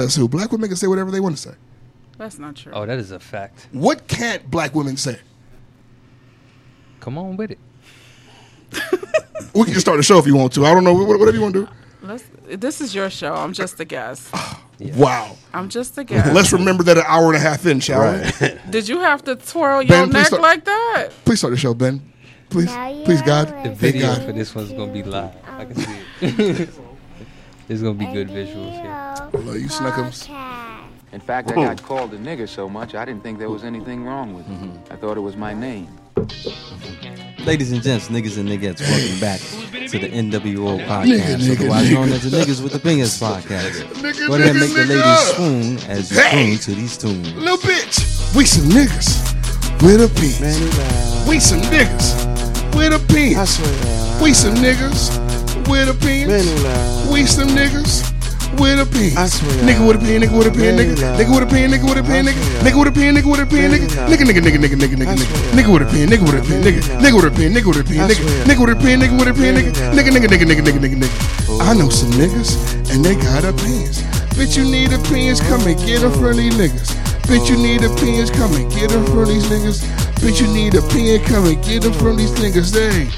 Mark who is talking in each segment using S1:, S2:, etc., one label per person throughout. S1: us who black women can say whatever they want to say.
S2: That's not true.
S3: Oh, that is a fact.
S1: What can't black women say?
S3: Come on with it.
S1: We can just start the show if you want to. I don't know. Wh- Whatever you want to do.
S2: Let's, this is your show. I'm just a guest.
S3: Yeah.
S1: Wow.
S2: I'm just a guest.
S1: Let's remember that an hour and a half in, shall we?
S2: Did you have to twirl your
S1: Ben, please
S2: neck
S1: stop.
S2: like that?
S1: Please start the show, Ben. Please,
S4: Now you
S1: please,
S4: are
S1: God.
S4: ready.
S3: The
S1: Thank
S3: video
S1: God.
S3: for this one's gonna be live. I can see it. There's gonna be good visuals here.
S1: Hello, you snuckums.
S5: In fact, I got called a nigger so much I didn't think there was anything wrong with it. I thought it was my name.
S6: Ladies and gents, niggas and niggettes, welcome back to the NWO
S1: Nigga,
S6: podcast,
S1: nigga,
S6: otherwise
S1: nigga.
S6: known as the Niggas with the Bingers podcast.
S1: Nigga,
S6: Go ahead and
S1: nigga,
S6: make the
S1: nigga.
S6: ladies swoon as you
S1: Hey.
S6: swoon to these tunes.
S1: Little bitch. We some niggas with a penis. We some niggas with a penis. We some niggas with a penis. We some niggas with a penis. Nigga with a pen, nigga with a pen, nigga. Nigga with a pen, nigga with a pen, nigga. Nigga with a pen, nigga with a pen, nigga. Nigga, nigga, nigga, nigga, nigga, nigga. Nigga with a pen, nigga with a pen, nigga. Nigga with a pen, nigga with a pen, nigga. Nigga with a pen, nigga with a pen, nigga. Nigga, nigga, nigga, nigga, nigga, nigga, nigga. I know some niggas and they got a pens. Bitch, you need a pens, come and get them from these niggas. Bitch, you need a pens, come and get them from these niggas. Bitch, you need a pen, come and get them from these niggas. Hey.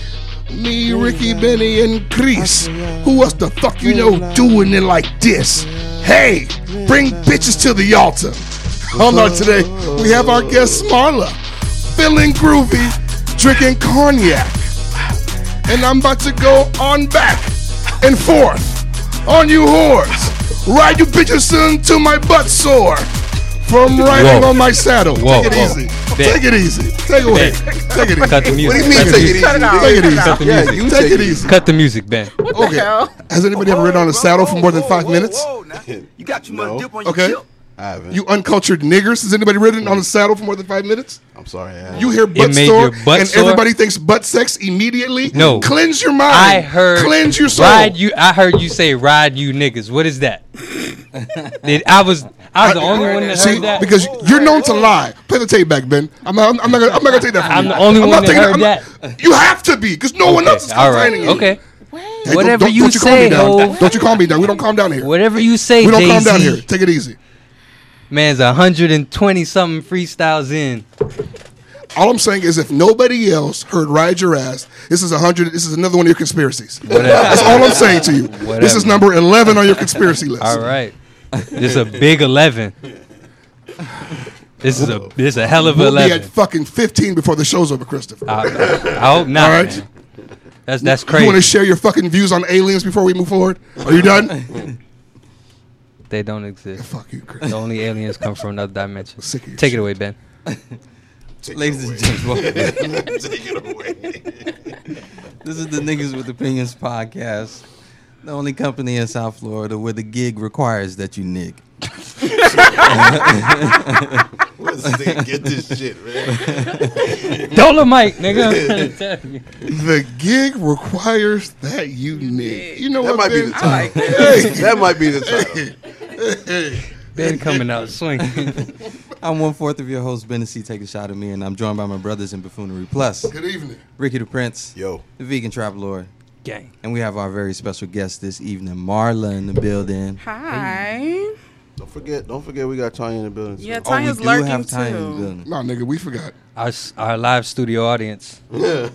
S1: Me, Ricky, Benny, and Chris. Who else the fuck you know doing it like this? Hey, bring bitches to the altar. On our today, we have our guest Marla, feeling groovy, drinking cognac. And I'm about to go on back and forth on you whores. Ride you bitches until my butt sore. From riding
S3: Whoa.
S1: on my saddle.
S3: Whoa,
S1: Take it
S3: whoa.
S1: easy.
S3: Ben.
S1: Take it easy. Take it away. Take it easy.
S3: Cut the
S1: What do
S3: music.
S1: you mean
S3: Cut the
S1: take it
S3: music.
S1: easy?
S2: Cut it out.
S1: Take it
S2: Cut it
S1: easy.
S2: out.
S3: Cut the
S1: Yeah,
S3: music.
S1: you take it easy.
S3: Cut the music, Ben.
S2: What the hell?
S1: Has anybody ever ridden on a saddle for more than five minutes?
S7: You got too much dip on your
S1: Oh, Okay.
S7: chip.
S8: I haven't.
S1: You uncultured niggers. Has anybody ridden on a saddle for more than five minutes?
S8: I'm sorry. I haven't.
S1: You hear butt
S3: made
S1: sore,
S3: your butt
S1: and
S3: sore?
S1: everybody thinks butt sex immediately.
S3: No.
S1: cleanse your mind.
S3: I heard
S1: cleanse your soul.
S3: Ride you. I heard you say ride you niggas. What is that? Did, I was I was the only one that
S1: See,
S3: heard that.
S1: because you're known to lie. Play the tape back, Ben. I'm not. I'm not gonna. I'm not gonna take that. From
S3: I'm
S1: you.
S3: the only
S1: I'm
S3: one
S1: not
S3: that
S1: taking
S3: heard
S1: I'm not- You have to be, because no one
S3: Okay,
S1: else is
S3: all right.
S1: complaining.
S3: Okay.
S1: Hey,
S3: Whatever
S1: don't, don't,
S3: you
S1: don't you calm me
S3: say,
S1: down.
S3: ho.
S1: Don't you calm me down. We don't calm down here.
S3: Whatever you say,
S1: we don't calm
S3: Jay-Z,
S1: down here. Take it easy.
S3: Man's 120 something freestyles in.
S1: All I'm saying is, if nobody else heard "Ride Your Ass," this is a hundred. This is another one of your conspiracies. That's all I'm saying to you. This is
S3: Whatever.
S1: number eleven on your conspiracy list.
S3: All right. This is a big 11. This is a this is a hell of an
S1: We'll be
S3: 11.
S1: at fucking fifteen before the show's over, Christopher.
S3: I, I hope not.
S1: all right.
S3: man. Uh, oh, That's that's
S1: You want
S3: crazy.
S1: to share your fucking views on aliens before we move forward? Are you done?
S3: they don't exist.
S1: Fuck you, Chris.
S3: The only aliens come from another dimension.
S1: Sick of your
S3: Take
S1: shit.
S3: it away, Ben.
S6: Ladies and gents, welcome. Take it away. this is the Niggas with Opinions podcast, the only company in South Florida where the gig requires that you nig.
S8: Let's see, get this shit, man.
S3: Dolomite, nigga. I'm telling you.
S1: The gig requires that you need. You know
S8: That
S1: what?
S8: might be the
S1: Ben?
S8: title. that might be the title.
S3: ben coming out swinging.
S6: I'm one fourth of your host, Bennessy. Take a shot at me, and I'm joined by my brothers in Buffoonery Plus,
S1: Good evening.
S6: Ricky the Prince,
S8: Yo,
S6: the Vegan Trap Lord,
S3: Gang.
S6: and we have our very special guest this evening, Marla, in the building.
S2: Hi.
S8: don't forget, don't forget, we got Tanya in the building. too.
S2: Yeah,
S6: Oh, we
S2: Tanya's
S6: do
S2: lurking
S6: have
S2: too.
S6: Tanya in the building.
S1: No, nigga, we forgot.
S3: Our s- our live studio audience.
S2: Make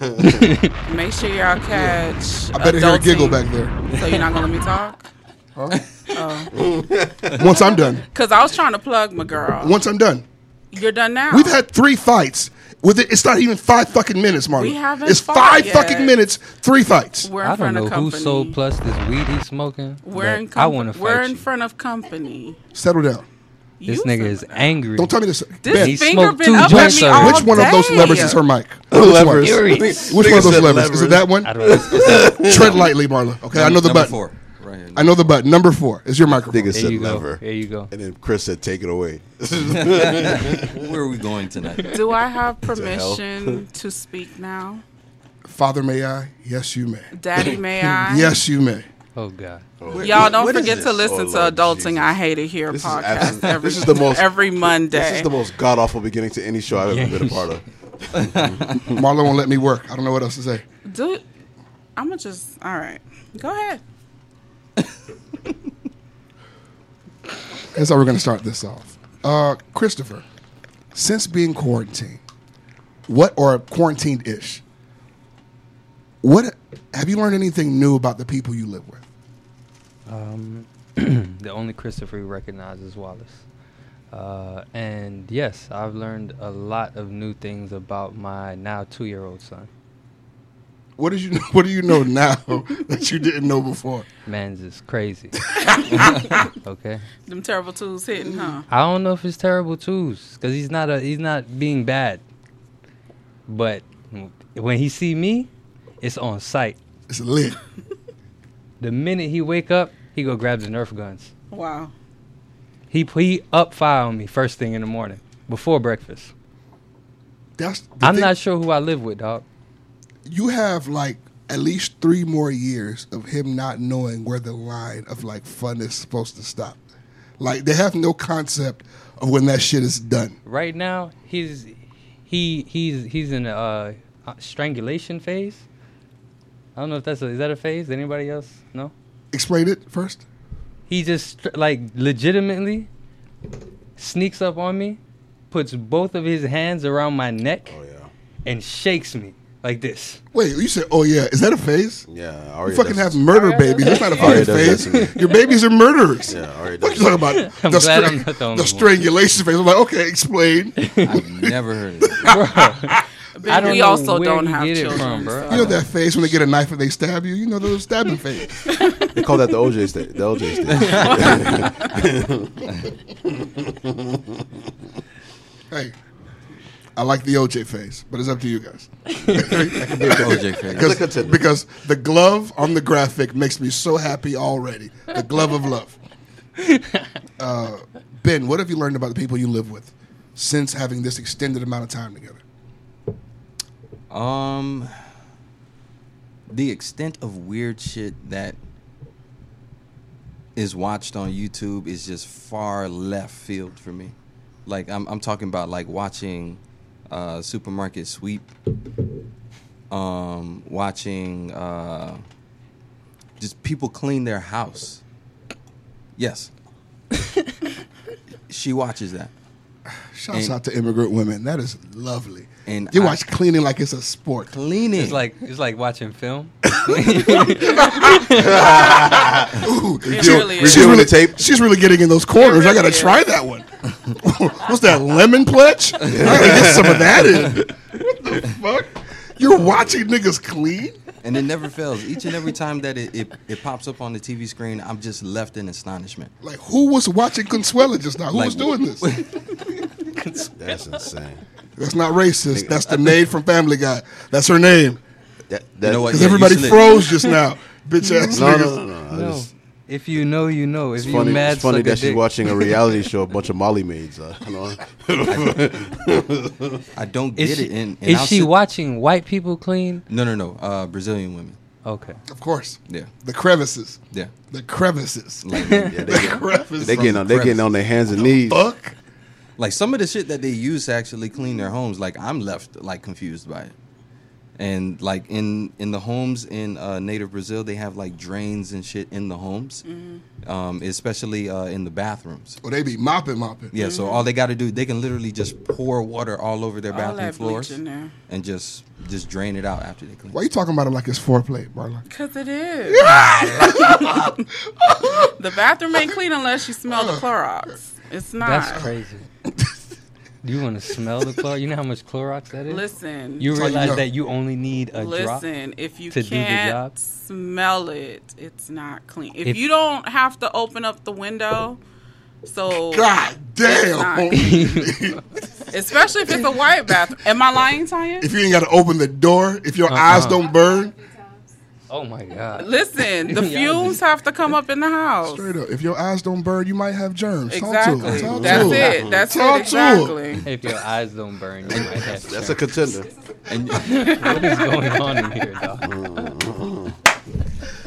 S2: sure y'all catch.
S1: I better hear a giggle
S2: Adulting.
S1: back there.
S2: So you're not gonna let me talk?
S1: Once I'm done.
S2: Cause I was trying to plug my girl.
S1: Once I'm done.
S2: You're done now.
S1: We've had three fights. With it, it's not even five fucking minutes, Marlon.
S2: We haven't
S1: It's
S2: fought
S1: five
S2: yet.
S1: fucking minutes, three fights.
S2: We're in
S3: I don't
S2: front
S3: know
S2: of company.
S3: who sold plus this weed he's smoking.
S2: We're
S3: but
S2: in.
S3: I
S2: Com-
S3: want to fight
S2: We're
S3: you.
S2: in front of company.
S1: Settle down.
S3: This
S2: You
S3: nigga
S2: said
S3: is
S2: that.
S3: angry.
S1: Don't tell me this.
S2: This
S1: Ben,
S3: He
S2: finger
S3: smoked
S2: been
S3: two
S2: up at
S3: joints
S2: me
S3: already.
S2: all
S1: which one of those
S2: day.
S1: levers is her mic? Which one?
S8: Levers.
S1: Which
S3: Furious.
S1: one of
S8: Nigga
S1: those
S8: said
S1: levers? Is it
S8: levers.
S1: that one?
S3: I don't know.
S1: Tread lightly, Marla. Okay, I know the
S6: Number
S1: button.
S6: Four, right here.
S1: I know the button. Number four is your microphone.
S8: Nigga
S3: There
S8: said
S3: you go.
S8: lever,
S3: There you go.
S8: and then Chris said, "Take it away."
S6: Where are we going tonight?
S2: Do I have permission to speak now?
S1: Father, may I? Yes, you may.
S2: Daddy, may I?
S1: Yes, you may.
S3: Oh God.
S2: Y'all don't
S8: What is
S2: forget to
S8: this?
S2: listen
S8: Oh,
S2: to
S8: Lord
S2: Adulting
S8: Jesus.
S2: I Hate It Here
S8: This is
S2: podcast
S8: absolute-
S2: every,
S8: this is the most-
S2: every Monday.
S8: This is the most god awful beginning to any show I've ever been a part of.
S1: Marla won't let me work. I don't know what else to say.
S2: Do I'm gonna just all right. Go ahead.
S1: That's how we're going to start this off. Uh, Christopher, since being quarantined, what or quarantined ish, what have you learned anything new about the people you live with?
S3: the only Christopher who recognizes Wallace. Uh, and yes, I've learned a lot of new things about my now two-year-old son.
S1: What did you What do you know now that you didn't know before?
S3: Man's is crazy. okay.
S2: Them terrible twos hitting, huh?
S3: I don't know if it's terrible twos because he's not a he's not being bad, but when he see me, it's on sight.
S1: It's lit.
S3: The minute he wake up, he go grab the Nerf guns.
S2: Wow.
S3: He he up fire on me first thing in the morning before breakfast.
S1: That's the
S3: I'm
S1: thing.
S3: not sure who I live with, dog.
S1: You have like at least three more years of him not knowing where the line of like fun is supposed to stop. Like they have no concept of when that shit is done.
S3: Right now, he's he he's he's in a uh, uh, strangulation phase. I don't know if that's a, is that a phase. Anybody else? No.
S1: Explain it first.
S3: He just str- like legitimately sneaks up on me, puts both of his hands around my neck,
S8: Oh yeah,
S3: and shakes me like this.
S1: Wait, you said, oh yeah, is that a phase?
S8: yeah.
S1: You
S8: Arya
S1: fucking
S8: does-
S1: have murder babies. That's not a
S8: Arya
S1: fucking
S8: does that
S1: phase.
S8: to
S1: Your babies are murderers.
S8: Yeah,
S1: What are
S8: Arya does.
S1: you talking about?
S3: I'm
S1: the
S3: glad
S1: stra-
S3: I'm not the only
S1: the
S3: one.
S1: strangulation phase. I'm like, okay, explain.
S6: I've never heard of it.
S3: I don't
S2: we
S3: know
S2: also
S3: where
S2: don't
S3: you
S2: have
S3: get it
S2: children.
S3: from, bro.
S1: You know that phase when they get a knife and they stab you? You know the little stabbing phase.
S8: They call that the OJ state. The OJ state.
S1: Hey, I like the OJ phase, but it's up to you guys.
S6: OJ face.
S8: Look at
S1: because,
S8: it.
S1: because the glove on the graphic makes me so happy already. The glove of love. Uh, ben, what have you learned about the people you live with since having this extended amount of time together?
S6: Um, the extent of weird shit that is watched on YouTube is just far left field for me. Like I'm, I'm talking about like watching uh, supermarket sweep, um, watching uh, just people clean their house. Yes, she watches that.
S1: Shouts
S6: And-
S1: out to immigrant women. That is lovely.
S6: And
S1: you
S6: I-
S1: watch cleaning like it's a sport.
S6: Cleaning.
S3: It's like it's like watching film.
S1: Ooh,
S2: It
S1: she-
S2: really is.
S1: she's
S8: Reviewing
S1: really,
S8: the tape.
S1: She's really getting in those corners. I
S2: really
S1: gotta
S2: is.
S1: try that one. What's that lemon pledge? I gotta get some of that in. What the fuck? You're watching niggas clean?
S6: and it never fails. Each and every time that it, it, it pops up on the TV screen, I'm just left in astonishment.
S1: Like who was watching Consuela just now? Who
S6: Like,
S1: was doing this?
S8: That's insane.
S1: That's not racist. That's the maid from Family Guy. That's her name.
S8: That, that,
S6: You know what?
S1: Because
S6: Yeah, you
S1: everybody
S6: slid.
S1: froze just now. Bitch ass
S8: No,
S1: niggas.
S8: no, no, no. I
S3: No.
S8: just-
S3: If you know, you know. If
S8: it's
S3: you
S8: funny,
S3: mad,
S8: it's funny
S3: suck a
S8: that she's
S3: dick.
S8: watching a reality show, a bunch of Molly maids. Uh, you know?
S6: I don't get
S3: Is she,
S6: it. And, and
S3: is
S6: I'll
S3: she
S6: sit-
S3: watching white people clean?
S6: No, no, no. Uh, Brazilian women.
S3: Okay.
S1: Of course.
S6: Yeah,
S1: The crevices.
S6: yeah.
S1: The crevices.
S6: Like,
S8: yeah, they,
S1: The
S8: get-
S1: crevices.
S8: they getting on, they getting on their hands and knees.
S1: fuck.
S6: like some of the shit that they use to actually clean their homes. Like I'm left like confused by it. And like in in the homes in uh, native Brazil, they have like drains and shit in the homes, um, especially uh, in the bathrooms.
S1: Well, they be mopping, mopping.
S6: Yeah, so all they got to do, they can literally just pour water all over their
S2: All
S6: bathroom
S2: that bleach
S6: floors.
S2: in there.
S6: and just just drain it out after they clean.
S1: Why you talking about it like it's foreplay, Marlon?
S2: Because it is. the bathroom ain't clean unless you smell the Clorox. It's not.
S3: That's crazy. Do you want to smell the Clorox? You know how much Clorox that is?
S2: Listen.
S3: You
S1: That's how you
S3: realize
S1: know.
S3: that you only need a drop?
S2: Listen, if you
S3: to do the job?
S2: can't smell it, it's not clean. If,
S3: If-
S2: you don't have to open up the window, so
S1: God damn.
S2: It's especially if it's a white bathroom. Am I lying, Tanya?
S1: if you ain't got to open the door, if
S8: Uh-uh.
S1: your eyes don't burn,
S3: Oh my God.
S2: Listen, the
S3: Yeah.
S2: fumes have to come up in the house.
S1: straight up, if your eyes don't burn, you might have germs. Talk to 'em.
S2: Exactly.
S1: Talk
S2: That's
S1: to 'em.
S2: it. That's
S1: Talk
S2: it.
S1: to
S2: Exactly.
S3: If your eyes don't burn, you might have
S8: That's
S3: That's
S8: a contender.
S6: And
S3: What is going on in here, dog?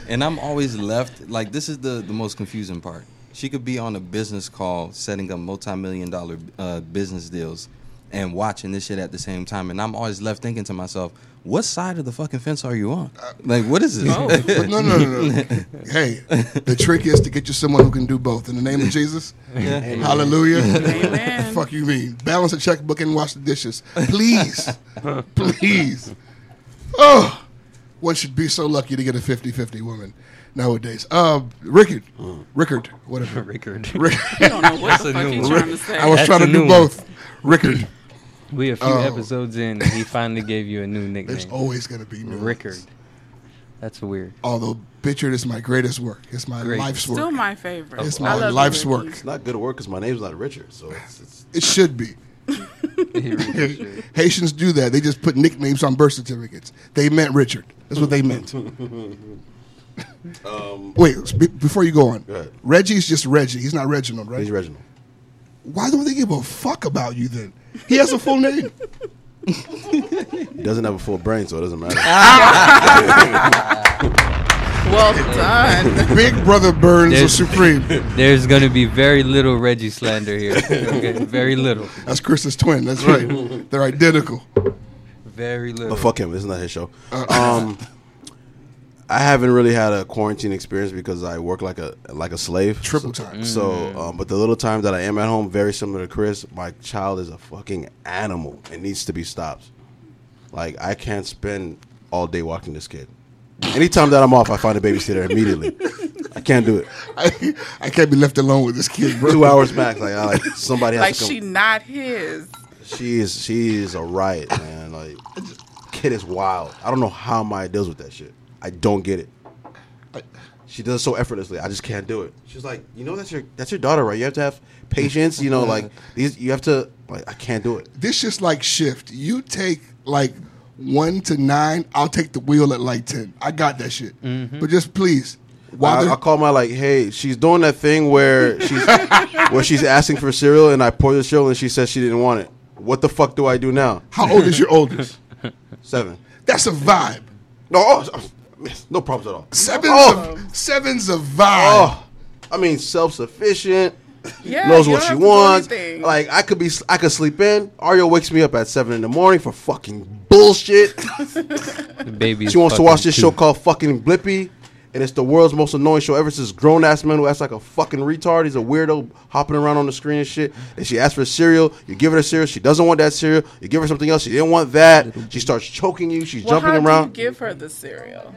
S6: and I'm always left like this is the the most confusing part. She could be on a business call setting up multi-million dollar uh, business deals and watching this shit at the same time. And I'm always left thinking to myself, what side of the fucking fence are you on? Like, what is this?
S1: Oh. But no, no, no, no. hey, the trick is to get you someone who can do both. In the name of Jesus, Hallelujah.
S2: Amen.
S1: The fuck you mean? Balance a checkbook and wash the dishes, please, please. Oh, one should be so lucky to get a 50-50 woman nowadays. Uh, Rickard, Rickard, whatever.
S3: Rickard.
S1: Rick-
S2: You don't know what the
S3: a
S2: fuck
S3: new
S2: you
S3: one.
S2: trying to say.
S1: I was
S3: That's
S1: trying
S3: a
S1: to do
S3: new
S1: both. Rickard.
S3: We a few
S1: Oh.
S3: episodes in, and he finally gave you a new
S1: There's
S3: nickname.
S1: always gonna be new ones.
S3: Rickard. That's weird.
S1: Although Bichard is my greatest work. It's my
S3: Great.
S1: life's work.
S2: Still my favorite.
S1: it's
S2: I
S1: my
S2: love
S1: life's
S2: you, Ricky.
S1: work.
S8: It's not good work because my name's not Richard, so it's, it's
S1: It should be.
S3: He really should.
S1: Haitians do that. They just put nicknames on birth certificates. They meant Richard. That's what they meant. Wait, be- before you go on,
S8: Um, Go ahead.
S1: Reggie's just Reggie. He's not Reginald, right?
S8: he's Reginald.
S1: Why do they give a fuck about you then? He has a full name.
S8: He doesn't have a full brain, so it doesn't matter.
S2: Ah. Well done.
S1: Big Brother Burns is
S3: There's-
S1: supreme.
S3: There's going to be very little Reggie slander here. Okay? Very little.
S1: That's Chris's twin. That's right. They're identical.
S3: Very little.
S8: but fuck him. This is not his show. Um, I haven't really had a quarantine experience because I work like a like a slave.
S1: Triple
S8: So-
S1: time.
S8: So,
S2: Mm-hmm.
S8: um, but the little time that I am at home, very similar to Chris, my child is a fucking animal. It needs to be stopped. Like I can't spend all day walking this kid. Anytime that I'm off, I find a babysitter immediately. I can't do it.
S1: I, I can't be left alone with this kid, bro.
S8: Two hours max. Like, I, like somebody has
S2: like
S8: to come.
S2: she not his.
S8: She is she is a riot, man. Like kid is wild. I don't know how Maya deals with that shit. I don't get it. She does it so effortlessly. I just can't do it. She's like, you know, that's your that's your daughter, right? You have to have patience. You know, like these. You have to like. I can't do it.
S1: this just like shift. You take like one to nine. I'll take the wheel at like ten. I got that shit. But just please, while
S8: Mm-hmm. I,
S1: they're
S8: I call my like, hey, she's doing that thing where she's where she's asking for cereal, and I pour the cereal, and she says she didn't want it. What the fuck do I do now?
S1: how old is your oldest?
S8: Seven.
S1: That's a vibe.
S8: No, oh, no problems at all.
S1: Seven's
S8: Oh.
S1: a, seven's a vibe.
S8: Oh, I mean, self sufficient.
S2: Yeah,
S8: knows
S2: you
S8: what
S2: don't
S8: she
S2: have to do
S8: wants.
S2: anything.
S8: Like I could be, I could sleep in. Arya wakes me up at seven in the morning for fucking bullshit.
S3: The baby
S8: she wants to watch this show called fucking Blippy, and it's the world's most annoying show ever. Since grown ass man who acts like a fucking retard. He's a weirdo hopping around on the screen and shit. And she asks for cereal. You give her the cereal. She doesn't want that cereal. You give her something else. She didn't want that. She starts choking you. She's
S2: Well, how
S8: jumping
S2: do
S8: around.
S2: you give her the cereal?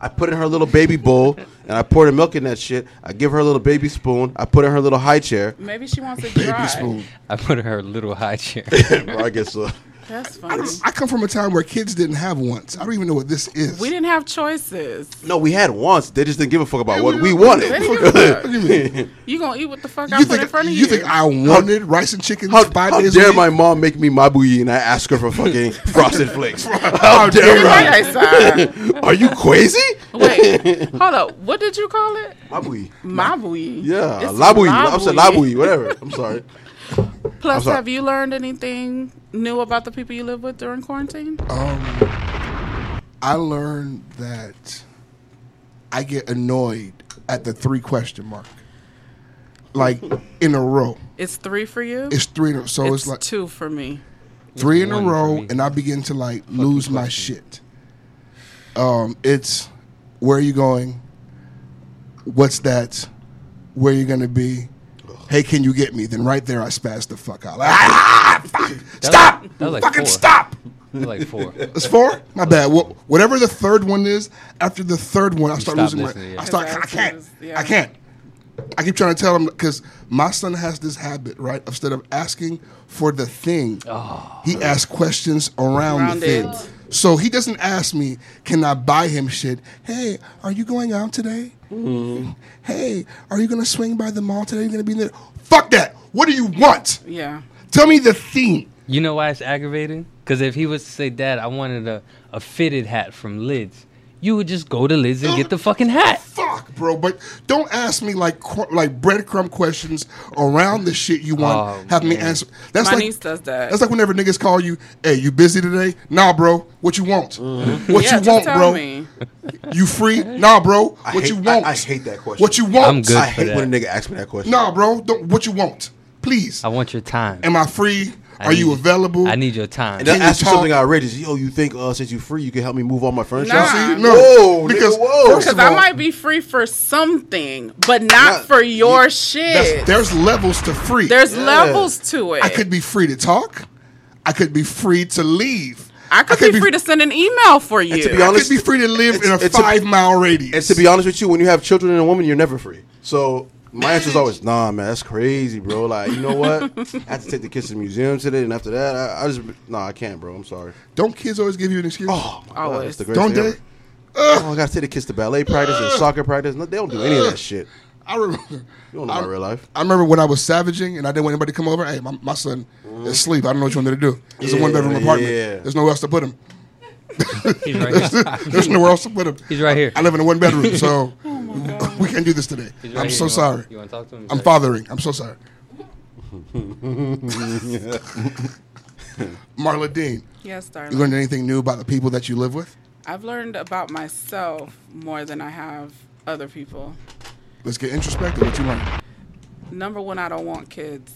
S8: I put in her little baby bowl and I pour the milk in that shit. I give her a little baby spoon. I put in her little high chair.
S2: Maybe she wants it dry.
S1: Spoon.
S3: I put her in a little high chair.
S8: Bro, I guess so.
S2: That's funny.
S1: I come from a time where kids didn't have once. I don't even know what this is.
S2: We didn't have choices.
S8: No, we had once. They just didn't give a fuck about what we
S2: They didn't
S8: wanted.
S2: give a fuck.
S1: What do you mean?
S2: You gonna eat what the fuck I
S1: You
S2: put in
S1: think
S2: front of you?
S1: you think I wanted rice and chicken
S8: How,
S1: five
S8: how
S1: days a
S8: dare
S1: week?
S8: my mom make me mabuyi and I ask her for fucking frosted flakes?
S1: How
S8: How
S1: dare
S8: dare
S2: Right,
S8: I?
S2: sir.
S8: Are you crazy?
S2: Wait, hold up. What did you call it?
S8: Mabuyi.
S2: Mabui.
S8: Yeah,
S2: It's
S8: labui. I'm saying
S2: mabui.
S8: labui, whatever. I'm sorry.
S2: Plus,
S8: sorry.
S2: have you learned anything new about the people you live with during quarantine?
S1: Uh, I learned that I get annoyed at the three question mark, like in a row.
S2: It's three for you.
S1: It's three in a so it's,
S2: It's
S1: like
S2: two for me.
S1: three in a
S3: one for
S1: row,
S3: me.
S1: and I begin to like lose my shit. Um, it's where are you going? What's that? Where you gonna be? Hey, can you get me? Then right there, I spaz the fuck out. Like, ah, fuck. Stop!
S3: that was like
S1: Fucking
S3: four.
S1: stop!
S3: like four.
S1: It's four. My bad. Wha- whatever the third one is, after the third one, I start
S3: stop
S1: losing my.
S3: listening, yeah.
S1: I start. I
S2: Because
S1: can't.
S2: that's- yeah.
S1: I can't. I keep trying to tell him because my son has this habit, right? Instead of asking for the thing,
S3: Oh.
S1: he asks questions around,
S2: Around
S1: the thing.
S2: it.
S1: So he doesn't ask me, "Can I buy him shit?" Hey, are you going out today?
S3: Mm-hmm.
S1: Hey, are you gonna swing by the mall today? Are you gonna be in there? Fuck that. What do you want?
S2: Yeah.
S1: Tell me the thing.
S3: You know why it's aggravating? Because if he was to say, Dad, I wanted a, a fitted hat from Lids, you would just go to Lids and get the fucking hat.
S1: fuck, bro. But don't ask me like qu- like breadcrumb questions around the shit you want.
S3: Oh,
S1: have me
S3: man.
S1: answer. That's
S2: My
S1: like
S2: niece does that.
S1: That's like whenever niggas call you, "Hey, you busy today?" Nah, bro. What you want? What
S2: Mm-hmm. yeah,
S1: you
S2: just
S1: want,
S2: tell
S1: bro?
S2: me.
S1: You free? Nah, bro. What
S8: hate-
S1: you want?
S8: I- I hate that question.
S1: What you want?
S3: I'm good.
S8: I
S3: for
S8: hate when a
S3: that.
S8: nigga asks me that question.
S1: Nah, bro. Don't. What you want? Please.
S3: I want your time.
S1: Am I free? Are you available?
S3: I need your time.
S8: And then
S1: Can you
S8: ask you
S1: talk-
S8: something outrageous. Yo, you think uh, since you free, you can help me move all my furniture?
S2: Nah.
S8: out?
S2: See,
S1: no.
S8: whoa,
S1: Because
S8: because whoa.
S1: first
S2: Because
S1: of
S2: I
S1: all-
S2: might be free for something, but not,
S8: Not-
S2: for your
S1: That's-
S2: shit.
S1: there's levels to free.
S2: There's levels to it.
S1: I could be free to talk. I could be free to leave.
S2: I could be free to send an email for you.
S8: to be honest-
S1: I could be free to live in a
S8: It's- it's a-
S1: five mile radius.
S8: and to be honest with you, when you have children and a woman, you're never free. So my answer is always, nah, man, that's crazy, bro. Like, you know what? I have to take the kids to the museum today, and after that, I, I just, nah, I can't, bro. I'm sorry.
S1: Don't kids always give you an excuse?
S8: Oh, my God,
S2: Always.
S8: that's the greatest
S1: don't
S8: thing
S1: they?
S8: ever. Oh, I gotta take the kids to ballet practice and soccer practice. No, they don't do any of that shit.
S1: I remember.
S8: You don't know
S1: I,
S8: my real life.
S1: I remember when I was savaging and I didn't want anybody to come over. Hey, my, my son is asleep. I don't know what you want me to do. It's a
S8: Mm-hmm. Yeah,
S1: one bedroom apartment.
S8: yeah.
S1: There's nowhere else to put him.
S3: He's right here.
S1: There's nowhere else to put him.
S3: He's right here. Oh
S1: I live in a one bedroom, so we can't do this today.
S3: He's right
S1: I'm
S3: here.
S1: so
S3: You wanna-
S1: sorry.
S3: you want to talk to him?
S1: I'm fathering. I'm so sorry. Marla Dean,
S2: yes,
S1: you
S2: darling.
S1: learned anything new about the people that you live with?
S2: I've learned about myself more than I have other people.
S1: Let's get introspective. What you learned?
S2: Number one, I don't want kids.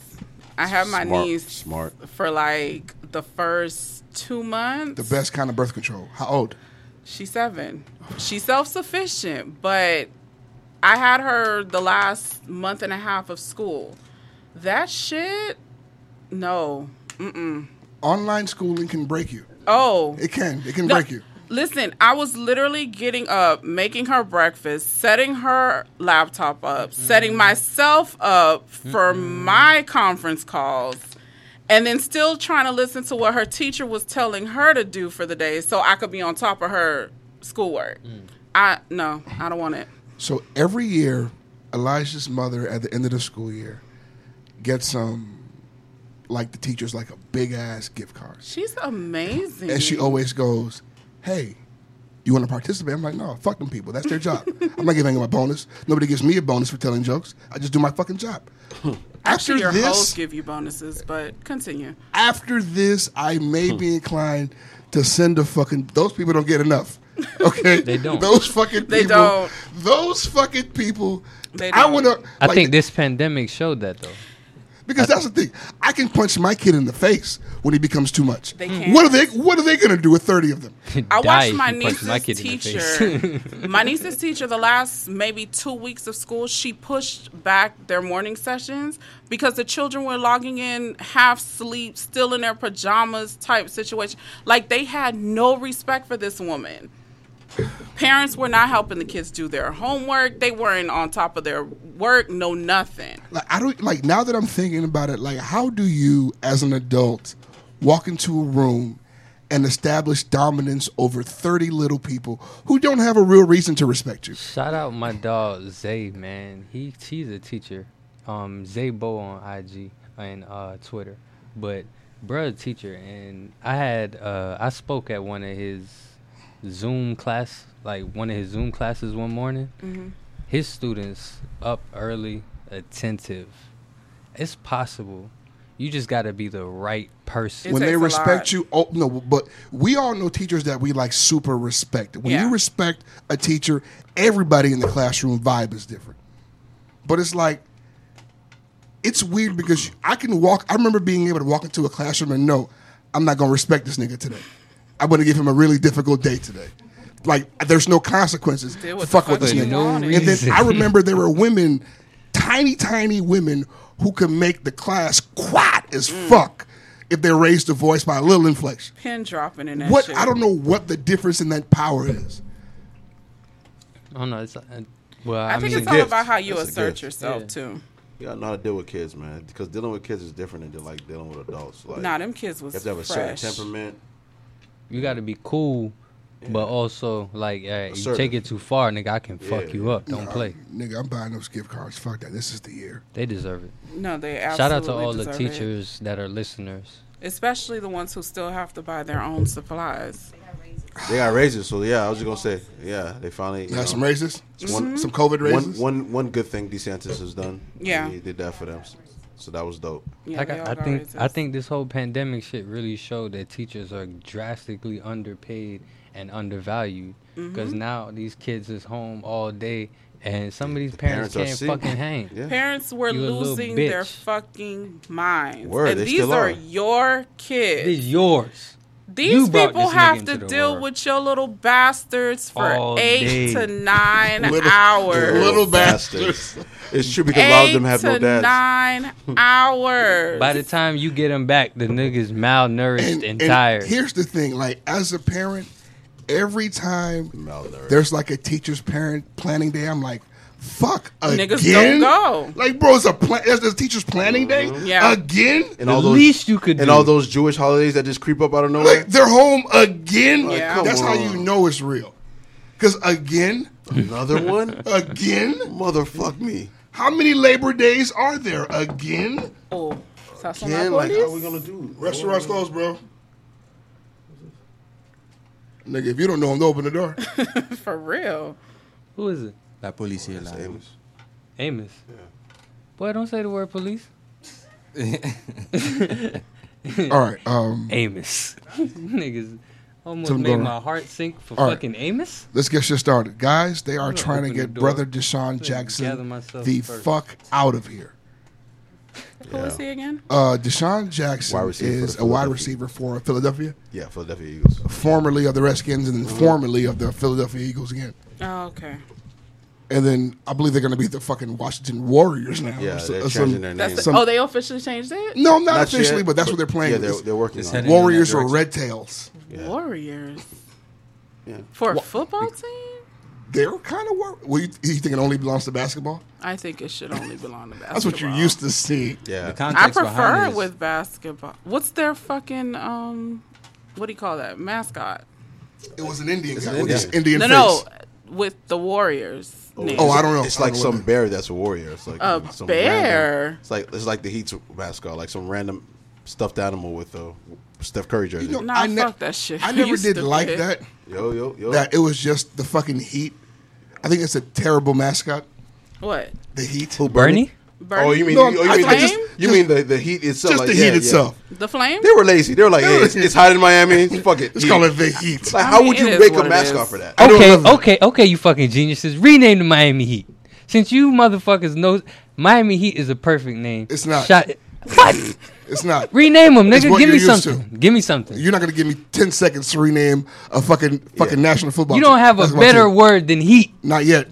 S2: I had my
S8: Smart,
S2: niece
S8: smart.
S2: for like the first two months.
S1: The best kind of birth control. How old?
S2: She's seven. She's self sufficient, but I had her the last month and a half of school. That shit, no. Mm-mm.
S1: Online schooling can break you.
S2: Oh.
S1: It can. It can
S2: No,
S1: break you.
S2: Listen, I was literally getting up, making her breakfast, setting her laptop up, setting myself up for my conference calls, and then still trying to listen to what her teacher was telling her to do for the day so I could be on top of her schoolwork. I no, I don't want it.
S1: So every year, Elijah's mother at the end of the school year gets um like the teachers like a big ass gift card.
S2: She's amazing.
S1: And she always goes, Hey, you want to participate? I'm like, No, fuck them people. That's their job. I'm not giving them a bonus. Nobody gives me a bonus for telling jokes. I just do my fucking job. After
S2: Actually, your hoes
S1: this,
S2: give you bonuses, but continue.
S1: after this, I
S3: Hmm.
S1: may be inclined to send a fucking. Those people don't get enough. Okay,
S3: They don't.
S1: Those fucking people.
S2: They don't.
S1: Those fucking people.
S2: They
S1: I
S2: don't.
S1: would. have
S3: I think this pandemic showed that though.
S1: because that's the thing. I can punch my kid in the face when he becomes too much.
S3: Hmm.
S2: They can't.
S1: What are they? What are they gonna do with thirty of them?
S2: I
S3: Die if
S2: watched
S3: you
S2: my
S3: punch
S2: niece's
S3: my kid in the face.
S2: teacher. my niece's teacher, the last maybe two weeks of school, she pushed back their morning sessions because the children were logging in half sleep, still in their pajamas type situation. Like they had no respect for this woman. Parents were not helping the kids do their homework. They weren't on top of their work, no nothing.
S1: Like I don't like now that I'm thinking about it. Like, how do you, as an adult, walk into a room? And establish dominance over 30 little people who don't have a real reason to respect you.
S3: Shout out my dog Zay, man. He he's a teacher. Um, Zay Bo on IG and uh, Twitter, but brother teacher. And I had uh, I spoke at one of his Zoom class, like one of his Zoom classes one morning.
S2: Mm-hmm.
S3: His students up early, attentive. It's possible. You just got to be the right person.
S2: It
S1: when they
S2: takes a
S1: respect
S2: lot.
S1: you, oh no, but we all know teachers that we like super respect. When
S2: Yeah.
S1: you respect a teacher, everybody in the classroom vibe is different. But it's like it's weird because I can walk I remember being able to walk into a classroom and know I'm not gonna respect this nigga today. I'm gonna give him a really difficult day today. Like there's no consequences.
S2: Deal with the
S1: Fuck with this
S2: fuck
S1: nigga.
S2: you want.
S1: and then I remember there were women, tiny, tiny women who could make the class quiet as
S2: Mm.
S1: fuck if they raised the voice by a little inflection.
S2: Pin dropping in that
S1: What
S2: shit.
S1: I don't know what the difference in that power is.
S3: I don't know. It's, uh, well,
S2: I,
S3: I,
S2: think
S3: mean,
S2: it's all
S8: gift.
S2: about how you
S8: That's a
S2: assert
S8: gift.
S2: yourself
S3: Yeah.
S2: too.
S8: You gotta know how to deal with kids, man. Because dealing with kids is different than like dealing with adults. Like,
S2: Nah, them kids was
S8: You have to have a
S2: fresh.
S8: certain temperament.
S3: you got to be cool, but also like uh, you
S8: Assertive.
S3: take it too far, nigga. I can fuck
S8: Yeah.
S3: you up. Don't play.
S1: Uh, Nigga, I'm buying those gift cards. Fuck that. This is the year.
S3: They deserve it.
S2: No, they
S3: Shout out
S2: absolutely
S3: to all the
S2: deserve it.
S3: teachers that are listeners.
S2: especially the ones who still have to buy their own supplies.
S8: They got raises, so yeah, I was just gonna say, yeah, they finally. you
S1: You got
S8: know,
S1: some raises?
S8: one-
S1: Some COVID
S8: One,
S1: raises?
S8: one, one good thing DeSantis has done.
S2: Yeah.
S8: He did that for them. So that was dope.
S2: Yeah,
S3: Like,
S2: they all
S3: I, I
S2: got
S3: think
S2: raises.
S3: I think this whole pandemic shit really showed that teachers are drastically
S2: Mm-hmm.
S3: underpaid and undervalued because now these kids is home all day and some of these parents,
S8: parents are
S3: can't fucking
S8: sick.
S3: hang.
S8: Yeah.
S2: Parents were
S3: You a little
S2: losing their
S3: bitch.
S2: fucking minds.
S8: Word,
S2: and
S8: they
S2: these
S8: still
S2: are
S8: are.
S2: your kids.
S3: It's yours.
S2: These
S3: You brought
S2: people
S3: this nigga
S2: have
S3: into
S2: to
S3: the
S2: deal
S3: world.
S2: with your little bastards for
S3: All
S2: eight
S3: day.
S2: to nine
S1: Little-
S2: hours.
S1: Little
S8: bastards. It's true because a lot
S2: eight
S8: of them have
S2: to
S8: no dads.
S2: nine hours.
S3: By the time you get them back, the nigga's malnourished and, tired.
S1: Here's the thing: like as a parent, every time
S8: Malnourished.
S1: there's like a teacher's parent planning day, I'm like, "Fuck
S2: Niggas
S1: again!"
S2: don't go. Mm-hmm.
S1: Like, bro, it's a plan. It's a teacher's planning day
S2: Yeah.
S1: again.
S8: and
S3: The
S8: all those
S3: least you could
S8: and
S3: do.
S8: all those Jewish holidays that just creep up out of nowhere.
S1: Like they're home again.
S2: Like, come
S1: That's how
S8: on.
S1: you know it's real. Because again,
S8: Another one?
S1: again,
S8: Motherfuck me.
S1: how many Labor Days are there again?
S2: Oh, Sazonadores?
S8: Again, like how we gonna do?
S1: Restaurants closed, bro. Nigga, if you don't know them, don't open the door.
S2: for real.
S3: Who is it?
S6: La policía la-
S3: Amos. Boy, don't say the word police.
S1: All right. Um,
S3: Amos. Niggas almost
S1: Something
S3: made
S1: going
S3: my
S1: on.
S3: heart sink for
S1: All right.
S3: fucking Amos.
S1: let's get shit started. Guys, they are
S3: I'm gonna
S1: trying to
S3: open the
S1: get
S3: door.
S1: brother Deshaun
S3: gather
S1: Jackson
S3: myself
S1: the
S3: first.
S1: fuck out of here.
S2: Who is he again?
S1: Uh, Deshaun Jackson
S8: Wide receiver for
S1: is
S8: the
S1: a wide
S8: Philadelphia.
S1: receiver for Philadelphia,
S8: Yeah, Philadelphia Eagles.
S1: formerly of the Redskins, and then
S8: Mm-hmm.
S1: formerly of the Philadelphia Eagles again.
S2: Oh, okay.
S1: And then I believe they're going to be the fucking Washington Warriors now.
S8: Yeah,
S1: Or so-
S8: they're
S1: or
S8: changing
S1: some-
S8: their name.
S2: That's the,
S1: Some-
S2: oh, they officially changed it.
S1: No, not,
S8: Not
S1: officially,
S8: yet,
S1: but that's what they're playing.
S8: Yeah, they're,
S1: It's
S8: they're working
S6: It's
S8: on it.
S6: headed-
S1: Warriors
S6: in that
S1: or Red Tails.
S8: Yeah.
S2: Warriors
S8: Yeah.
S2: for a football team.
S1: They're kind of war. Well, you, you think it only belongs to basketball?
S2: I think it should only belong to basketball.
S1: That's what you're used to seeing.
S6: The
S8: Yeah.
S2: I
S6: context
S2: prefer
S6: behind
S2: it
S6: this-
S2: with basketball. What's their fucking um? What do you call that mascot?
S1: It was an Indian guy
S8: an
S1: with this Indian
S8: Indian.
S2: no,
S1: face.
S2: no, with the Warriors. name.
S1: Oh, I don't know.
S8: It's
S1: I don't
S8: like
S1: know
S8: some
S1: what
S8: bear that's a warrior. It's like
S2: A
S8: some
S2: bear?
S8: random- it's like it's like the Heat's mascot, like some random stuffed animal with a Steph Curry jersey.
S1: You know-
S2: Nah,
S1: I
S2: fuck
S1: ne-
S2: that shit.
S1: I never
S2: You
S1: did like
S2: stupid.
S1: that.
S8: yo, yo, yo.
S1: That it was just the fucking heat. I think it's a terrible mascot.
S2: What?
S1: The heat.
S3: Bernie?
S2: Bernie?
S8: Oh, you mean
S1: No,
S8: you, you
S1: I-
S8: mean,
S1: I
S8: just,
S2: just-
S8: you mean the, the heat itself?
S1: just
S8: like,
S1: the
S8: yeah,
S1: heat
S8: yeah.
S1: itself.
S2: the flame?
S8: They were lazy. They were like, hey, it's, it's hot in Miami. Fuck it.
S1: Let's
S8: heat.
S1: call it the heat.
S8: Like,
S2: I
S8: how
S2: mean,
S8: would
S2: it
S8: you
S2: is
S8: make
S2: what
S8: a
S2: it
S8: mascot
S2: is.
S8: for that?
S1: I don't
S3: Okay,
S1: love that.
S3: okay, okay, you fucking geniuses. Rename the Miami Heat. Since you motherfuckers know Miami Heat is a perfect name.
S1: It's not.
S3: Shot, what?
S1: It's not.
S3: Rename them,
S1: It's
S3: nigga.
S1: what
S3: Give me
S1: you're used to.
S3: something. Give me something.
S1: You're not gonna give me ten seconds to rename a fucking fucking national football.
S3: You
S1: team.
S3: don't have a
S1: That's my
S3: better
S1: team.
S3: word than heat.
S1: Not yet.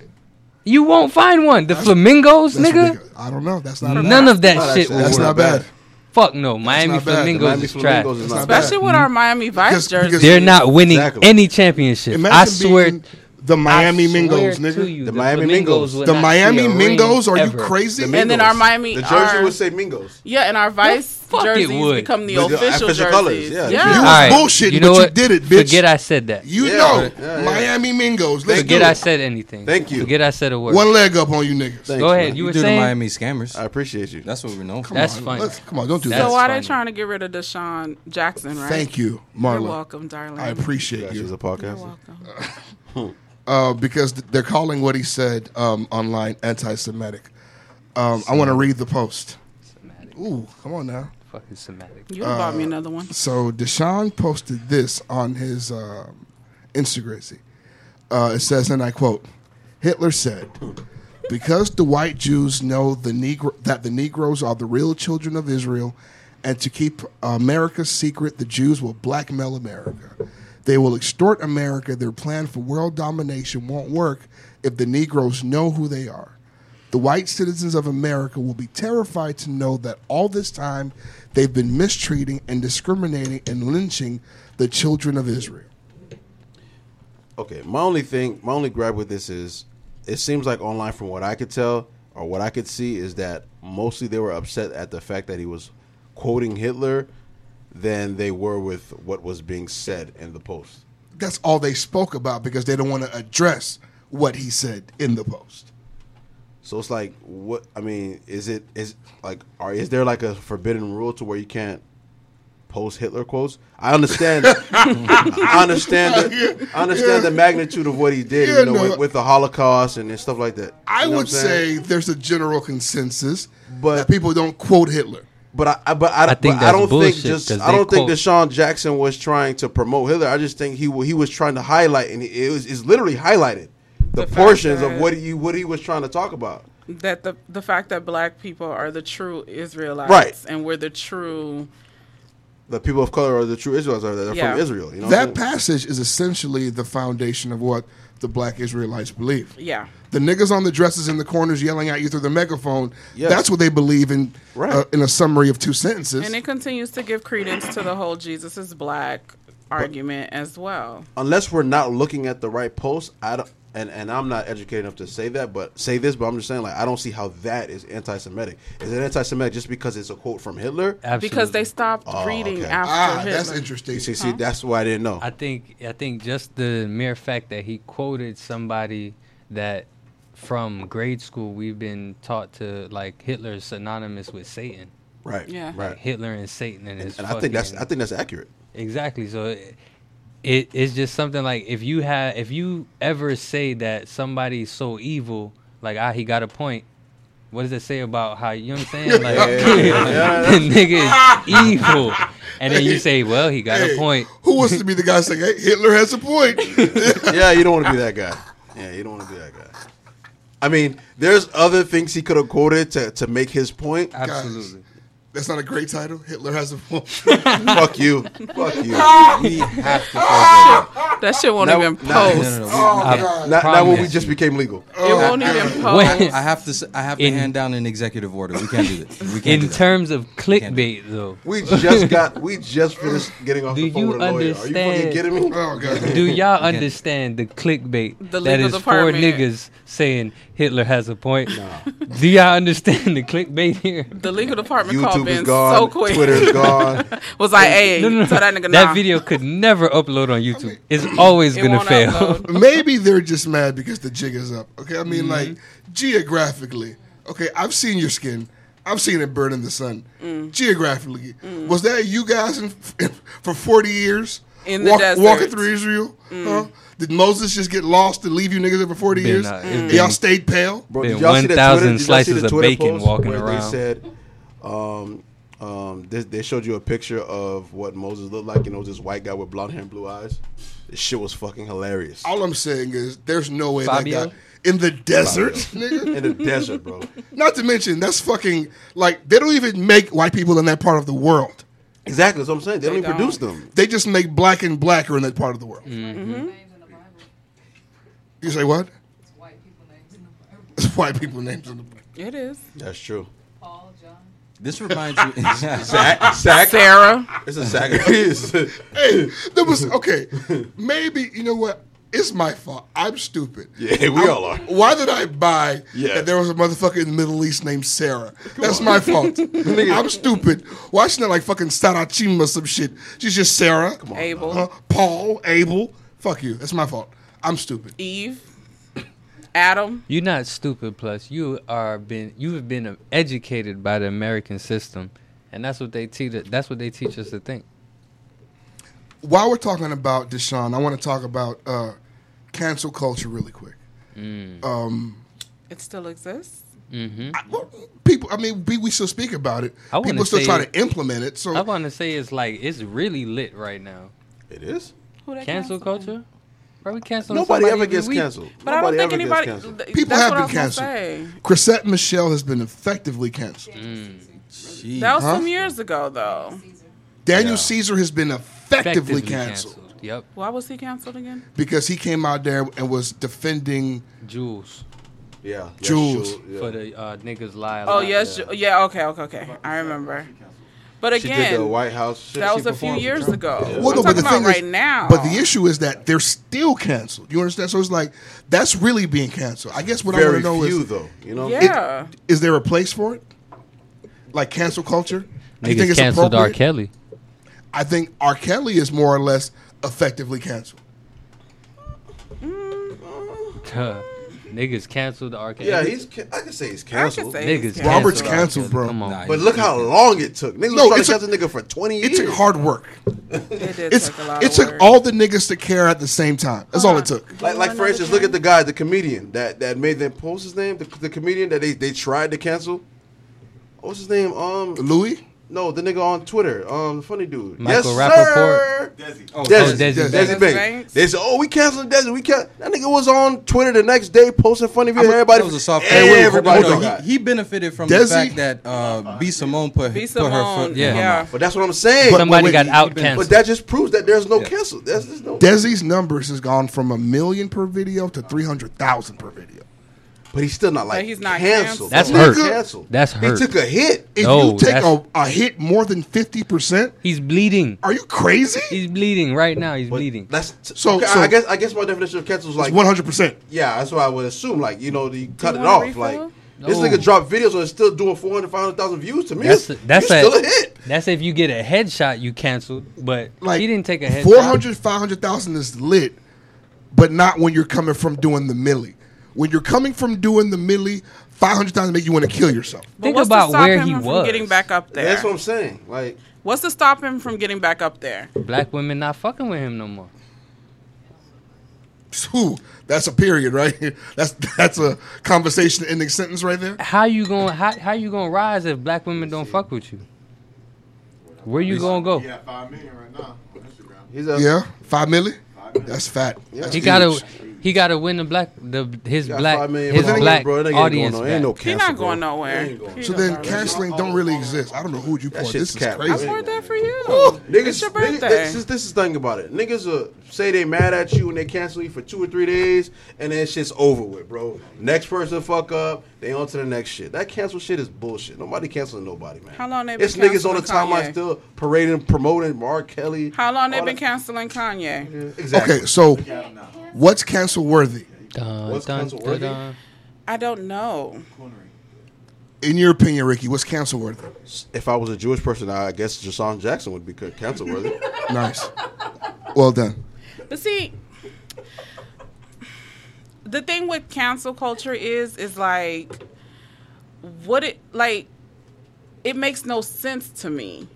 S3: You won't find one. The Flamingos,
S1: That's
S3: nigga.
S1: ridiculous. I don't know. That's not.
S3: None of that
S8: Not
S3: shit
S8: actually.
S3: will
S1: That's
S3: work.
S1: not bad.
S3: Fuck no. Miami
S1: not bad. The
S3: Flamingos
S8: Miami
S3: is trash.
S8: Flamingos is
S1: It's
S8: not
S1: not
S8: bad.
S2: Especially with our Miami Vice
S1: Mm-hmm. Because-
S2: jersey.
S1: because-
S3: They're not winning
S8: Exactly.
S3: any championship.
S1: Imagine
S3: I swear.
S1: being the Miami Mingos, nigga.
S3: the,
S8: Miami Mingos.
S1: The Miami Mingos? Are you crazy?
S8: The
S2: And then
S8: Mingos.
S2: our Miami-
S8: The jersey
S2: our-
S8: would say Mingos.
S2: Yeah, and our Vice
S3: fuck it
S2: jerseys
S3: would.
S2: become the
S8: But the
S2: official
S8: official
S2: jerseys.
S8: colours, yeah.
S2: yeah.
S1: You was bullshitting, but you did it, bitch.
S3: Forget I said that.
S1: You
S8: Yeah,
S1: know,
S8: yeah, yeah.
S1: Miami Mingos. Let's
S3: Forget
S1: do
S3: I
S1: it.
S3: said anything.
S8: Thank you.
S3: Forget I said a word.
S1: One leg up on you niggas.
S8: Thanks,
S3: Go ahead.
S8: man.
S3: You
S6: You
S3: were
S6: do the
S3: saying
S6: Miami scammers.
S8: I appreciate you.
S6: That's what we're known for.
S3: that's
S1: on,
S3: funny.
S1: let's- come on, don't do
S3: That's
S2: So
S1: that.
S2: why
S3: funny.
S2: they trying to get rid of Deshaun Jackson, right?
S1: Thank you,
S2: You're
S1: Marla.
S2: welcome, darling.
S1: I appreciate
S8: That's just
S1: you
S8: a podcast.
S2: You're welcome.
S1: uh, because th- they're calling what he said um, online anti-Semitic. Um, I want to read the post. Ooh, come on now.
S3: Fucking Semitic.
S2: You would've bought me another one.
S1: So Deshaun posted this on his um Instagram. Uh, it says, and I quote: "Hitler said, because the white Jews know the Negro that the Negroes are the real children of Israel, and to keep America secret, the Jews will blackmail America. They will extort America. Their plan for world domination won't work if the Negroes know who they are." The white citizens of America will be terrified to know that all this time they've been mistreating and discriminating and lynching the children of Israel.
S8: Okay, my only thing, my only gripe with this is, it seems like online, from what I could tell or what I could see, is that mostly they were upset at the fact that he was quoting Hitler than they were with what was being said in the post.
S1: That's all they spoke about because they don't want to address what he said in the post.
S8: So it's like, what? I mean, is it is like, are is there like a forbidden rule to where you can't post Hitler quotes? I understand, I understand, the, I understand the magnitude of what he did,
S1: Yeah,
S8: you know,
S1: no.
S8: with, with the Holocaust and, and stuff like that.
S1: I
S8: You know what
S1: would
S8: I'm saying?
S1: say there's a general consensus
S8: But-
S1: that people don't quote Hitler.
S8: But I, I but I,
S3: I think
S8: but I
S3: that's
S8: don't
S3: bullshit,
S8: think just
S3: 'cause
S8: I
S3: they
S8: don't think
S3: quote-
S8: Deshaun Jackson was trying to promote Hitler. I just think he wa- he was trying to highlight and it was it's literally highlighted the,
S2: fact
S8: portions of
S2: that-
S8: what you what he was trying to talk about.
S2: that the the fact that black people are the true Israelites,
S8: Right.
S2: and we're the true
S8: The people of color are the true Israelites. Are they're
S2: Yeah.
S8: from Israel? You know what I'm
S1: That
S8: saying?
S1: passage is essentially the foundation of what the black Israelites believe.
S2: yeah.
S1: The niggas on the dresses in the corners yelling at you through the megaphone,
S8: Yes.
S1: that's what they believe in
S8: Right.
S1: uh, in a summary of two sentences.
S2: And it continues to give credence to the whole Jesus is black argument as well.
S8: unless we're not looking at the right post, I don't, and and I'm not educated enough to say that, but say this, but I'm just saying like I don't see how that is anti-Semitic. Is it anti-Semitic just because it's a quote from Hitler?
S3: Absolutely.
S2: Because they stopped
S8: Oh,
S2: reading
S8: okay.
S2: after
S1: ah,
S2: Hitler.
S1: that's interesting.
S8: You see, see, that's why I didn't know.
S3: I think I think just the mere fact that he quoted somebody that from grade school we've been taught to like Hitler's synonymous with Satan.
S8: right,
S2: Yeah.
S8: right.
S3: Like Hitler and Satan and his
S8: and I think that's
S3: fucking-
S8: I think that's accurate.
S3: Exactly. So it, it it's just something like if you have if you ever say that somebody's so evil, like ah he got a point. What does it say about how you know what I'm saying? Like the nigga is evil, and then you say, well he got
S1: Hey,
S3: a point.
S1: Who wants to be the guy saying, hey, Hitler has a point?
S8: yeah, you don't want to be that guy. Yeah, you don't want to be that guy. I mean, there's other things he could have quoted to, to make his point.
S3: Absolutely.
S1: that's not a great title. Hitler has a point.
S8: Fuck you. Fuck you. We have to solve it.
S2: That shit won't even post.
S6: No, no, no, no.
S1: Oh,
S3: I
S1: God.
S8: Not, not when we
S3: promise
S8: just
S3: you.
S8: became legal.
S2: It won't even post.
S3: When-
S6: I have to. s- I have to
S3: In-
S6: hand down an executive order. We can't do this. We can't do
S3: in
S6: that.
S3: terms of
S6: Can't do
S3: clickbait though,
S8: We just got. We just finished getting off
S3: Do
S8: the phone
S3: you
S8: with a lawyer. Are you fucking
S3: understand?
S8: kidding me?
S1: oh, God.
S3: do y'all
S6: can't-
S3: understand the clickbait
S2: The
S3: that
S2: legal
S3: is four
S2: department.
S3: niggas saying Hitler has a point? Do y'all understand the clickbait here?
S2: The legal department
S8: YouTube
S2: called
S8: is
S2: Ben
S8: gone.
S2: so quick.
S8: Twitter's gone.
S2: was like, hey, tell that nigga nah.
S3: video could never upload on YouTube. It's always
S2: It
S3: gonna
S2: won't
S3: fail.
S2: upload.
S1: Maybe they're just mad because the jig is up. Okay, I
S2: Mm-hmm.
S1: mean, like geographically. Okay, I've seen your skin. I've seen it burn in the sun.
S2: Mm.
S1: Geographically, was that you guys in, for forty years
S2: In the desert. Mm.
S1: walking through Israel? Huh? Did Moses just get lost and leave you niggas there for forty
S3: Been,
S1: years?
S3: uh, it's
S1: And Y'all
S3: been-
S1: stayed pale.
S8: Bro,
S3: Been
S8: did y'all see that
S3: 1,000
S8: Twitter- did y'all see
S3: slices
S8: the
S3: of
S8: Twitter
S3: bacon
S8: post
S3: walking
S8: where They
S3: around?
S8: said, um, um, they, they showed you a picture of what Moses looked like, and it was this white guy with blonde hair and blue eyes. This shit was fucking hilarious.
S1: All I'm saying is, there's no way
S3: Fabio?
S1: that guy in the desert, nigga.
S8: In the desert, bro.
S1: Not to mention, that's fucking like they don't even make white people in that part of the world.
S8: Exactly, that's what I'm saying. They, don't even
S2: don't.
S8: produce them.
S1: They just make black and blacker in that part of the world. Mm-hmm. You say what? It's white people names in the Bible.
S2: It is.
S8: That's true.
S6: This reminds me.
S8: Sack, sack.
S2: Sarah.
S8: It's a sack. It's a-
S1: Hey, there was okay. Maybe you know what? It's my fault. I'm stupid.
S8: Yeah, we all are.
S1: Why did I buy
S8: Yeah.
S1: that there was a motherfucker in the Middle East named Sarah? That's my fault. I'm stupid. Why isn't it like fucking Sarachim or some shit? She's just Sarah. Come on.
S2: Abel.
S1: Huh? Paul, Abel. Fuck you. That's my fault. I'm stupid.
S2: Eve. Adam.
S3: You're not stupid. Plus, you are been you have been educated by the American system, and that's what they teach. That's what they teach us to think.
S1: while we're talking about Deshaun, I want to talk about uh, cancel culture really quick. Um,
S2: It still exists. Mm-hmm.
S1: I- well, people, I mean, we, we still speak about it.
S3: I wanna
S1: people still
S3: say-
S1: try to implement it. So
S3: I want to say it's like it's really lit right now.
S8: it is.
S2: Who that
S3: Cancel culture. Bro, we cancel
S8: Nobody ever gets canceled.
S2: But I don't
S8: Nobody
S2: think
S8: ever
S2: anybody.
S8: gets canceled.
S2: th-
S1: people
S2: that's
S1: have
S2: what I
S1: been
S2: was gonna
S1: canceled.
S2: say.
S1: Chrisette Michelle has been effectively canceled.
S2: That was
S1: Huh?
S2: some years ago, though.
S1: Daniel
S8: Yeah.
S1: Caesar has been effectively, canceled,
S3: Yep.
S2: Why was he canceled again?
S1: because he came out there and was defending.
S3: Jules
S8: Yeah. yeah,
S1: Jules.
S8: sure, yeah.
S3: for the uh, niggas lie. a
S2: Oh
S3: lot.
S2: yes, yeah. yeah. Okay, okay, okay. I remember. But
S8: She did the
S2: again,
S8: White House. Shit.
S2: that
S8: She
S2: was a few
S8: performed.
S2: years ago.
S1: Well,
S2: I'm
S1: no, but the
S2: talking
S1: thing
S2: about right
S1: is,
S2: now.
S1: but the issue is that they're still canceled. You understand? So it's like that's really being canceled. I guess what I want
S8: Very
S1: to know
S8: few,
S1: is
S8: though. You know.
S2: Yeah.
S1: It- is there a place for it? Like cancel culture? Do you think
S3: Niggas
S1: it's
S3: canceled R.
S1: appropriate?
S3: Kelly.
S1: I think R. Kelly is more or less effectively canceled.
S3: niggas canceled R. Kelly.
S8: Yeah, he's. Ca- I can say he's
S2: I could
S8: canceled.
S2: say he's
S3: Niggas
S2: canceled.
S1: Robert's
S3: canceled R.
S1: canceled,
S3: Kelly.
S1: bro.
S3: Come on.
S6: Nah,
S8: But look how long it took. Niggas
S1: No,
S8: was trying
S1: it's
S8: to
S1: a-
S8: catch a nigga for twenty
S1: It
S8: years.
S1: took hard work.
S2: It did
S1: It's
S2: take a lot
S1: it
S2: of
S1: took
S2: work.
S1: all the niggas to care at the same time. That's all it took.
S8: Like, like for instance, look at the guy, the comedian that that made them. What was his name? The, the comedian that they, they tried to cancel. What was his name? Um,
S1: Louis,
S8: No, the nigga on Twitter, um, the funny dude.
S3: Michael
S8: yes, sir. Desi. Oh, Desi.
S3: oh,
S8: Desi.
S3: Desi
S8: Desi.
S3: Banks.
S8: Banks.
S2: Banks.
S8: They said, "Oh, we canceled Desi. We can That nigga was on Twitter the next day posting funny videos. Everybody
S6: That was a soft
S8: Everybody. "Oh,
S6: No, no,
S8: got-
S6: he, he benefited from
S1: Desi?
S6: the fact that uh, B Simone put,
S2: B.
S6: put her
S2: Simone.
S6: foot.
S3: Yeah.
S6: in her
S2: Yeah.
S6: mouth.
S8: But that's what I'm saying.
S3: Somebody
S8: But-
S3: got
S8: but-
S3: out
S8: But
S3: canceled.
S8: that just proves that there's no cancel. That's there's no.
S1: Desi's numbers has gone from a million per video to three hundred thousand per video.
S8: But he's still not like
S2: But he's not canceled.
S8: canceled.
S3: That's
S8: He's
S1: hurt.
S8: Canceled.
S3: That's hurt.
S8: He took a hit.
S1: If
S3: No,
S1: you take a,
S3: that's-
S1: a hit more than fifty percent,
S3: He's bleeding.
S1: are you crazy?
S3: He's bleeding right now. He's
S8: But
S3: bleedon bleeding.
S8: That's
S1: So-
S8: so. Okay,
S1: so-
S8: I guess I guess my definition of cancel is
S1: It's
S8: like
S1: one hundred percent.
S8: Yeah, that's what I would assume. Like, you know, you cut
S2: you
S8: it
S2: want a
S8: off.
S2: refill?
S8: Like, this
S3: No.
S8: nigga dropped videos and it's still doing 400, 500,000 views to me.
S3: That's
S8: it's-
S3: that's
S8: you
S3: a,
S8: still a hit.
S3: That's if you get a headshot, you canceled. But
S1: Like
S3: he didn't take a headshot.
S1: 400, 500,000 is lit, but not when you're coming from doing the millie. When you're coming from doing the millie, five hundred thousand make you want to kill yourself.
S2: But
S3: Think
S2: what's to
S3: about
S2: stop
S3: where
S2: him
S3: he
S2: from
S3: was.
S2: Getting back up there.
S8: That's what I'm saying. Like,
S2: What's to stop him from getting back up there?
S3: Black women not fucking with him no more.
S1: Phew, that's a period, right? That's that's a conversation ending sentence right there.
S3: How you gonna how, how you gonna rise if black women don't fuck with you? Where you gonna go?
S4: Yeah, five million right now on Instagram.
S8: he's a.
S1: Yeah, five milli. That's fat. That's
S3: He
S1: huge.
S3: gotta he gotta win the black the his
S8: got
S3: black
S8: five million
S3: his
S8: followers,
S3: black
S8: bro. That ain't
S3: audience.
S8: Going no, ain't no
S3: back.
S8: cancel,
S2: He's not
S8: bro.
S2: going nowhere.
S8: He ain't going
S2: He
S1: So
S2: not
S1: then
S2: going
S1: canceling don't really exist. I don't know who you
S8: That
S1: point.
S8: shit's
S1: This is
S8: cap.
S2: nowhere. I
S1: crazy.
S2: poured that for you.
S8: Niggas,
S2: it's your
S8: niggas-
S2: birthday.
S8: this, is, this is the thing about it. Niggas uh, say they mad at you and they cancel you for two or three days, and then shit's over with, bro. Next person fuck up, they on to the next shit. That cancel shit is bullshit. Nobody canceling nobody, man.
S2: How long they been
S8: It's niggas on the
S2: canceling
S8: timeline
S2: Kanye?
S8: still parading, promoting Mark Kelly.
S2: How long they
S8: all
S2: been
S8: that-
S2: canceling Kanye?
S8: Exactly.
S1: Okay, so what's cancel worthy
S3: Dun,
S8: What's
S3: dun,
S8: cancel
S3: dun,
S8: worthy?
S3: dun.
S2: I don't know.
S1: in your opinion, Ricky? What's cancel worthy?
S8: If I was a Jewish person, I guess Jason Jackson would be c- cancel worthy.
S1: Nice. Well done.
S2: But see, the thing with cancel culture is, is like, what it like, it makes no sense to me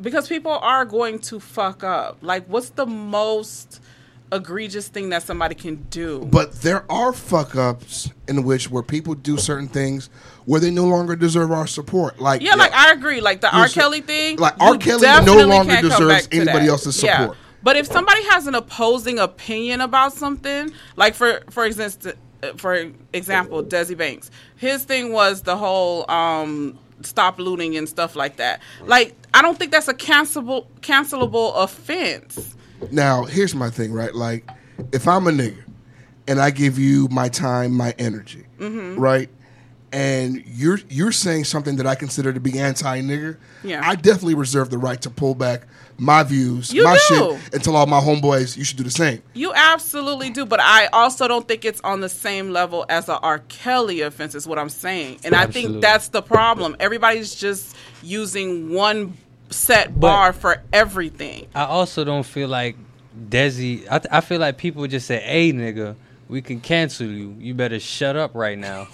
S2: because people are going to fuck up. Like, what's the most egregious thing that somebody can do?
S1: But there are fuck ups in which where people do certain things where they no longer deserve our support. Like
S2: yeah, like I agree. Like the R. Kelly thing.
S1: Like,
S2: you
S1: R. Kelly no
S2: definitely
S1: longer
S2: can't come
S1: deserves
S2: back to
S1: anybody
S2: that.
S1: else's
S2: Yeah.
S1: support.
S2: But if somebody has an opposing opinion about something, like for for instance, for example, Desi Banks, his thing was the whole um, stop looting and stuff like that. Like I don't think that's a cancelable cancelable offense.
S1: now here's my thing, right? Like if I'm a nigga and I give you my time, my energy,
S2: Mm-hmm.
S1: right? And you're you're saying something that I consider to be anti nigger.
S2: Yeah.
S1: I definitely reserve the right to pull back my views,
S2: You
S1: my
S2: do.
S1: shit, and tell all my homeboys you should do the same.
S2: You absolutely do, but I also don't think it's on the same level as a R. Kelly offense, is what I'm saying. And I
S3: Absolutely.
S2: think that's the problem. Everybody's just using one set
S3: But-
S2: bar for everything.
S3: I also don't feel like Desi. I, th- I feel like people just say, "Hey, nigga, we can cancel you. You better shut up right now."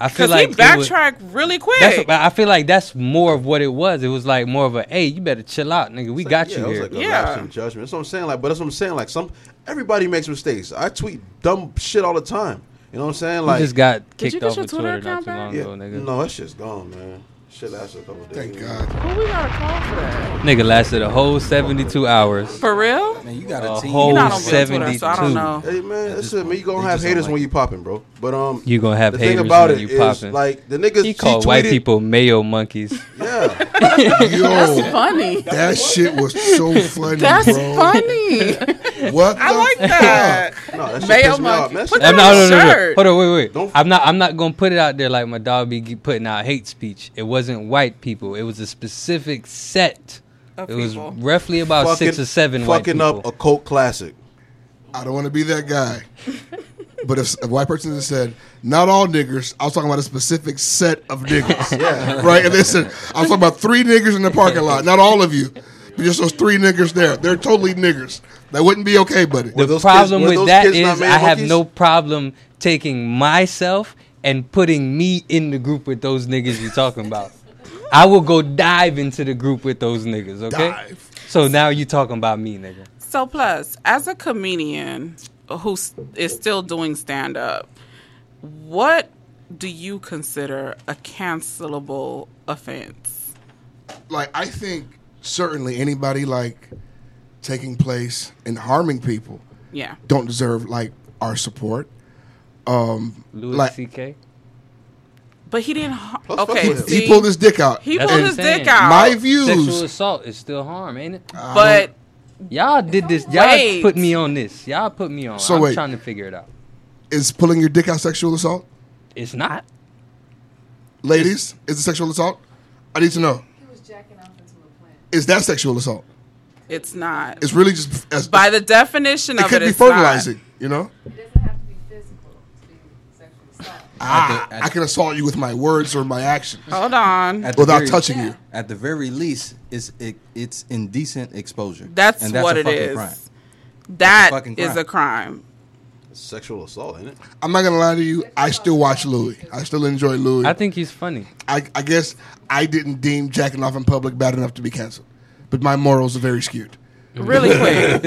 S3: I feel
S2: Because
S3: like
S2: he
S3: it was-
S2: backtracked really quick.
S3: That's what, I feel like that's more of what it was. It was like more of a, "Hey, you better chill out, nigga. We got
S8: yeah,
S3: you
S8: it was
S3: here."
S8: Like a
S2: Yeah.
S8: lapse in judgment. That's what I'm saying. Like, but that's what I'm saying. Like, some everybody makes mistakes. I tweet dumb shit all the time. You know what I'm saying?
S3: We
S8: Like,
S3: just got
S2: you
S3: kicked
S2: get
S3: off
S2: your Twitter
S3: of Twitter not
S2: account
S3: too long
S8: yeah,
S3: ago, nigga.
S8: no, that shit's gone, man. Shit lasted a couple days.
S1: Thank God.
S2: Who we got a call for that?
S3: Nigga lasted a whole seventy-two hours.
S2: For real?
S6: Man, you got
S3: A
S6: a team.
S3: whole
S2: You're not
S3: Oh,
S2: on Twitter, so I
S3: 72.
S2: don't know.
S8: Hey man, that's it. Man, you
S6: they
S8: gonna have
S6: just don't
S8: haters
S6: like
S8: when
S6: it.
S8: you popping, bro. But um,
S3: You gonna have
S8: the thing
S3: haters
S8: about
S3: when
S8: it
S3: you
S8: is,
S3: popping.
S8: like the niggas
S3: He called white
S8: tweeted-
S3: people mayo monkeys.
S8: Yeah,
S1: Yo,
S2: Funny.
S1: that shit was so funny,
S2: That's
S1: bro.
S2: funny.
S1: What the
S2: I like that.
S8: no, that shit
S2: Mayo
S8: pissed me off.
S2: monkey. Put
S8: That shit-
S2: that
S3: I'm
S2: on
S3: not, Uh, no,
S2: a
S3: no, no, no.
S2: shirt.
S3: Hold on, wait, wait.
S8: Don't-
S3: I'm not. I'm not gonna put it out there like my dog be g- putting out hate speech. It wasn't white people. It was a specific set.
S2: Of
S3: it was
S2: people.
S3: roughly about six
S8: fucking-
S3: or seven white
S8: fucking
S3: people.
S8: up a cult classic.
S1: I don't want to be that guy. But if a white person had said, not all niggers, I was talking about a specific set of niggers.
S8: Yeah.
S1: Right? And they said, I was talking about three niggers in the parking lot, not all of you. But just those three niggers there. They're totally niggers. That wouldn't be okay, buddy.
S8: Were
S3: the
S8: those
S3: problem
S8: kids- were
S3: with
S8: those
S3: that
S8: kids
S3: is
S8: not mayo
S3: I have
S8: monkeys?
S3: no problem taking myself and putting me in the group with those niggas you talking about. I will go dive into the group with those niggas, okay?
S1: Dive.
S3: So now you talking about me, nigga.
S2: So, plus, as a comedian who s- is still doing stand up, what do you consider a cancelable offense?
S1: like I think certainly anybody like taking place and harming people
S2: Yeah.
S1: don't deserve like our support. Um,
S3: Louis
S1: like
S3: C.K.
S2: But he didn't. har-
S8: Let's fuck
S2: Okay.
S8: with him.
S2: see,
S1: he pulled his dick out.
S2: He
S3: That's
S2: pulled
S3: what
S2: his
S3: I'm saying.
S2: dick out.
S1: My views.
S3: Sexual assault is still harm, ain't it?
S2: But
S3: Y'all did this. Y'all
S2: Wait.
S3: put me on this. Y'all put me on.
S1: So
S3: I'm
S1: wait.
S3: trying to figure it out.
S1: Is pulling your dick out sexual assault,
S3: It's not.
S1: ladies? Is it sexual assault? I need to know.
S9: He was jacking off into a plant.
S1: Is that sexual assault?
S2: it's not.
S1: It's really just as,
S2: By the definition
S1: it
S2: of
S1: could
S2: it,
S1: be
S2: it's not.
S1: fertilizing. You know,
S9: It doesn't have to be physical to be sexual assault.
S1: ah,
S6: the-
S1: I,
S6: at-
S1: can assault you with my words or my actions
S2: Hold on.
S6: At the
S1: without
S6: very-
S1: touching you.
S6: At the very least, it's it, it's indecent exposure.
S2: That's
S6: And
S2: what
S6: a
S2: it
S6: fucking
S2: is.
S6: crime.
S2: That
S6: fucking
S2: is
S6: crime.
S2: a crime.
S8: It's sexual assault, ain't it?
S1: I'm not gonna lie to you. I still watch Louis. I still enjoy Louis.
S3: I
S1: I,
S3: think he's funny.
S1: I, guess I didn't deem jacking off in public bad enough to be canceled, but my morals are very skewed.
S2: Really quick.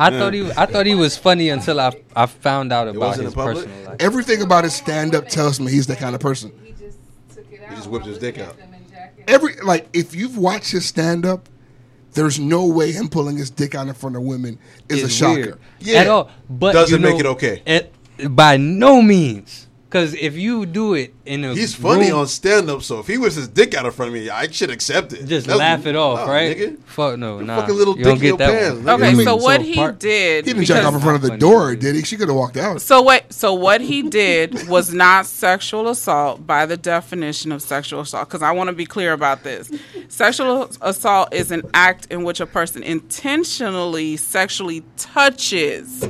S3: I thought he. I thought he was funny until I I found out about
S8: wasn't
S3: his
S8: in public?
S3: personal life.
S1: Everything about his stand up tells me he's that kind of person.
S9: He just took it out.
S8: just whipped his dick out.
S1: Every like if you've watched his stand up, there's no way him pulling his dick out in front of women is a
S3: It's
S1: shocker.
S3: weird
S8: Yeah.
S3: At all. But
S8: Doesn't
S3: you know,
S8: make it okay.
S3: It, by no means. Because if you do it in a
S8: He's funny
S3: room,
S8: on stand up, so if he whips his dick out in front of me, I should accept it.
S3: just
S8: That's-
S3: laugh it off,
S8: no,
S3: right?
S8: oh, Nigga.
S3: Fuck no, nah.
S8: fucking little
S3: you don't
S8: dick in
S3: get
S8: your
S3: that one.
S8: pants, nigga.
S2: Okay,
S8: I mean,
S2: so what
S3: so
S2: he
S3: part-
S2: did.
S1: He didn't jack
S2: because-
S1: off in front of the
S3: Funny,
S1: door,
S3: dude.
S1: did he? She could have walked out.
S2: So what? So what he did was not sexual assault by the definition of sexual assault. Because I want to be clear about this. Sexual assault is an act in which a person intentionally sexually touches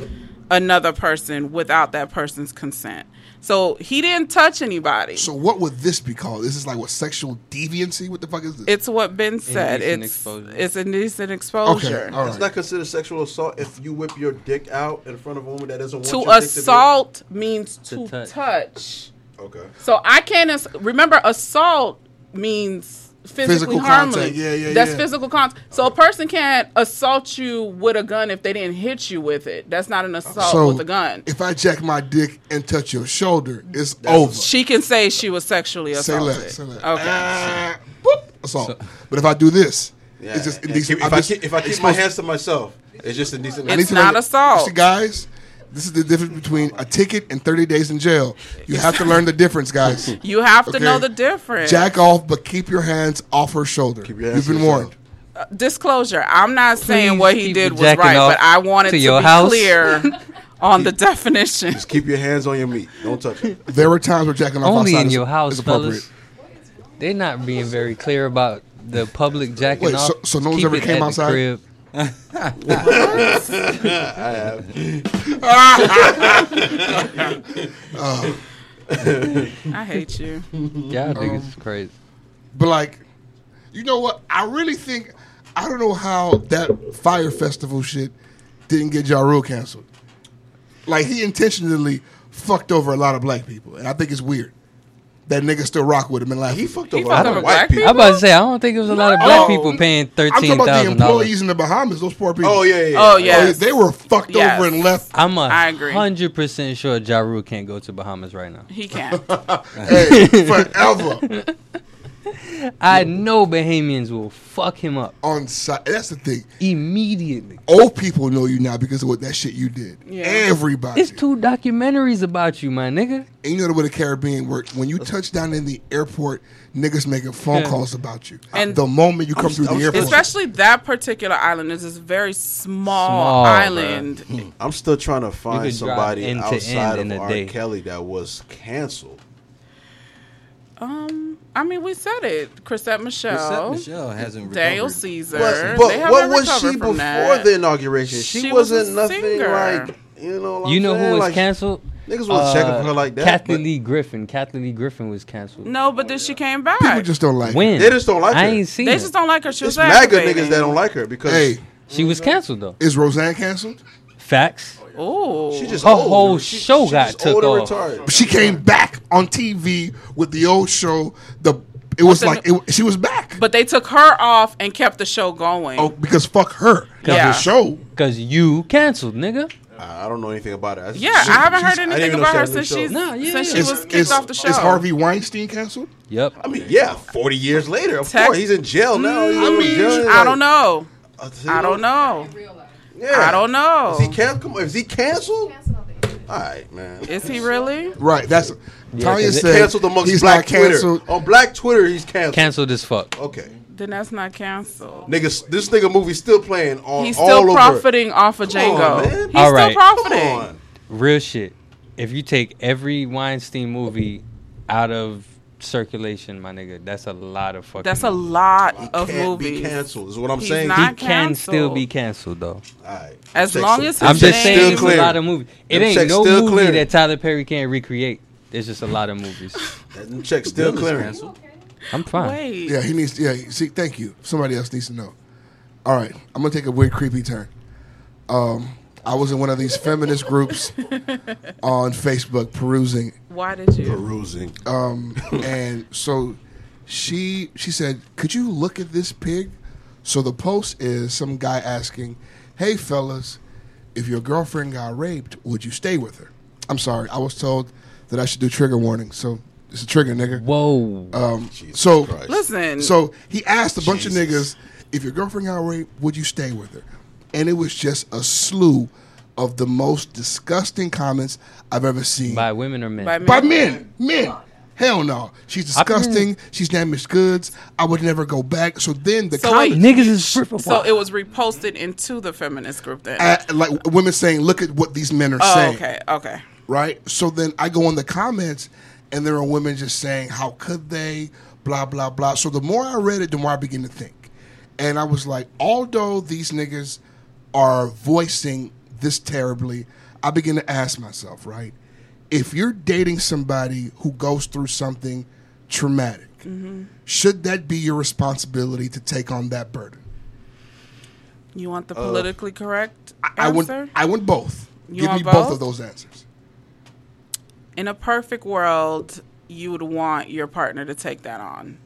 S2: another person without that person's consent. So he didn't touch anybody.
S1: So what would this be called? Is this like what sexual deviancy? What the fuck is this?
S2: It's what Ben said.
S3: Indecent
S2: It's
S3: exposure.
S2: it's indecent exposure.
S1: all
S8: It's
S1: right.
S8: not considered sexual assault if you whip your dick out in front of a woman that doesn't want
S2: To
S8: your dick be-
S2: assault means to,
S3: To touch.
S2: touch.
S8: Okay.
S2: So I can't ass- remember assault means physically
S1: Physical
S2: harming.
S1: contact. Yeah, yeah,
S2: That's
S1: yeah.
S2: physical contact. So a person can't assault you with a gun if they didn't hit you with it. That's not an assault with a gun.
S1: If I jack my dick and touch your shoulder, it's over.
S2: she can say she was sexually
S1: Say
S2: assaulted.
S1: less. Say less.
S2: Okay.
S1: Ah, boop, assault. but if I do this,
S8: Yeah,
S1: it's just
S8: and
S1: indecent.
S8: keep- if,
S1: I'm
S8: I
S1: just
S8: keep, if I keep my
S1: exposed-
S8: hands to myself, it's just indecent.
S1: I
S2: It's
S1: need to
S2: not
S1: know-
S2: assault.
S1: See, guys, this is the difference between a ticket and 30 days in jail. You have to learn the difference, guys.
S2: You have to
S1: Okay.
S2: know the difference.
S1: Jack off, but keep your hands off her shoulder.
S8: your hands
S1: You've been
S8: to yourself.
S1: warned.
S2: Disclosure. I'm not saying
S3: Please
S2: what he
S3: keep
S2: did
S3: the
S2: was
S3: jacking
S2: right,
S3: off
S2: but I wanted
S3: to
S2: to,
S3: your
S2: be
S3: house.
S2: clear on the definition.
S8: Just keep your hands on your meat. Don't touch it.
S1: There were times where jacking off
S3: Only
S1: outside
S3: in
S1: is-
S3: your house,
S1: is appropriate.
S3: fellas. They're not being very clear about the public jacking
S1: Wait,
S3: off.
S1: so- so no one's
S3: Keep
S1: ever
S3: it
S1: came
S3: at the
S1: outside?
S3: crib.
S2: I hate you.
S3: Y'all
S1: Oh.
S3: niggas is crazy.
S1: But like, you know what? I really think I don't know how that fire festival shit didn't get Ja Rule canceled. Like he intentionally fucked over a lot of black people, and I think it's weird that niggas still rock with him and laugh.
S8: He
S1: fucked.
S8: fucked over a
S2: fucked
S8: lot
S2: over
S8: of
S2: black
S8: white people.
S3: I'm about to say I don't think it was a lot of
S1: No.
S3: black people paying
S1: I'm talking
S3: thirteen
S1: about the
S3: thousand dollars.
S1: employees in the Bahamas, those poor people.
S8: Oh yeah, yeah. yeah.
S2: Oh
S1: Oh, yeah,
S2: yes.
S1: they were fucked
S2: Yes.
S1: over and left.
S3: I'm a
S2: I agree.
S3: hundred percent sure Ja Rule can't go to Bahamas right now.
S2: He can't.
S1: Hey, forever
S3: I know Bahamians will fuck him up
S1: on site. That's the thing.
S3: immediately.
S1: Old people know you now because of what that shit you did.
S2: Yeah.
S1: Everybody.
S3: It's two documentaries about you, my nigga.
S1: And you know the way the Caribbean work. When
S2: Uh,
S1: you touch down in the airport, niggas making phone
S3: Yeah.
S1: calls about you.
S2: And-
S1: the moment you come through the airport,
S2: Especially that particular island is this very small,
S3: Small,
S2: island.
S8: I'm still trying to find
S3: could drive
S8: somebody
S3: end to end
S8: outside
S3: in
S8: of
S3: a
S8: R.
S3: day.
S8: Kelly that was canceled.
S2: Um, I mean, we said it. Chrisette Michelle,
S6: Except Michelle hasn't recovered.
S2: Oh. Daniel Caesar.
S8: But,
S2: they
S8: but
S2: haven't
S8: what was
S2: recovered from
S8: she before
S2: that.
S8: the inauguration? She,
S2: She was a
S8: wasn't nothing
S2: singer.
S8: like you know. What
S3: you
S8: I'm
S3: know
S8: saying?
S3: who was
S8: like,
S3: canceled?
S8: Niggas was checking for her like that,
S3: Kathleen
S8: but-
S3: Lee Griffin. Kathleen Lee Griffin was canceled.
S2: No, but then she came back.
S1: people just don't like
S3: when
S1: it.
S8: They just don't like
S3: I
S8: her.
S3: ain't seen.
S2: they
S3: it.
S2: just don't like her. She
S8: It's
S2: was
S8: MAGA
S2: aggravating.
S8: niggas that don't like her because
S1: Hey,
S3: She was canceled though.
S1: is Roseanne canceled?
S3: Facts.
S2: Ooh,
S8: she just
S3: Her
S8: old.
S3: whole
S8: She-
S3: show
S8: she
S3: got
S8: just
S3: took
S8: old and
S3: off.
S8: retarded.
S1: She came back on TV with the old show. The it was
S2: the
S1: like it, she was back.
S2: But they took her off
S8: Oh,
S2: and kept the show going.
S1: oh, because fuck her.
S2: Yeah.
S1: The show.
S3: Cause you canceled, nigga.
S8: I I don't know anything about her. I-
S2: Yeah, I haven't
S8: she's-
S2: heard
S8: didn't
S2: anything
S8: even know
S2: about
S8: she
S2: her
S8: had a
S2: since
S8: show.
S2: she's- No, yeah, since she
S1: Is-
S2: was kicked
S1: is-
S2: off the
S1: Is
S2: show.
S1: Harvey Weinstein canceled?
S3: Yep.
S8: I mean, yeah, forty years later, of
S2: Tex-
S8: course, he's in jail now. He's
S2: Mm, I
S8: in
S2: mean,
S8: jail,
S2: I
S8: like-
S2: don't know.
S8: Uh, see,
S2: I don't know.
S8: Yeah.
S2: I don't know.
S8: Is he can- come on, Is he canceled? All right, man.
S2: Is he really?
S1: Right. That's Tanya
S3: 'cause it-
S1: said
S8: canceled amongst
S1: he's
S8: black
S1: not canceled.
S8: Twitter. On black Twitter, he's canceled.
S3: Canceled as fuck.
S8: okay.
S2: Then that's not canceled.
S8: Niggas, this nigga movie's still playing on
S2: He's
S8: all
S2: still
S8: over.
S2: profiting off of
S8: Come on,
S2: Django.
S8: man.
S2: He's
S3: All
S2: still
S3: right.
S8: Come
S2: profiting.
S8: on.
S3: Real shit. If you take every Weinstein movie out of circulation, my nigga, that's a lot of fucking.
S2: That's a lot of
S8: Can't be
S2: movies.
S8: canceled. Is what I'm
S2: He's
S8: saying.
S2: not
S3: He
S2: I
S3: can still
S2: canceled.
S3: be canceled though.
S8: All right.
S2: As
S8: Checks
S2: long
S8: still-
S2: as
S8: them
S3: I'm
S2: his
S8: checks
S3: just
S2: name-
S8: still
S3: saying, it's a
S8: clear.
S3: lot of movies. It
S8: Them
S3: ain't
S8: checks
S3: no
S8: still
S3: movie
S8: clear.
S3: that Tyler Perry can't recreate. There's just a lot of movies.
S8: Them checks still clearing.
S3: I'm fine.
S2: Wait.
S1: Yeah, he needs. Yeah, see, thank you. Somebody else needs to know. All right, I'm gonna take a weird, creepy turn. Um, I was in one of these feminist groups on Facebook perusing,
S2: Why did you?
S8: Perusing.
S1: um, and so she she said, "Could you look at this pig?" So the post is some guy asking, "Hey fellas, if your girlfriend got raped, would you stay with her?" I'm sorry, I was told that I should do trigger warning, so it's a trigger, nigga.
S3: Whoa.
S1: Um, so
S8: Christ.
S2: Listen.
S1: so he asked a bunch
S8: Jesus.
S1: of niggas, if your girlfriend got raped, would you stay with her? And it was just a slew of the most disgusting comments I've ever seen.
S3: By women or men?
S2: by
S1: By
S2: men.
S1: men. Men. Hell no. She's disgusting. She's damaged goods. I would never go back. So then the
S2: So
S1: comments.
S2: wait,
S3: Niggas is free for
S2: so it was reposted into the feminist group then.
S1: at- like women saying, look at what these men are
S2: oh,
S1: saying.
S2: okay, okay.
S1: right? So then I go in the comments, and there are women just saying, "How could they?" Blah blah blah. So the more I read it, the more I begin to think, and I was like, although these niggas are voicing this terribly, I begin to ask myself, right? If you're dating somebody who goes through something traumatic,
S2: Mm-hmm.
S1: should that be your responsibility to take on that burden?
S2: You want the
S8: Uh,
S2: politically correct answer?
S1: I want, I want both.
S2: You
S1: Give
S2: want
S1: me both
S2: both?
S1: of those answers.
S2: in a perfect world, you would want your partner to take that on.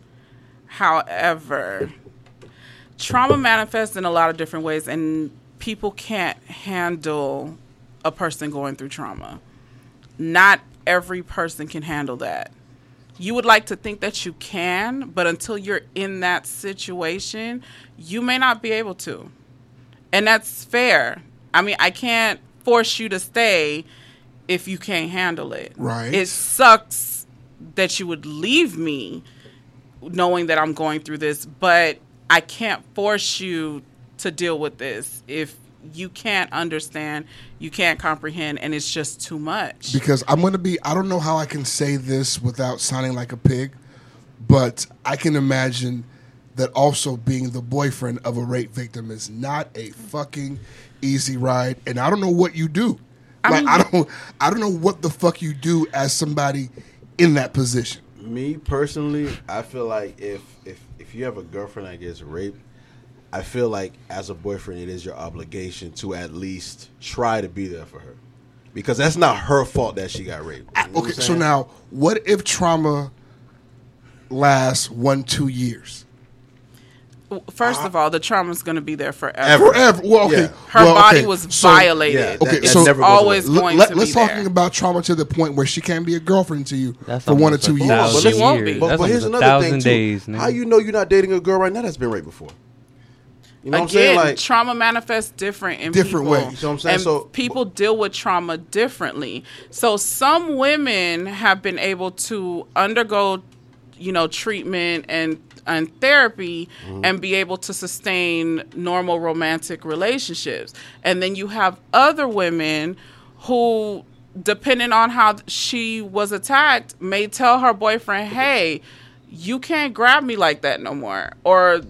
S2: However, trauma manifests in a lot of different ways, and people can't handle a person going through trauma. Not every person can handle that. You would like to think that you can, but until you're in that situation, you may not be able to and that's fair. I mean, I can't force you to stay if you can't handle it.
S1: Right.
S2: It sucks that you would leave me knowing that I'm going through this, but I can't force you to deal with this if you can't understand, you can't comprehend, and it's just too much.
S1: because I'm going to be. I don't know how I can say this without sounding like a pig, but I can imagine that also being the boyfriend of a rape victim is not a fucking easy ride. And I don't know what you do. like I don't. I don't know what the fuck you do as somebody in that position.
S8: Me personally, I feel like if if if you have a girlfriend that gets raped, I feel like as a boyfriend, it is your obligation to at least try to be there for her, because that's not her fault that she got raped. You know what
S1: Okay,
S8: I'm
S1: so
S8: saying?
S1: now what if trauma lasts one two years?
S2: First of all, the trauma's going to be there forever.
S8: Ever.
S1: Uh-huh. Forever. Well, okay.
S8: Yeah.
S2: Her
S1: Well,
S2: body
S1: okay,
S2: was
S1: so-
S2: violated.
S8: Yeah,
S1: Okay,
S8: okay, that,
S1: so-
S8: so never goes
S2: Always
S8: away.
S1: Let-
S2: going to
S1: Let's
S2: be
S1: talk
S2: there.
S1: about trauma to the point where she can be a girlfriend to you
S3: That's
S1: for one or
S3: almost
S1: two
S3: a
S1: years.
S3: thousand
S2: But she won't
S3: years.
S2: be.
S8: But,
S3: That's
S8: but here's
S3: almost a
S8: another thing
S3: thousand
S8: too.
S3: days. Nigga.
S8: How you know you're not dating a girl right now that's been raped before? You know what I'm
S2: Again,
S8: saying? Like
S2: trauma manifests different in
S1: Different
S2: people.
S1: ways. You
S8: see what I'm saying?
S2: And
S8: So-
S2: people deal with trauma differently. So some women have been able to undergo, you know, treatment and and therapy
S8: Mm-hmm.
S2: and be able to sustain normal romantic relationships. And then you have other women who depending on how she was attacked may tell her boyfriend, "Hey, you can't grab me like that no more." Or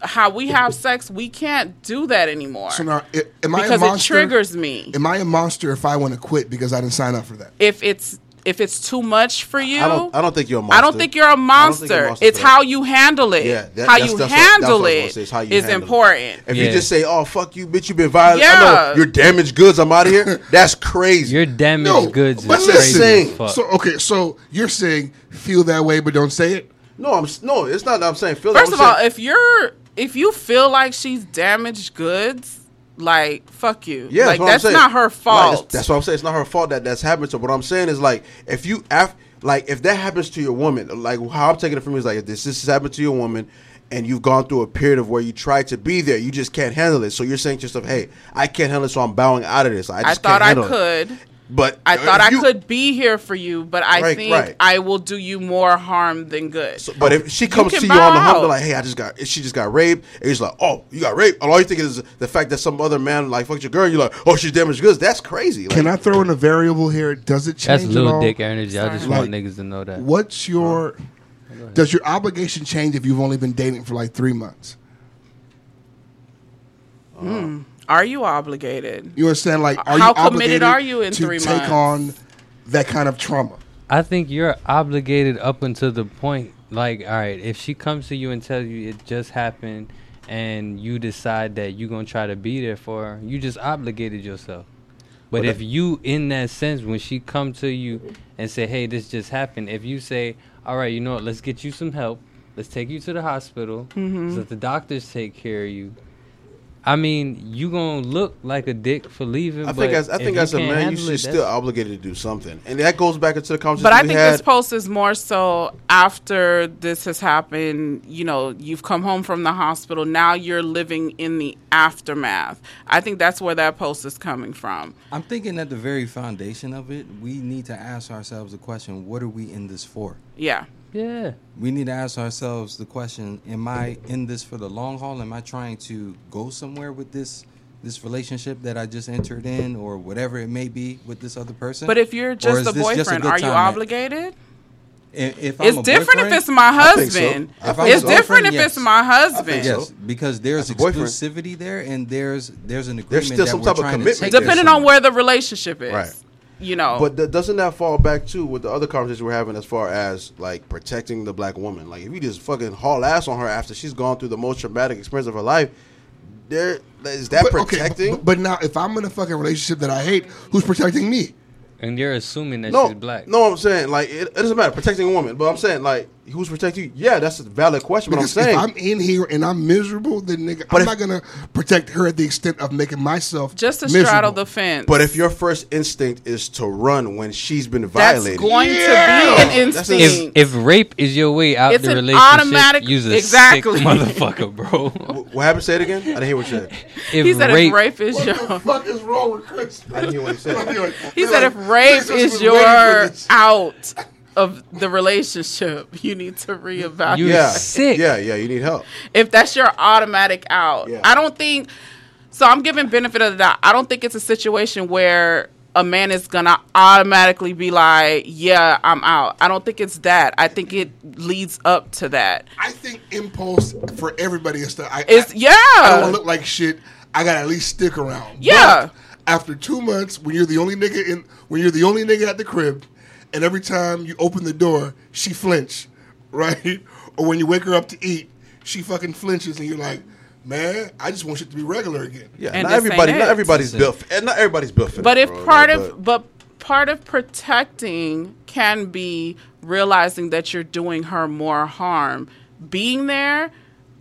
S2: how we have sex, we can't do that anymore.
S1: So now, i- am I a
S2: because it
S1: monster?
S2: triggers me.
S1: Am I a monster if I want to quit because I didn't sign up for that?
S2: If it's if it's too much for you,
S8: I don't, I don't think you're a monster.
S2: I don't think you're a
S8: I don't think you're a
S2: monster.
S8: monster
S2: It's
S8: for that.
S2: how you handle it.
S8: Yeah, that-
S2: how
S8: that's-
S2: you
S8: that's what- that's what I was
S2: handle
S8: gonna
S2: it
S8: say,
S2: is
S8: is how you handle it.
S2: important.
S8: If you
S3: Yeah.
S8: just say, "Oh fuck you, bitch, you've been violent," I know
S2: Yeah.
S8: you're damaged goods. I'm out of here. That's crazy.
S3: Your damaged
S1: No,
S3: goods
S1: but
S3: is
S1: listen,
S3: crazy as fuck.
S1: So okay, so you're saying feel that way but don't say it.
S8: no, I'm s- no. It's not. that I'm saying. Feel that,
S2: First of
S8: I'm
S2: all,
S8: saying-
S2: if you're if you feel like she's damaged goods, Like fuck you.
S8: Yeah,
S2: like
S8: that's,
S2: that's,
S8: what I'm saying.
S2: not her
S8: Like,
S2: fault.
S8: that's, that's what I'm saying. It's not her fault that that's happened to. her. But I'm saying is like if you af- like if that happens to your woman, like how I'm taking it from you is like if this this has happened to your woman, and you've gone through a period of where you tried to be there, you just can't handle it. So you're saying to yourself, "Hey, I can't handle it, so I'm bowing out of this. I,
S2: I,
S8: just
S2: thought
S8: can't
S2: I
S8: handle it."
S2: could.
S8: But
S2: I
S8: if
S2: thought I
S8: you-
S2: could be here for you, but I
S8: Right,
S2: think
S8: right.
S2: I will do you more harm than good.
S8: But if she
S2: You
S8: comes
S2: can
S8: to you on
S2: bow
S8: the hump,
S2: out.
S8: they're like, "Hey, I just got she just got raped," and you're just like, "Oh, you got raped," and all you think is the fact that some other man like fucked your girl. And you're like, "Oh, she's damaged goods." That's crazy. Like,
S1: Can I throw in a variable here? Does it change
S3: That's
S1: at
S3: little
S1: all?
S3: dick energy. I just want
S1: Like,
S3: niggas to know that.
S1: What's your does your obligation change if you've only been dating for like three months?
S2: Mm. Are you obligated?
S1: You understand? Like, are
S2: How
S1: you
S2: committed
S1: obligated
S2: are you in
S1: to
S2: three
S1: take
S2: months?
S1: on that kind of trauma?
S3: I think you're obligated up until the point. Like, all right, if she comes to you and tells you it just happened, and you decide that you're gonna try to be there for her, you just obligated yourself. But
S10: But
S3: if you, in that sense, when she come to you and say, "Hey, this just happened," if you say, "All right, you know what? Let's get you some help. Let's take you to the hospital
S10: Mhm.
S3: so that the doctors take care of you." I mean, you gonna look like a dick for leaving.
S8: I
S3: but
S8: think as, I
S3: if
S8: think
S3: you
S8: as a
S3: can't
S8: man, you
S3: handle
S8: should
S3: it,
S8: still
S3: that's-
S8: obligated to do something, and that goes back into the conversation.
S2: But I
S8: we
S2: think
S8: had.
S2: this post is more so after this has happened, you know, you've come home from the hospital, now you're living in the aftermath. I think that's where that post is coming from.
S6: I'm thinking at the very foundation of it, we need to ask ourselves the question: What are we in this for?
S2: Yeah.
S3: Yeah.
S6: We need to ask ourselves the question: Am I in this for the long haul? Am I trying to go somewhere with this this relationship that I just entered in, or whatever it may be, with this other person?
S2: But if you're
S6: Or
S2: just
S6: is
S2: a
S6: this
S2: boyfriend,
S6: a good
S2: are you
S6: time at-
S2: obligated?
S6: I- if I'm
S2: It's
S6: a
S2: different if
S6: boyfriend-
S2: it's my
S6: I think so.
S2: husband.
S6: If I'm
S2: It's
S6: a
S2: different
S6: boyfriend,
S2: if
S6: yes.
S2: it's my husband.
S6: Yes, because there's
S8: boyfriend.
S6: exclusivity there, and there's there's an agreement.
S8: There's still
S6: that
S8: some
S6: we're
S8: type of
S6: trying to
S8: commitment
S6: take
S8: there.
S6: this
S2: Depending on where the relationship is.
S8: Right.
S2: You know.
S8: But th- doesn't that fall back too with the other conversation we're having as far as like protecting the black woman? Like if you just fucking haul ass on her after she's gone through the most traumatic experience of her life, there is that
S1: But, okay,
S8: protecting?
S1: but, but now if I'm in a fucking relationship that I hate, who's protecting me?
S3: and you're assuming that she's black.
S8: No, I'm saying like it, it doesn't matter protecting a woman, but I'm saying like who's protecting you? Yeah, that's a valid question. But I'm
S1: Because
S8: saying
S1: if I'm in here and I'm miserable, then nigga, I'm not gonna protect her at the extent of making myself
S2: Just to
S1: miserable.
S2: straddle the fence.
S8: But if your first instinct is to run when she's been
S2: that's
S8: violated,
S2: going to be an
S8: That's
S2: instinct.
S3: If, if rape is your way out
S2: It's
S3: the
S2: an
S3: relationship,
S2: automatic-
S3: you's a
S2: exactly.
S3: sick motherfucker, bro.
S8: what happened? Say it again. I didn't hear what you said.
S3: If
S2: he said
S3: rape,
S2: if rape is
S1: What
S2: your
S1: the fuck is wrong with Chris?
S8: I didn't hear what he said.
S2: He said if rape is your out of the relationship, you need to reevaluate.
S8: yeah, Yeah, yeah, you need help.
S2: If that's your automatic out,
S8: Yeah.
S2: I don't think. So I'm giving benefit of the doubt. I don't think it's a situation where a man is gonna automatically be like, "Yeah, I'm out." I don't think it's that. I think it leads up to that.
S1: I think impulse for everybody is to. I,
S2: It's-
S1: I-
S2: yeah.
S1: I don't want to look like shit. I gotta at least stick around.
S2: Yeah.
S1: But after two months, when you're the only nigga in, when you're the only nigga at the crib, and every time you open the door, she flinch, right? Or when you wake her up to eat, she fucking flinches, and you're like, man, I just want shit to be regular again.
S8: Yeah, not everybody. Not everybody's built. For, and not everybody's built for.
S2: But
S8: that,
S2: if
S8: bro,
S2: part
S8: like,
S2: of but part of protecting can be realizing that you're doing her more harm being there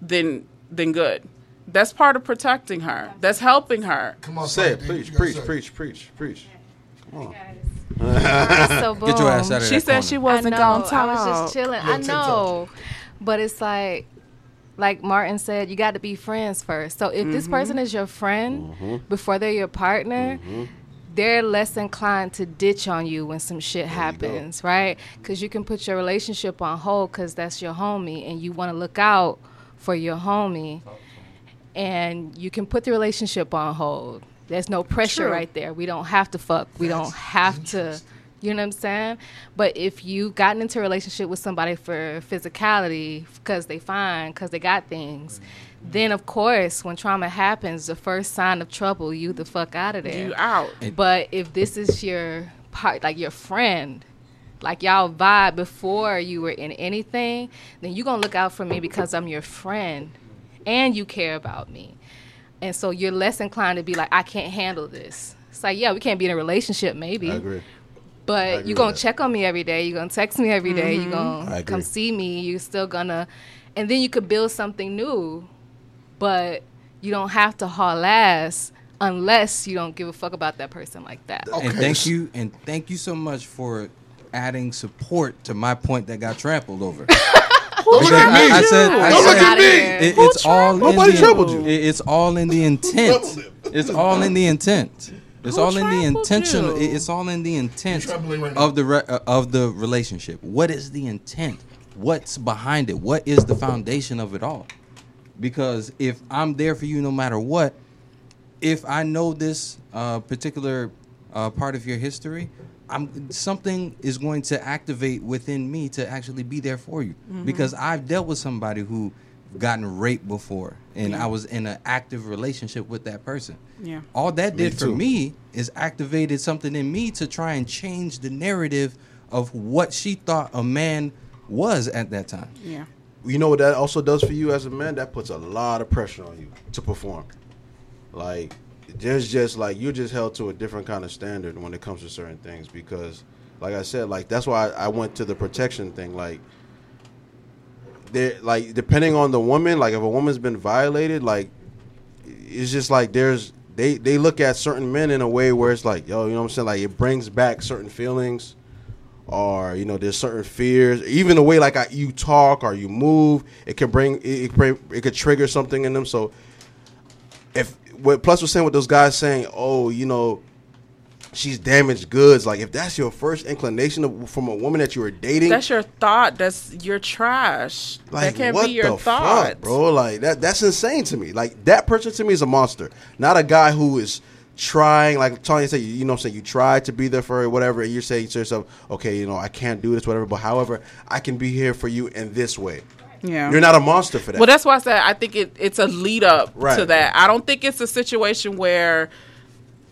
S2: than than good. That's part of protecting her. That's helping her.
S1: Come on,
S8: say it, please, preach, preach, preach, preach. Come on.
S9: so boom.
S8: Get your ass out of
S2: um, She
S8: that
S2: said
S8: corner.
S2: she wasn't
S9: I know,
S2: gonna talk.
S9: I was just chilling. I know, but it's like, like Martin said, you got to be friends first. So if this
S2: Mm-hmm.
S11: Mhm.
S9: person is your friend
S8: Mm-hmm.
S11: Mhm.
S9: before they're your partner, they're less inclined to ditch on you when some shit happens, right? Because you can put your relationship on hold because that's your homie, and you want to look out for your homie, and you can put the relationship on hold. There's no pressure
S11: True.
S9: right there. We don't have to fuck. We don't have to. You know what I'm saying? But if you've gotten into a relationship with somebody for physicality because they fine, because they got things, then of course, when trauma happens, the first sign of trouble, you the fuck out of there.
S2: You out.
S6: It-
S9: But if this is your part, like your friend, like y'all vibe before you were in anything, then you gonna look out for me because I'm your friend, and you care about me, and so you're less inclined to be like, I can't handle this. It's like, yeah, we can't be in a relationship, maybe.
S8: I agree.
S9: But
S8: agree
S9: you're gonna
S8: with
S9: check on me every day. You're gonna text me every day.
S1: Mm-hmm.
S9: You're
S8: I
S9: gonna
S8: agree.
S9: come see me. You're still gonna, and then you could build something new. But you don't have to haul ass unless you don't give a fuck about that person like that.
S6: And thank you, and thank you so much for adding support to my point that got trampled over.
S1: Don't look
S6: Because
S1: at me.
S6: I, I said, I
S1: Don't look
S6: said
S1: at me.
S6: it- it's all
S1: Nobody
S6: in the,
S1: trampled you.
S6: it- it's all in the intent. It's all in the intent. It's all in the intentional. it- It's all in the intent
S1: trampling right now.
S6: of the re, uh, of the relationship. What is the intent? What's behind it? What is the foundation of it all? Because if I'm there for you no matter what, if I know this uh, particular uh, part of your history, I'm something is going to activate within me to actually be there for you because I've dealt with somebody who gotten raped before and I was in an active relationship with that person.
S2: Yeah.
S6: All that
S8: Me
S6: did for
S8: too.
S6: me is activated something in me to try and change the narrative of what she thought a man was at that time.
S2: Yeah.
S8: you know what that also does for you as a man? That puts a lot of pressure on you to perform. Like there's just like you're just held to a different kind of standard when it comes to certain things because like I said, like that's why I, I went to the protection thing. Like there like depending on the woman, like if a woman's been violated, like it's just like there's they they look at certain men in a way where it's like, yo, you know what I'm saying? Like it brings back certain feelings or you know there's certain fears even the way like I, you talk or you move it can bring it, it, bring- it could trigger something in them so if what plus was saying with those guys saying oh you know she's damaged goods like if that's your first inclination of, from a woman that you were dating
S2: That's your thought. That's your trash.
S8: like
S2: that can't
S8: what
S2: be your
S8: the
S2: thought.
S8: fuck, bro? Like that that's insane to me. Like that person to me is a monster, not a guy who is trying. Like Tony said, you, you know, what I'm saying you try to be there for her, whatever, and you're saying to yourself, okay, you know, I can't do this, whatever. But however, I can be here for you in this way.
S2: Yeah.
S8: You're not a monster for that.
S2: Well, that's why I said I think it, it's a lead up to
S8: Right.
S2: that. I don't think it's a situation where,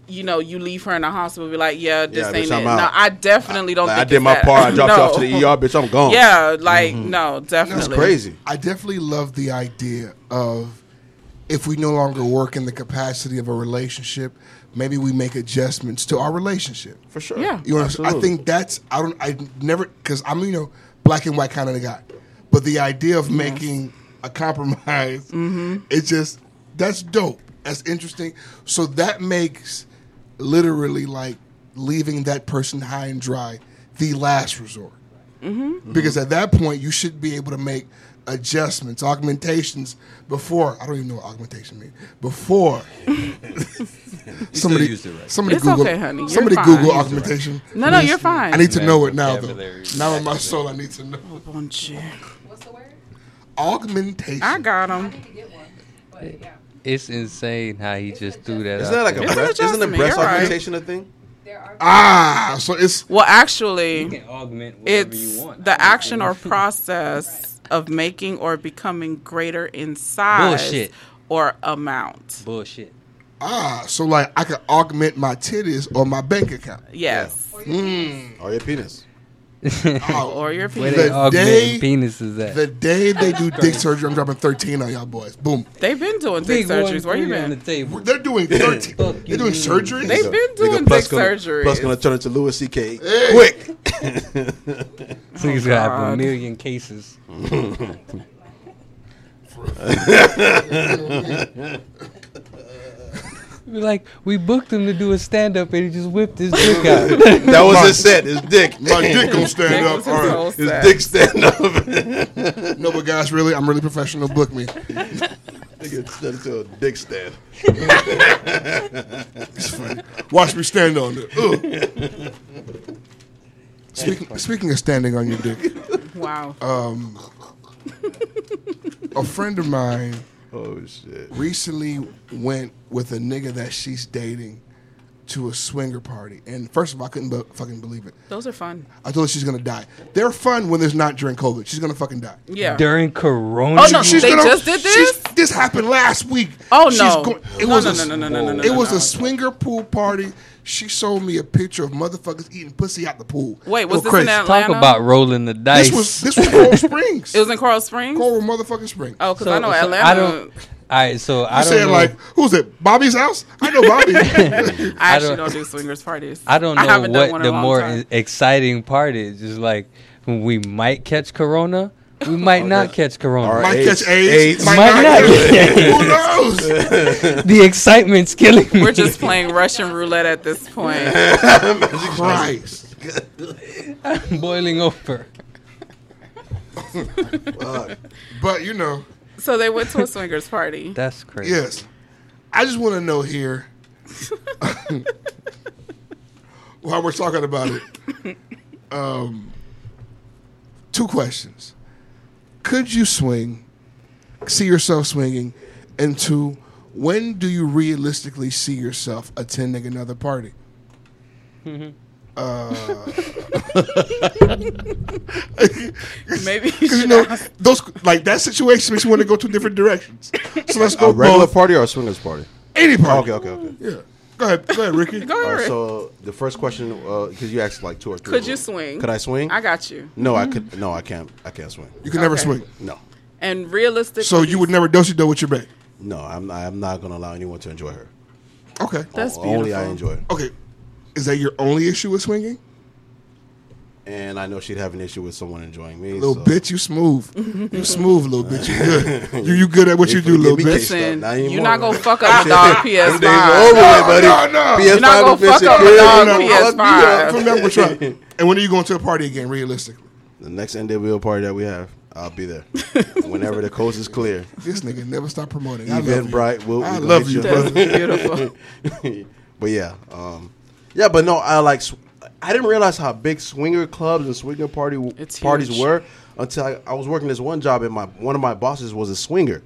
S2: you know, you leave her in the hospital and be like, yeah, this
S8: Yeah, bitch,
S2: ain't it.
S8: I'm
S2: No,
S8: out.
S2: I definitely don't think
S8: Like, I did
S2: it's
S8: my
S2: that.
S8: part. I dropped you off to the
S2: No.
S8: ER, bitch. I'm gone.
S2: Yeah, like, no, definitely.
S8: Mm-hmm. that's crazy.
S1: I definitely love the idea of if we no longer work in the capacity of a relationship, maybe we make adjustments to our relationship.
S8: For sure.
S2: Yeah.
S1: You know, what I'm saying? I
S8: Absolutely.
S1: think that's I don't I never because I'm you know black and white kind of guy, but the idea of making a compromise,
S2: Mm-hmm.
S1: it's just that's dope. That's interesting. So that makes literally like leaving that person high and dry the last resort.
S2: Mm-hmm.
S1: Because at that point, you should be able to make adjustments, augmentations before. I don't even know what augmentation means. Before somebody
S6: used it right.
S1: Somebody
S2: It's
S1: Google.
S2: okay, honey. You're
S1: somebody
S2: fine.
S1: Google
S2: Used it right.
S1: augmentation.
S2: No, no,
S1: Please.
S2: you're fine.
S1: I need to know it now, though.
S3: Vocabulary.
S1: Now in my soul, I need to know
S2: Bon Dieu.
S9: What's the word?
S1: augmentation.
S2: I got him.
S9: need to get one. But yeah,
S3: It's insane how he just threw that.
S8: Isn't that
S3: out
S8: like a
S3: there.
S2: It's an
S8: breast? Isn't a
S2: adjustment,
S8: breast
S2: you're right.
S8: augmentation a thing?
S9: there are
S1: Ah, so it's
S2: Well, actually,
S3: You can augment whatever
S2: it's
S3: you want.
S2: the action or process of making or becoming greater in size
S3: Bullshit.
S2: or amount.
S3: bullshit.
S1: ah, so like I could augment my titties or my bank account.
S2: Yes.
S8: Or your penis?
S1: Oh,
S2: Or your
S3: Where
S2: penis.
S3: they
S1: The
S3: augment
S1: day-
S3: penises at?
S1: the day they do dick surgery, I'm dropping 13 on y'all boys. Boom.
S2: They've been doing dick
S3: Big one
S2: surgeries. Where you
S3: three on the
S2: been?
S3: table.
S1: They're doing 13.
S3: Fuck you
S1: They're doing
S3: mean.
S1: surgery.
S2: They've
S8: Nigga,
S2: been doing
S8: nigga, plus
S2: dick
S8: gonna-
S2: surgery.
S8: Plus, gonna turn into Louis C.K.
S1: Hey.
S8: Quick.
S3: Niggas gonna have a
S2: Oh, God.
S3: million cases. We like we booked him to do a stand up and he just whipped his dick out.
S8: That was his set. His dick.
S1: My dick gonna stand
S2: That was
S1: up.
S2: his
S1: All right.
S2: whole
S8: His
S2: set.
S8: dick stand up.
S1: No, but guys, really, I'm really professional. Book me.
S8: Nigga turned into a dick stand.
S1: Watch me stand on it. Ugh. Speaking, speaking of standing on your dick,
S2: Wow.
S8: Uh,
S1: a friend of mine
S8: Oh shit.
S1: recently went with a nigga that she's dating to a swinger party. And first of all, I couldn't be- fucking believe it.
S2: Those are fun.
S1: I told her she's gonna die. They're fun when there's not during COVID. She's gonna fucking die.
S2: Yeah.
S3: During Corona.
S2: Oh, no,
S1: She's
S2: they
S1: gonna-
S2: just did
S1: she's-
S2: this?
S1: This happened last week.
S2: Oh,
S1: She's
S2: no.
S1: go- it
S2: No,
S1: was
S2: no,
S1: a,
S2: no, no, no, no, no, no,
S1: It was
S2: no.
S1: a swinger pool party. She showed me a picture of motherfuckers eating pussy out the pool.
S2: Wait,
S1: It
S2: was this in Atlanta?
S3: Talk about rolling the dice.
S1: This was this was Coral Springs.
S2: It was in Coral Springs?
S1: Coral motherfucking Springs.
S2: Oh, because
S3: So-
S2: I know
S3: so
S2: Atlanta.
S3: I don't. All right, so I
S1: You
S3: don't
S1: saying
S3: know.
S1: like who's it? Bobby's house? I know Bobby.
S2: I actually
S3: don't-
S2: don't, do swingers parties.
S3: I don't know
S2: haven't done one
S3: what
S2: in a
S3: the
S2: long
S3: more
S2: time.
S3: exciting part is. Is like when we might catch corona We might
S2: Oh,
S3: not catch corona.
S8: All right,
S1: Might
S8: AIDS.
S1: catch AIDS.
S8: AIDS.
S1: Might,
S3: Might
S1: not.
S3: not
S1: catch
S3: catch
S1: AIDS. Who knows?
S3: the excitement's killing me.
S2: We're just playing Russian roulette at this point.
S1: Christ.
S3: boiling over.
S1: But you know,
S2: So they went to a swingers party.
S3: That's crazy.
S1: yes. I just want to know here while we're talking about it. Um, two questions. Could you swing, see yourself swinging? And two, when do you realistically see yourself attending another party?
S2: Maybe you
S1: Because you
S2: should
S1: know
S2: ask.
S1: those like that situation makes you want to go two different directions. So let's go
S8: a regular
S1: both.
S8: party or a swingers party?
S1: any
S8: Oh,
S1: party.
S8: okay, okay, okay.
S1: Yeah. Go ahead, go ahead, Ricky.
S2: Go
S8: All
S2: ahead.
S8: right, Oh, so uh, the first question, because you asked like two or three.
S2: Could you swing?
S8: Could I swing?
S2: I got you.
S8: No, I could. No, I can't. I can't swing.
S1: You can never
S2: Okay.
S1: swing.
S8: No,
S2: And realistically,
S1: So you would never dosey do with your bae.
S8: no, I'm. I'm not gonna allow anyone to enjoy her.
S1: Okay.
S2: That's
S8: O- Only I
S2: beautiful.
S8: enjoy her,
S1: Okay. Is that your only issue with swinging?
S8: and I know she'd have an issue with someone enjoying me.
S1: Little
S8: so.
S1: bitch, you smooth. You smooth, little bitch. You good. You, you good at what you
S8: If
S1: do,
S8: you
S1: little
S8: give me
S1: bitch.
S8: kiss-
S2: listen,
S8: Not
S2: you're
S8: anymore,
S2: not gonna
S8: right?
S2: fuck up dog PS5.
S8: Them days are over with, buddy.
S1: No, no, no.
S8: PS5
S2: You're not gonna
S8: been
S2: fuck up a
S8: secured.
S2: dog
S8: No, no,
S2: PS5.
S8: fuck you
S1: From
S8: up.
S1: that try. And when are you going to a party again, realistically?
S8: The next NWO party that we have, I'll be there. Whenever the coast is clear,
S1: This nigga never stop promoting. I love
S8: even
S1: you.
S8: bright. We'll,
S1: I
S8: we gonna
S1: love
S8: hit
S1: you,
S2: That's beautiful.
S8: but yeah, um, yeah, but no, I like. Sw- I didn't realize how big swinger clubs and swinger party
S2: It's
S8: parties
S2: huge.
S8: were until I, I was working this one job and my one of my bosses was a swinger,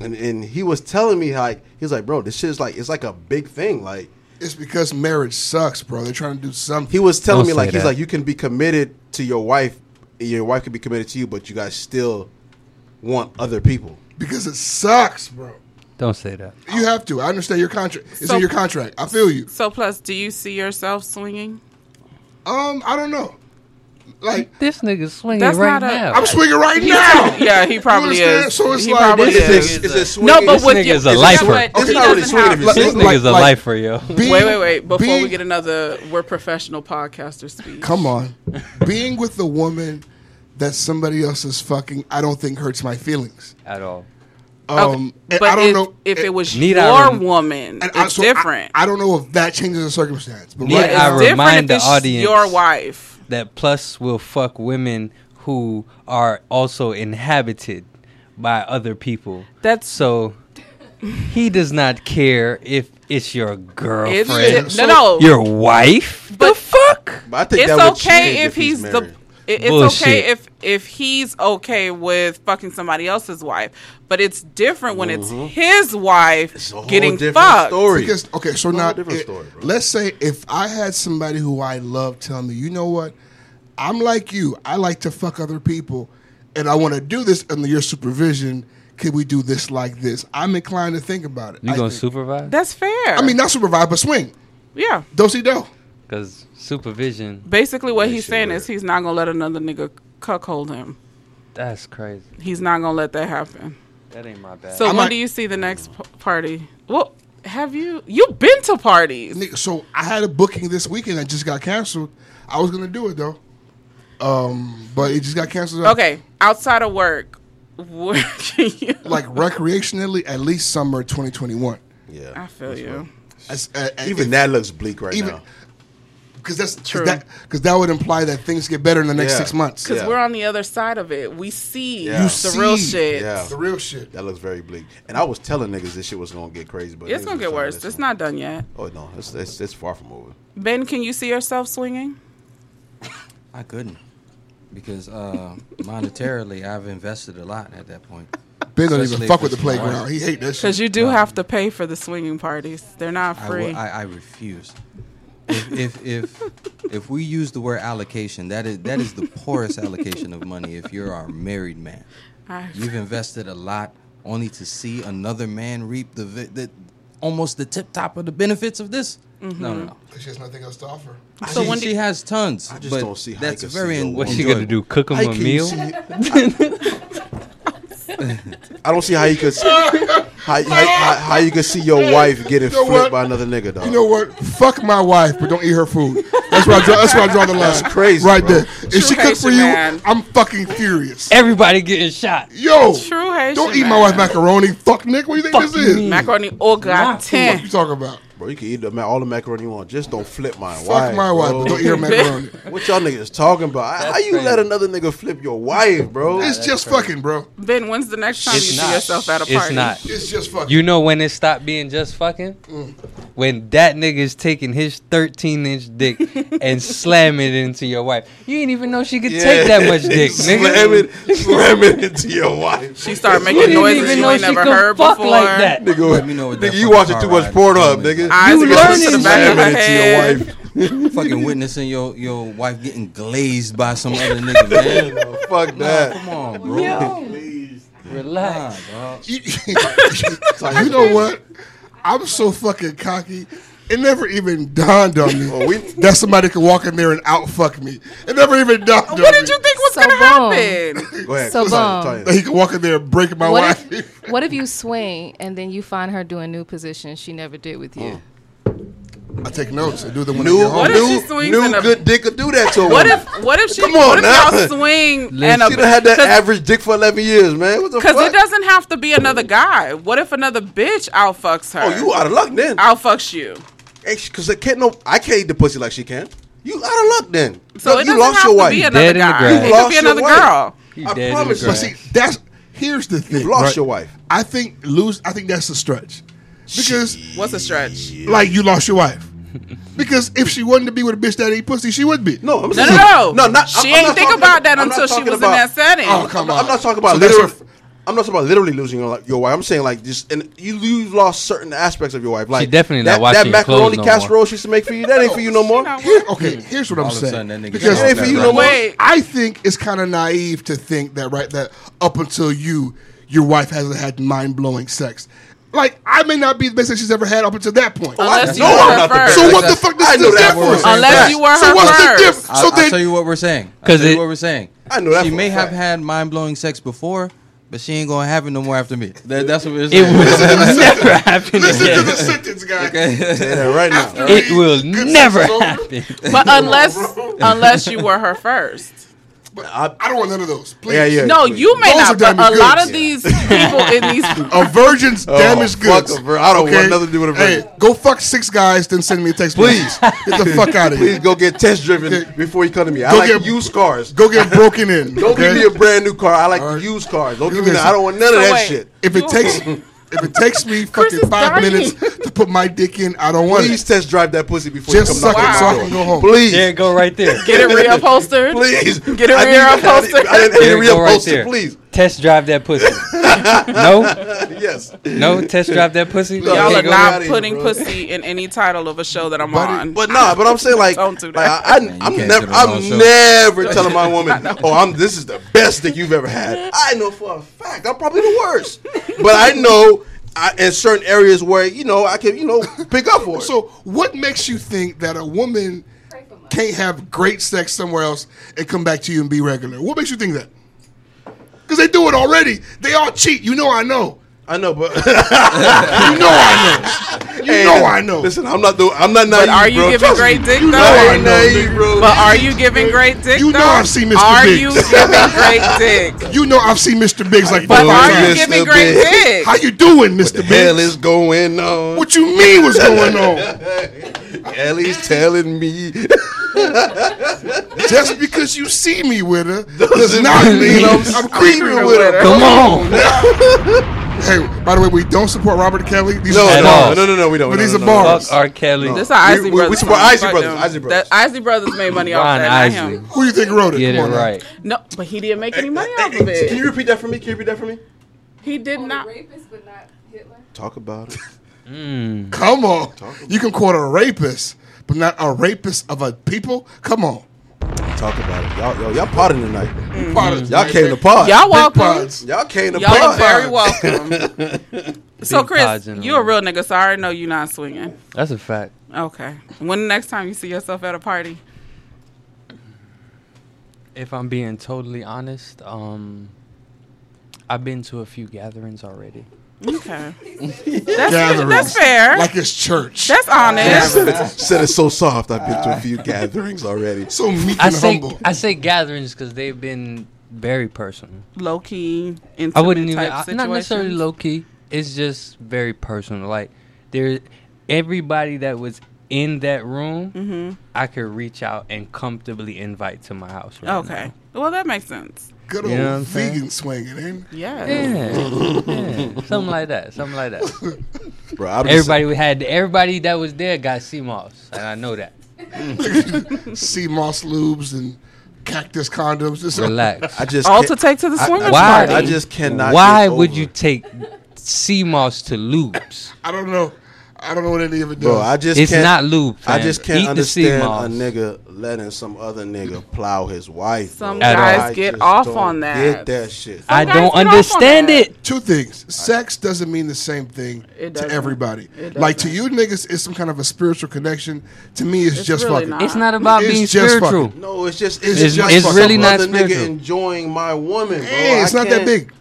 S8: and and he was telling me like he was like, bro, this shit is like it's like a big thing. Like
S1: It's because marriage sucks, bro. They're trying to do something.
S8: he was telling
S3: Don't
S8: me like
S3: say
S8: he's
S3: that.
S8: like you can be committed to your wife, and your wife can be committed to you, but you guys still want other people.
S1: because it sucks, bro.
S3: Don't say that.
S1: You have to. I understand your contract. It's
S2: So-
S1: in your contract. I feel you.
S2: so plus, do you see yourself swinging?
S1: Um, I don't know. Like
S3: This nigga's swinging
S2: That's
S3: right
S2: not a-
S3: now.
S1: I'm swinging right now.
S2: Yeah, he probably
S1: You understand?
S2: is.
S1: So it's
S2: he
S1: like-
S2: probably
S1: This
S8: It's,
S2: is.
S8: a, it's a swing.
S2: no, but
S3: This
S2: with
S3: nigga
S2: you,
S3: is a
S2: you know
S3: lifer.
S2: what?
S8: It's
S2: He
S8: not really
S2: doesn't
S8: swinging
S2: have-
S8: if it's-
S3: this
S1: like-
S3: nigga's a
S1: like-
S3: lifer, yo.
S1: Being-
S2: wait, wait, wait! Before
S1: being-
S2: we get another, we're professional podcaster speech.
S1: come on, being with a woman that somebody else is fucking, I don't think hurts my feelings.
S3: At all.
S1: Um, and
S2: but
S1: I don't
S2: if,
S1: know eh,
S2: if it was
S3: Need I
S2: your
S3: rem-
S2: woman,
S1: and I-
S2: it's
S1: so I-
S2: different.
S1: I, don't know if that changes the circumstance. But
S3: Need
S1: right
S3: I
S1: now,
S2: it's different if
S3: remind the
S2: it's
S3: audience-
S2: your wife.
S3: That plus will fuck women who are also inhabited by other people.
S2: That's-
S3: so. He does not care if it's your
S2: It's
S3: girlfriend,
S2: no, no.
S3: your wife.
S2: But-
S3: the fuck?
S8: But I think
S2: it's
S8: that would change
S2: okay if he's, the.
S8: married.
S2: it- It's
S3: Bullshit.
S2: okay if if he's okay with fucking somebody else's wife, but it's different when it's his wife
S8: It's a whole
S2: getting
S8: different
S2: fucked.
S8: story.
S1: because okay, so
S8: Whole
S1: now
S8: different
S1: it-
S8: story, bro.
S1: let's say if I had somebody who I love tell me, you know what, I'm like you. I like to fuck other people, and I want to do this under your supervision. Can we do this like this? I'm inclined to think about it.
S3: You
S1: I
S3: gonna
S1: think-
S3: supervise?
S2: That's fair.
S1: I mean, not supervise, but swing.
S2: yeah.
S1: Dosey do.
S3: Because supervision,
S2: Basically, what
S8: That
S2: he's
S8: shit
S2: saying
S8: weird.
S2: is he's not gonna let another nigga cuckold him.
S3: that's crazy.
S2: He's not gonna let that happen.
S3: That ain't my bad.
S2: So
S1: I
S2: when
S1: might-
S2: do you see the next p- party? Well, have you you've been to parties?
S1: Nigga, so I had a booking this weekend that just got canceled. I was gonna do it though, um, but it just got canceled.
S2: Okay, outside of work, where can you?
S1: like recreationally, at least summer 2021.
S8: Yeah,
S2: I feel you.
S1: As- a- a-
S8: Even that looks bleak right
S1: Even-
S8: now.
S1: because that's
S2: True.
S1: because that, 'cause that would imply that things get better in the next
S8: Yeah.
S1: six months.
S2: Because
S8: Yeah.
S2: we're on the other side of it. We see
S8: Yeah. You
S2: the real
S1: see.
S2: shit.
S8: Yeah.
S1: The real shit.
S8: That looks very bleak. And I was telling niggas this shit was gonna get crazy, but
S2: It's
S8: niggas
S2: gonna
S8: was
S2: get
S8: like,
S2: worse.
S8: "Listen."
S2: It's not done yet.
S8: Oh no, it's, it's it's far from over.
S2: Ben, can you see yourself swinging?
S6: I couldn't because uh, monetarily, I've invested a lot at that point.
S1: Ben don't even
S6: Especially
S1: fuck
S6: if
S1: with the
S6: it's my
S1: playground.
S6: wife.
S1: He hate that
S2: Because
S1: shit.
S2: you do have to pay for the swinging parties. They're not
S6: I will-
S2: free.
S6: I, I refuse. If if if, if we use the word allocation, that is that is the poorest allocation of money. If you're our married man,
S2: I-
S6: you've invested a lot only to see another man reap the, vi- the almost the tip top of the benefits of this. No, no, no.
S1: Because she has nothing else to offer.
S2: So
S6: she,
S2: when do
S6: she
S2: you-
S6: has tons.
S8: I just
S6: but
S8: don't see how you
S6: that's
S8: can
S6: very
S8: see your
S6: en-
S8: woman.
S3: What's she gonna do?
S6: enjoyable.
S3: Cook him
S8: How
S3: a
S8: can you
S3: meal?
S8: see- I don't see how you could see, how, how, how, how you could see your wife getting
S1: You know
S8: flipped
S1: what?
S8: by another nigga, dog.
S1: You know what? Fuck my wife, but don't eat her food. That's where I draw. That's where I draw the line.
S8: That's crazy,
S1: right
S8: bro.
S1: there. If she cook for
S2: Haitian
S1: you,
S2: man.
S1: I'm fucking furious.
S3: Everybody getting shot.
S1: Yo,
S2: True Haitian
S1: don't eat my wife's macaroni. Fuck, Nick. What do you think
S3: Fuck
S1: this
S3: you
S1: is?
S3: mean?
S2: Macaroni oh, or got
S1: What you
S2: ten.
S1: talking about?
S8: Bro, you can eat the, ma- all the macaroni you want. Just don't flip mine.
S1: Fuck my wife, but don't eat her macaroni.
S8: What y'all niggas talking about? How you
S3: crazy.
S8: let another nigga flip your wife, bro?
S1: It's just fucking, bro.
S2: Ben, when's the next time
S3: It's
S2: you
S3: not.
S2: see yourself at a party?
S3: It's not.
S1: It's just fucking.
S3: You know when it stopped being just fucking?
S2: Mm.
S3: When that nigga is taking his 13 inch dick and slamming it into your wife. You didn't even know she could take that much dick,
S8: slam
S3: nigga.
S8: it, slam it into your wife.
S2: She started
S3: You
S2: making
S3: didn't
S2: noises
S3: even
S2: you
S3: know
S2: ain't
S3: she
S2: never
S3: could
S2: heard
S3: fuck
S2: before.
S3: like that.
S8: Nigga,
S6: Let me know what that
S8: nigga, you
S6: fucking
S8: watching
S6: car
S8: too much
S6: ride
S8: porn
S6: told
S8: up,
S6: me.
S8: nigga.
S2: Eyes
S3: You
S2: are going to
S3: learning
S2: the back of
S8: Slam
S2: her
S8: it
S2: head.
S8: into your wife.
S6: fucking witnessing your your wife getting glazed by some other nigga, man.
S8: No, fuck
S6: Nah,
S8: that.
S6: come on, bro. Nah,
S3: Relax.
S6: dog.
S1: you, you know what? I'm so fucking cocky. It never even dawned on me that somebody could walk in there and out fuck me. It never even dawned on
S2: What did
S1: me
S2: you think was
S9: So
S2: gonna
S9: boom.
S2: happen?
S8: Go ahead.
S9: So
S8: Sorry,
S9: bomb.
S8: sorry.
S1: that he could walk in there and break my
S9: What
S1: wife.
S9: if, what if you swing and then you find her doing new positions she never did with
S6: Oh.
S9: you?
S1: I take notes and do them when I
S8: New,
S1: get home.
S2: What if she
S8: new,
S2: swings in
S8: new
S2: a-
S8: good dick could do that to a
S2: What
S8: woman.
S2: if what if she
S8: Come
S2: what
S8: on
S2: if
S8: now.
S2: y'all swing
S3: Listen.
S2: and a
S8: She'd have had that
S2: cause-
S8: average dick for 11 years, man. What the
S2: Because it
S8: fuck?
S2: doesn't have to be another guy. What if another bitch out fucks her?
S8: Oh, you out of luck then.
S2: I'll fucks you.
S8: Because I can't no, I can't eat the pussy like she can. You out of luck then.
S2: So
S8: Look,
S2: it
S8: you
S2: doesn't
S8: lost
S2: have
S8: your
S2: to
S8: wife.
S2: be
S8: You
S2: another
S3: Dead in the
S2: guy.
S3: grass.
S2: It could
S8: lost
S2: be
S8: your
S2: another
S8: wife.
S2: girl.
S3: You
S8: I
S3: dead in the
S8: promise you.
S1: But see, that's here's the thing.
S8: You've lost
S1: right?
S8: your wife.
S1: I think lose. I think that's a stretch because
S2: What's a stretch?
S1: like you lost your wife. Because if she wasn't to be with a bitch that ain't pussy, she would be.
S8: No, I'm
S2: No,
S8: saying,
S2: no,
S8: no, not.
S2: She
S8: I'm- I'm
S2: ain't
S8: not
S2: think
S8: talking-
S2: about that
S8: I'm not
S2: until she
S8: talking
S2: was
S8: about-
S2: in that setting.
S1: Oh, come
S8: I'm not- I'm not talking about
S1: So that's
S8: literally.
S1: your-
S8: I'm not talking about literally losing your, li- your wife. I'm saying like just and you you've lost certain aspects of your wife. Like
S3: definitely not
S8: that,
S3: washing
S8: that
S3: your
S8: macaroni
S3: clothes no
S8: casserole
S3: more.
S8: she used to make for you. That ain't for you no more.
S1: Here- okay, here's what I'm
S6: All of a
S1: saying.
S6: sudden, that nigga
S1: because
S6: got
S8: It ain't for
S6: that
S8: you
S6: right
S8: no
S6: now.
S8: more.
S2: Wait.
S1: I think it's kind of naive to think that right that up until you, your wife hasn't had mind blowing sex. Like I may not be the best that she's ever had up until that point.
S2: Unless
S8: No,
S2: you were
S8: I'm
S2: her
S8: not the
S2: first.
S8: best.
S1: so what the
S6: That's-
S1: fuck is
S8: I
S1: the
S8: know that's what we're
S1: difference?
S8: saying.
S2: Unless you were
S1: So
S2: her
S1: what's the
S2: first.
S1: difference?
S6: I,
S1: so
S6: I'll
S1: then,
S6: tell you what we're saying. I'll
S3: 'Cause
S6: tell you
S3: it-
S6: what we're saying.
S8: I know that
S6: She
S8: for
S6: may
S8: a
S6: have
S8: fact.
S6: had mind blowing sex before, but she ain't gonna have it no more after me. That, that's what we're
S3: It
S6: saying.
S3: will never happen
S1: listen to
S3: again.
S1: the sentence, guy.
S8: Say that right now.
S3: It will
S1: Good
S3: never
S1: sex is over.
S3: happen.
S2: But unless unless you were her first.
S1: But I, I don't want none of those. Please.
S8: Yeah, yeah.
S2: No, you may
S1: Those are
S2: not. But
S1: damn
S2: a lot
S1: goods.
S2: of these people in these
S1: A virgin's damaged
S8: Oh, fuck
S1: goods.
S8: a vir- I don't want nothing to do with a virgin.
S1: Hey, go fuck six guys, then send me a text. Please get the fuck out of
S8: Please
S1: here.
S8: go get test
S1: Okay.
S8: driven before you come to me. I
S1: Go
S8: like
S1: get-
S8: used cars.
S1: Go get broken in.
S8: Don't
S1: okay?
S8: give me a brand new car. I like
S1: All right.
S8: used cars. Don't
S1: You
S8: give me that.
S1: listen.
S8: I don't want none of
S2: So
S8: that
S2: wait.
S8: shit.
S1: If it takes, if it takes me fucking
S2: is
S1: five
S2: dying.
S1: minutes to put my dick in, I don't want
S8: Please
S1: it.
S8: test drive that pussy before
S1: Just
S8: you
S1: suck
S8: come
S1: it
S8: knocking
S1: so I
S8: on my
S1: can
S8: door.
S1: go home.
S8: Please.
S3: There it go right there.
S2: get it reupholstered.
S8: Please
S2: Get a
S8: I need-
S2: rear
S8: I need-
S2: upholstered.
S8: I need- I need
S3: There
S8: a
S3: it
S8: rear
S3: go right
S8: upholster,
S3: there.
S8: please.
S3: Test drive that pussy. no,
S8: Yes.
S3: no, test drive that pussy.
S8: Y'all
S2: Y'all
S8: Okay,
S2: are
S8: go
S2: not
S8: outta here,
S2: putting
S8: bro.
S2: pussy in any title of a show that I'm on.
S8: But nah, but I'm saying like,
S2: Don't do
S8: like,
S2: that.
S8: I,
S6: you
S8: am
S6: can't
S8: never,
S6: do the wrong
S8: I'm
S6: show.
S8: never telling my woman, oh, I'm this is the best thing you've ever had. I know for a fact I'm probably the worst, but I know I, in certain areas where you know I can you know pick up for it.
S1: So, what makes you think that a woman can't have great sex somewhere else and come back to you and be regular? What makes you think that? Because they do it already. They all cheat. You know, I know.
S8: I know, but
S1: You know, I know. You
S8: Hey,
S1: know, I know.
S8: Listen, I'm not the, I'm not naive.
S2: But are you
S8: bro.
S2: giving
S8: Trust
S2: great
S8: me.
S2: dick,
S8: You
S2: though?
S8: know I ain't
S1: I know,
S8: naive,
S1: nigga.
S8: bro.
S2: But are you giving great dick?
S1: You know
S2: though?
S1: I've seen Mr.
S2: Are
S1: Biggs.
S2: you giving great dick?
S1: You know, I've seen Mr. Biggs like five
S2: But are you
S1: times.
S2: giving
S8: Mr.
S2: great
S8: Biggs.
S2: dick?
S1: Oh, How you doing, Mr.
S8: Hell
S1: Biggs?
S8: is going on.
S1: what you mean? What's going on?
S8: Ellie's telling me
S1: Just because you see me with her does
S8: Doesn't
S1: not
S8: mean
S1: mean
S8: I'm
S1: I'm, creeping with her. Come on. hey, by the way, we don't support Robert Kelly. These
S8: no,
S1: are
S3: At
S8: no,
S3: all.
S8: no, no, no, we don't.
S1: But
S8: no,
S1: these
S8: no,
S1: are
S8: no, no.
S1: bars.
S3: Fuck R. Kelly.
S2: This is how
S8: We-
S2: Isley
S8: we-
S2: Brothers.
S8: we support
S2: come.
S8: Isley
S2: Fuck
S8: Brothers,
S2: them.
S8: Isley Brothers.
S2: The Isley Brothers made money off
S3: Ron
S2: that. not
S3: Isley.
S2: him.
S1: Who you think wrote it?
S3: Get it
S1: Come on now.
S3: right.
S2: No, but he didn't make any money off
S8: Hey,
S2: of
S8: hey, Can you
S2: it.
S8: repeat that for me? Can you repeat that for me?
S2: He did not.
S9: Rapist, but not Hitler.
S8: Talk about it.
S1: Come on. You can quote a rapist, but not a rapist of a people? Come on.
S8: Talk about it. Y'all, yo, y'all potting tonight.
S1: Products,
S8: Mm. Y'all
S1: right?
S8: came to pod.
S2: Y'all welcome.
S1: Pods.
S8: Y'all came to
S2: Y'all are
S8: pod.
S2: very welcome. so,
S3: Big
S2: Chris,
S3: pods in the
S2: you a
S3: room.
S2: real nigga, so I already know you not swinging.
S3: That's a fact.
S2: Okay. When the next time you see yourself at a party?
S3: If I'm being totally honest, um, I've been to a few gatherings already.
S2: Okay. That's, that's fair.
S1: Like it's church.
S2: That's honest.
S8: said, it, said it so soft. I've been to a few gatherings already.
S1: So meek
S3: I
S1: and
S3: say
S1: humble.
S3: I say gatherings because they've been very personal.
S2: Low key, intimate
S3: I wouldn't even
S2: type
S3: I- not necessarily
S2: situations.
S3: low key. It's just very personal. Like there, everybody that was in that room, I could reach out and comfortably invite to my house. Right
S2: Okay. Well, that makes sense.
S1: Good
S3: You
S1: old
S3: know what I'm saying?
S1: vegan swinging, ain't it?
S2: Yeah.
S3: now. Yeah, yeah, something like that. Something like that.
S8: Bro, I've been
S3: Everybody we had, everybody that was there got CMOS, and I know that.
S1: Sea moss lubes and cactus condoms. It's
S3: Relax.
S8: I just
S2: All
S8: can't-
S2: to take to the
S8: I-
S2: swingers
S3: Why?
S2: party.
S8: I just cannot.
S3: Why
S8: get
S3: would
S8: over-
S3: you take CMOS to lubes?
S1: I don't know. I don't know what any of it does.
S8: Bro, I just
S3: It's
S8: can't,
S3: not lube,
S8: I
S3: fam.
S8: just can't
S3: Eat the
S8: understand
S3: sea moss.
S8: a nigga letting some other nigga plow his wife.
S2: Some
S8: bro.
S3: At
S2: guys
S8: I
S2: get
S8: just
S2: off
S8: don't
S2: on that.
S8: Get that shit.
S3: I
S2: guys
S3: don't
S2: get off on
S3: understand
S2: that.
S3: it.
S1: Two things. Sex doesn't mean the same thing
S2: It
S1: to
S2: doesn't.
S1: everybody.
S2: It
S1: Like to
S2: doesn't.
S1: you niggas, it's some kind of a spiritual connection. To me, it's,
S2: It's
S1: just
S2: really
S1: fucking.
S2: not.
S3: It's not about
S1: It's
S3: being
S1: just
S3: spiritual.
S1: fucking-
S8: no, it's just
S1: It's
S8: it's,
S1: just
S8: just
S1: it's
S8: some
S1: really
S3: not
S8: other
S3: spiritual.
S8: nigga enjoying my woman. Bro.
S1: Hey,
S8: I
S1: it's not that
S8: can't-
S1: big.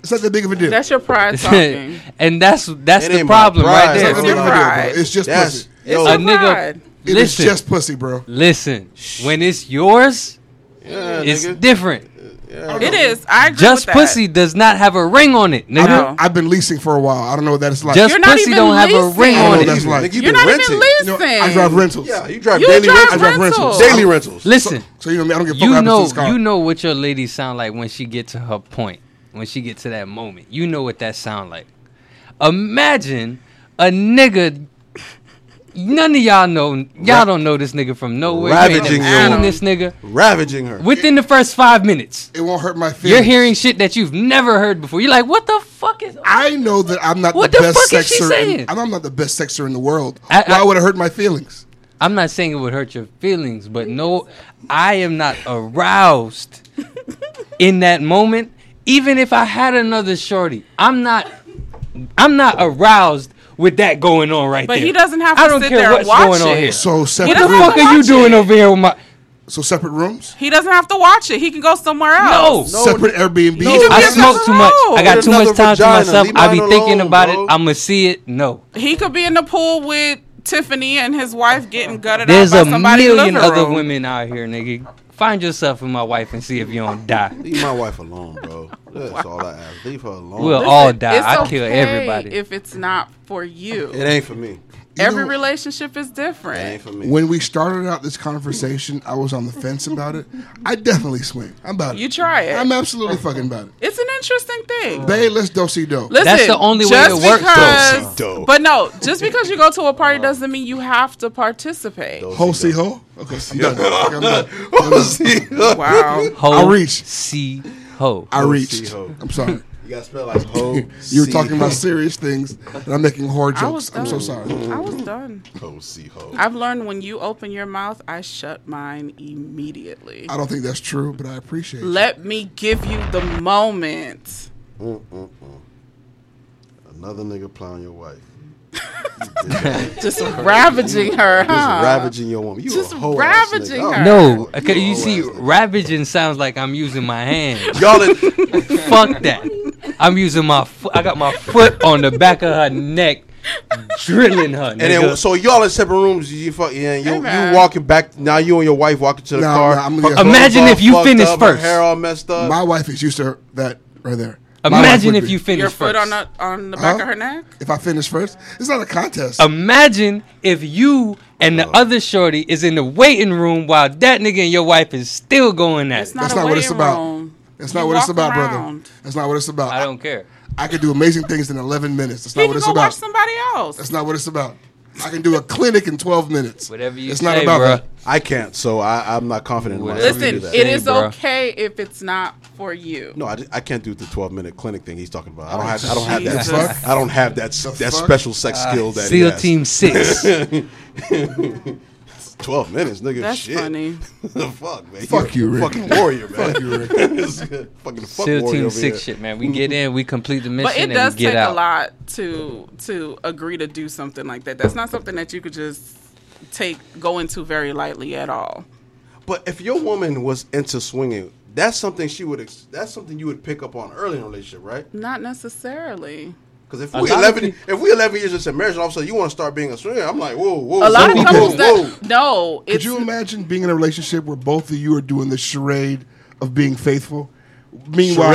S1: It's not that big of a deal.
S2: That's your pride talking.
S3: and that's that's
S8: It
S3: the
S8: ain't my
S3: problem right
S8: pride.
S1: It's
S3: there.
S1: not that
S8: It's
S1: big of a deal, bro.
S2: pride.
S1: It's just
S8: That's
S1: pussy.
S2: It's
S8: yo,
S3: a
S2: your
S3: nigga-
S2: pride.
S1: It is
S3: Listen.
S1: just pussy, bro.
S3: Listen, when it's yours,
S8: yeah,
S3: it's
S8: nigga.
S3: different.
S2: It is. I agree
S3: Just
S2: with that.
S3: pussy does not have a ring on it,
S1: I've
S3: nigga.
S1: been, I've been leasing for a while. I don't know what that is like.
S3: Just
S2: You're not
S3: pussy
S2: even
S3: don't have a
S2: leasing.
S3: ring
S1: I don't know
S3: on
S1: what
S3: it.
S1: that's like.
S8: Nigga, you
S2: You're
S8: been
S2: not
S8: renting.
S2: even
S1: You know,
S2: leasing.
S1: I drive rentals.
S8: Yeah, you drive
S2: You
S8: daily.
S2: drive
S8: rentals.
S1: I drive rentals.
S2: rentals.
S8: Daily rentals.
S3: Listen,
S1: So you know, what I mean? I don't give a fuck
S3: you
S1: what happens
S3: know
S1: to this car.
S3: you know what your lady sound like when she get to her point, when she get to that moment. You know what that sound like. Imagine a nigga. None of y'all know. Y'all don't know this nigga from nowhere. You ain't
S8: Ravaging
S3: never seen
S8: your-
S3: this nigga
S8: Ravaging her.
S3: within the first five minutes.
S1: it won't hurt my feelings.
S3: You're hearing shit that you've never heard before. You're like, what the fuck is?
S1: I know that I'm not
S3: What
S1: the
S3: the
S1: best
S3: fuck is she
S1: sexer. in-
S3: saying?
S1: I know I'm not the best sexer in the world.
S3: I-
S1: Why
S3: I-
S1: would it hurt my feelings?
S3: I'm not saying it would hurt your feelings, but no, I am not aroused in that moment. Even if I had another shorty, I'm not. I'm not aroused with that going on right
S2: But
S3: there.
S2: he doesn't have
S3: I
S2: to
S3: don't
S2: sit
S3: care
S2: there and
S3: what's
S2: watch
S3: going on
S2: it.
S3: here.
S1: So
S3: what
S1: separate.
S3: the
S2: doesn't have
S3: fuck
S2: to
S3: are you
S2: watch
S3: doing
S2: it.
S3: over here with my?
S1: So separate rooms.
S2: He doesn't have to watch it. He can go somewhere else.
S1: separate Airbnb.
S8: No, He
S3: I
S8: Leave
S3: smoke too much. I got
S8: There's
S3: too much
S8: another
S3: time
S8: vagina.
S3: to myself.
S8: Leave
S3: I be
S8: mine
S3: thinking
S8: alone,
S3: about
S8: bro.
S3: it. I'ma see it. No,
S2: He could be in the pool with Tiffany and his wife getting gutted
S3: there's a
S2: out by somebody in the
S3: million
S2: living
S3: other
S2: room.
S3: women out here, nigga. Find yourself and my wife and see if you don't die.
S8: Leave my wife alone, bro. That's all I ask. Leave her alone.
S3: We'll
S2: Listen,
S3: all die.
S2: it's
S3: I kill
S2: okay
S3: everybody.
S2: If it's not for you,
S8: it ain't for me.
S2: every
S1: know-
S2: relationship is
S8: It ain't
S2: different.
S8: for me.
S1: When we started out this conversation, I was on the fence about it. I definitely swing. I'm about it.
S2: You try it.
S1: I'm absolutely fucking about it.
S2: It's an interesting thing.
S1: Babe, let's do see do.
S2: Listen,
S3: That's the only way
S2: just
S3: it works, though.
S2: because-
S8: Dope.
S2: But no, just because you go to a party doesn't mean you have to participate.
S1: Ho see ho. Okay, I'm done. Okay, I'm done. I'm
S8: Oh,
S1: done.
S2: Wow.
S3: Ho,
S1: I reach.
S3: See ho.
S1: I reached.
S8: see ho.
S1: I'm sorry.
S8: You gotta spell like ho.
S1: You were talking about serious things, and I'm making horror
S2: I was
S1: jokes. I'm so sorry.
S2: I was done.
S8: ho see ho.
S2: I've learned when you open your mouth, I shut mine immediately.
S1: I don't think that's true, but I appreciate it.
S2: Let me give you the moment.
S8: Mm, Another nigga plowing your wife.
S2: Just ravaging her,
S8: Just
S2: huh?
S8: ravaging your woman. You
S2: Just
S8: a hoe ass nigga.
S2: ravaging
S8: Oh,
S2: her.
S3: No,
S8: a
S3: okay, you
S8: hoe
S3: see,
S8: ass nigga.
S3: ravaging sounds like I'm using my hand.
S8: Y'all in,
S3: Fuck that. I'm using my foot. I got my foot on the back of her neck, drilling her.
S8: and then
S3: nigga.
S8: so y'all in separate rooms. You fuck, yeah, you,
S2: Hey, man.
S8: you walking back. Now you and your wife walking to the
S1: Nah,
S8: car.
S1: nah, I'm
S8: Her
S1: gonna get-
S8: clothes
S3: Imagine
S8: all
S3: if you
S8: fucked
S3: finish
S8: up, her
S3: first.
S8: Hair all messed up.
S1: My wife is used to that right there. My wife
S3: Uh, Imagine
S1: would
S3: if
S1: be.
S3: you finish
S2: Your foot
S3: first.
S2: on the, on the back
S1: Huh?
S2: of her neck?
S1: If I finish first, it's not a contest.
S3: Um, Imagine if you and the other shorty is in the waiting room while that nigga and your wife is still going at
S2: It's
S3: it.
S2: not
S1: That's
S2: a
S1: not what it's
S2: waiting
S1: about.
S2: room.
S1: That's
S2: You
S1: not what it's
S2: walk
S1: about, brother.
S2: around.
S1: That's not what it's about.
S3: I don't care.
S1: I can do amazing things in 11 minutes. That's
S2: He
S1: not
S2: can
S1: what it's
S2: go
S1: about.
S2: watch somebody else.
S1: That's not what it's about. I can do a clinic in 12 minutes.
S3: Whatever you
S1: it's
S3: say,
S1: not about
S3: bruh.
S1: that.
S8: I can't, so I, I'm not confident. in myself to
S2: Listen,
S8: do that.
S2: it
S3: Hey,
S2: is
S3: bruh.
S2: okay if it's not for you.
S8: No, I, ju- I can't do the twelve minute clinic thing he's talking about. I
S2: Oh,
S8: don't have I don't have that
S2: Jesus. The
S1: fuck?
S8: I don't have that s-
S1: The
S8: that
S1: fuck?
S8: special sex skill that he
S3: Ah, Seal
S8: has.
S3: Team Six.
S8: Twelve minutes, nigga.
S2: That's
S8: shit.
S2: funny.
S8: the fuck, man.
S1: Fuck
S8: You're
S1: you,
S8: a
S1: Rick.
S8: Fucking warrior, man. fuck you, Rick. fucking fuck
S3: Seal
S8: warrior
S3: Team
S8: over
S3: Six
S8: here.
S3: shit, man. We get in, we complete the mission,
S2: But it
S3: and
S2: does
S3: we get
S2: take
S3: out.
S2: a lot to to agree to do something like that. That's not something that you could just take go into very lightly at all.
S8: But if your woman was into swinging, that's something she would. Ex- that's something you would pick up on early in a relationship, right?
S2: Not necessarily.
S8: Because if
S3: A
S8: we
S3: lot of
S8: eleven,
S3: peop-
S8: if we eleven years into marriage, and all of a sudden you want to start being a swinger, I'm like, whoa, whoa.
S2: A lot
S8: whoa,
S2: of
S8: whoa,
S2: couples
S8: whoa.
S2: that no,
S1: Could
S2: it's
S1: you imagine being in a relationship where both of you are doing the charade of being faithful? Meanwhile,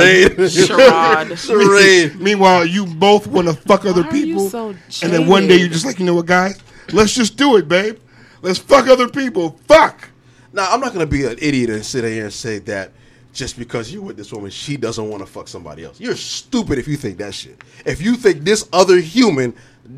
S2: Charade.
S8: Charade. Charade.
S1: Meanwhile, you both want to fuck other
S2: Why are you
S1: people,
S2: so
S1: and then one day
S2: jaded?
S1: you're just like, you know what, guys? Let's just do it, babe. Let's fuck other people. Fuck.
S8: Now I'm not gonna be an idiot and sit here and say that just because you're with this woman, she doesn't want to fuck somebody else. You're stupid if you think that shit. If you think this other human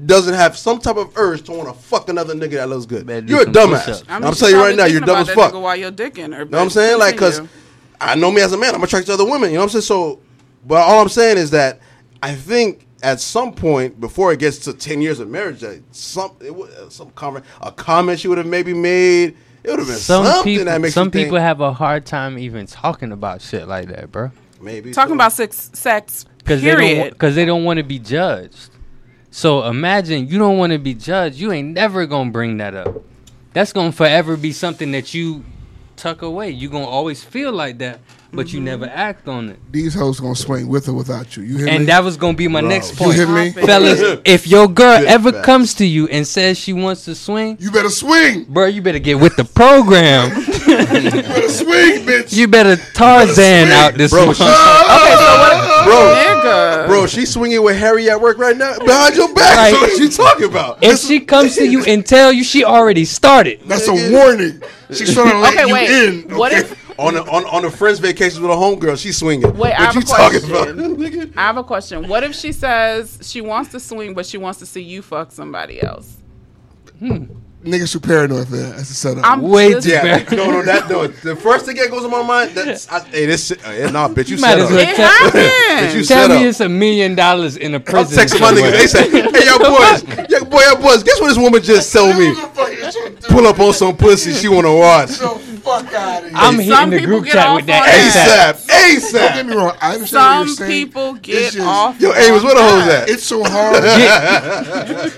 S8: doesn't have some type of urge to want to fuck another nigga that looks good,
S3: Better do
S8: you're a
S3: some
S8: dumbass.
S3: push-ups.
S8: I'm,
S2: just
S8: telling you right
S2: probably
S8: now, you're
S2: thinking
S8: dumb
S2: about
S8: as
S2: that
S8: fuck.
S2: nigga While you're dicking, or
S8: know what I'm saying? Like, because
S2: continue.
S8: I know me as a man, I'm attracted to other women. You know what I'm saying? So, but all I'm saying is that I think at some point before it gets to 10 years of marriage, that some it, wa- some comment, a comment she would have maybe made, it would have been
S3: Some
S8: something
S3: people,
S8: that makes
S3: some
S8: you think,
S3: people have a hard time even talking about shit like that, bro.
S8: maybe
S2: talking
S8: so.
S2: about sex, sex
S3: because they don't
S2: period.
S3: because they don't want to be judged. So imagine you don't want to be judged. You ain't never gonna bring that up. That's gonna forever be something that you tuck away. You gonna always feel like that, but you never
S2: Mm-hmm.
S3: act on it.
S1: These hoes gonna swing with or without you. You hear me?
S3: And that was gonna be my next
S1: you
S3: point,
S1: hear me?
S2: Stop it.
S3: fellas. If your girl
S8: Good
S3: ever
S8: facts.
S3: comes to you and says she wants to swing,
S1: You better swing.
S3: bro, you better get with the program.
S1: You better swing, bitch.
S3: you better Tarzan out this
S8: Bro,
S3: one.
S8: she-
S2: Nigga.
S8: bro, bro, she's swinging with Harry at work right now behind your back.
S3: Right.
S8: So what you talking about?
S3: If she comes to you and tell you she already started,
S1: That's a warning. She's trying to let
S2: Okay,
S1: you
S2: wait.
S1: in.
S2: What
S1: okay?
S2: if
S8: on a, on on a friend's vacation with a homegirl, she's swinging.
S2: Wait,
S8: what
S2: I have
S8: you
S2: a
S8: talking about?
S2: question.
S8: Nigga.
S2: I have a question. What if she says she wants to swing, but she wants to see you fuck somebody else?
S1: niggas too paranoid for that? That's a setup.
S2: I'm
S3: Way
S2: just,
S3: too
S8: Yeah,
S3: bad.
S8: no, no, that no. The first thing that goes in my mind, that's I, hey, this shit, hey, nah, bitch, you,
S3: You
S8: set
S3: might
S8: up.
S3: as
S2: It
S3: well
S8: Bitch,
S3: tell-
S8: you
S2: happens.
S8: set
S3: Tell
S8: up.
S3: me it's a million dollars in a
S8: I'm
S3: prison.
S8: texting my niggas. They say, "Hey, yo, boys, yo, boy, yo, boys, guess what this woman just sold me? Pull up on some pussy she want to watch
S1: fuck out of here.
S3: I'm
S2: Some
S3: hitting the
S2: people
S3: group
S2: get
S3: chat
S2: off
S3: with that
S8: ASAP, ASAP."
S1: Don't get me wrong. I understand what
S2: Some
S1: you're saying.
S2: people
S1: It's
S2: get
S1: just-
S2: off.
S8: Yo, Amos, where the hoes at?
S1: It's so hard.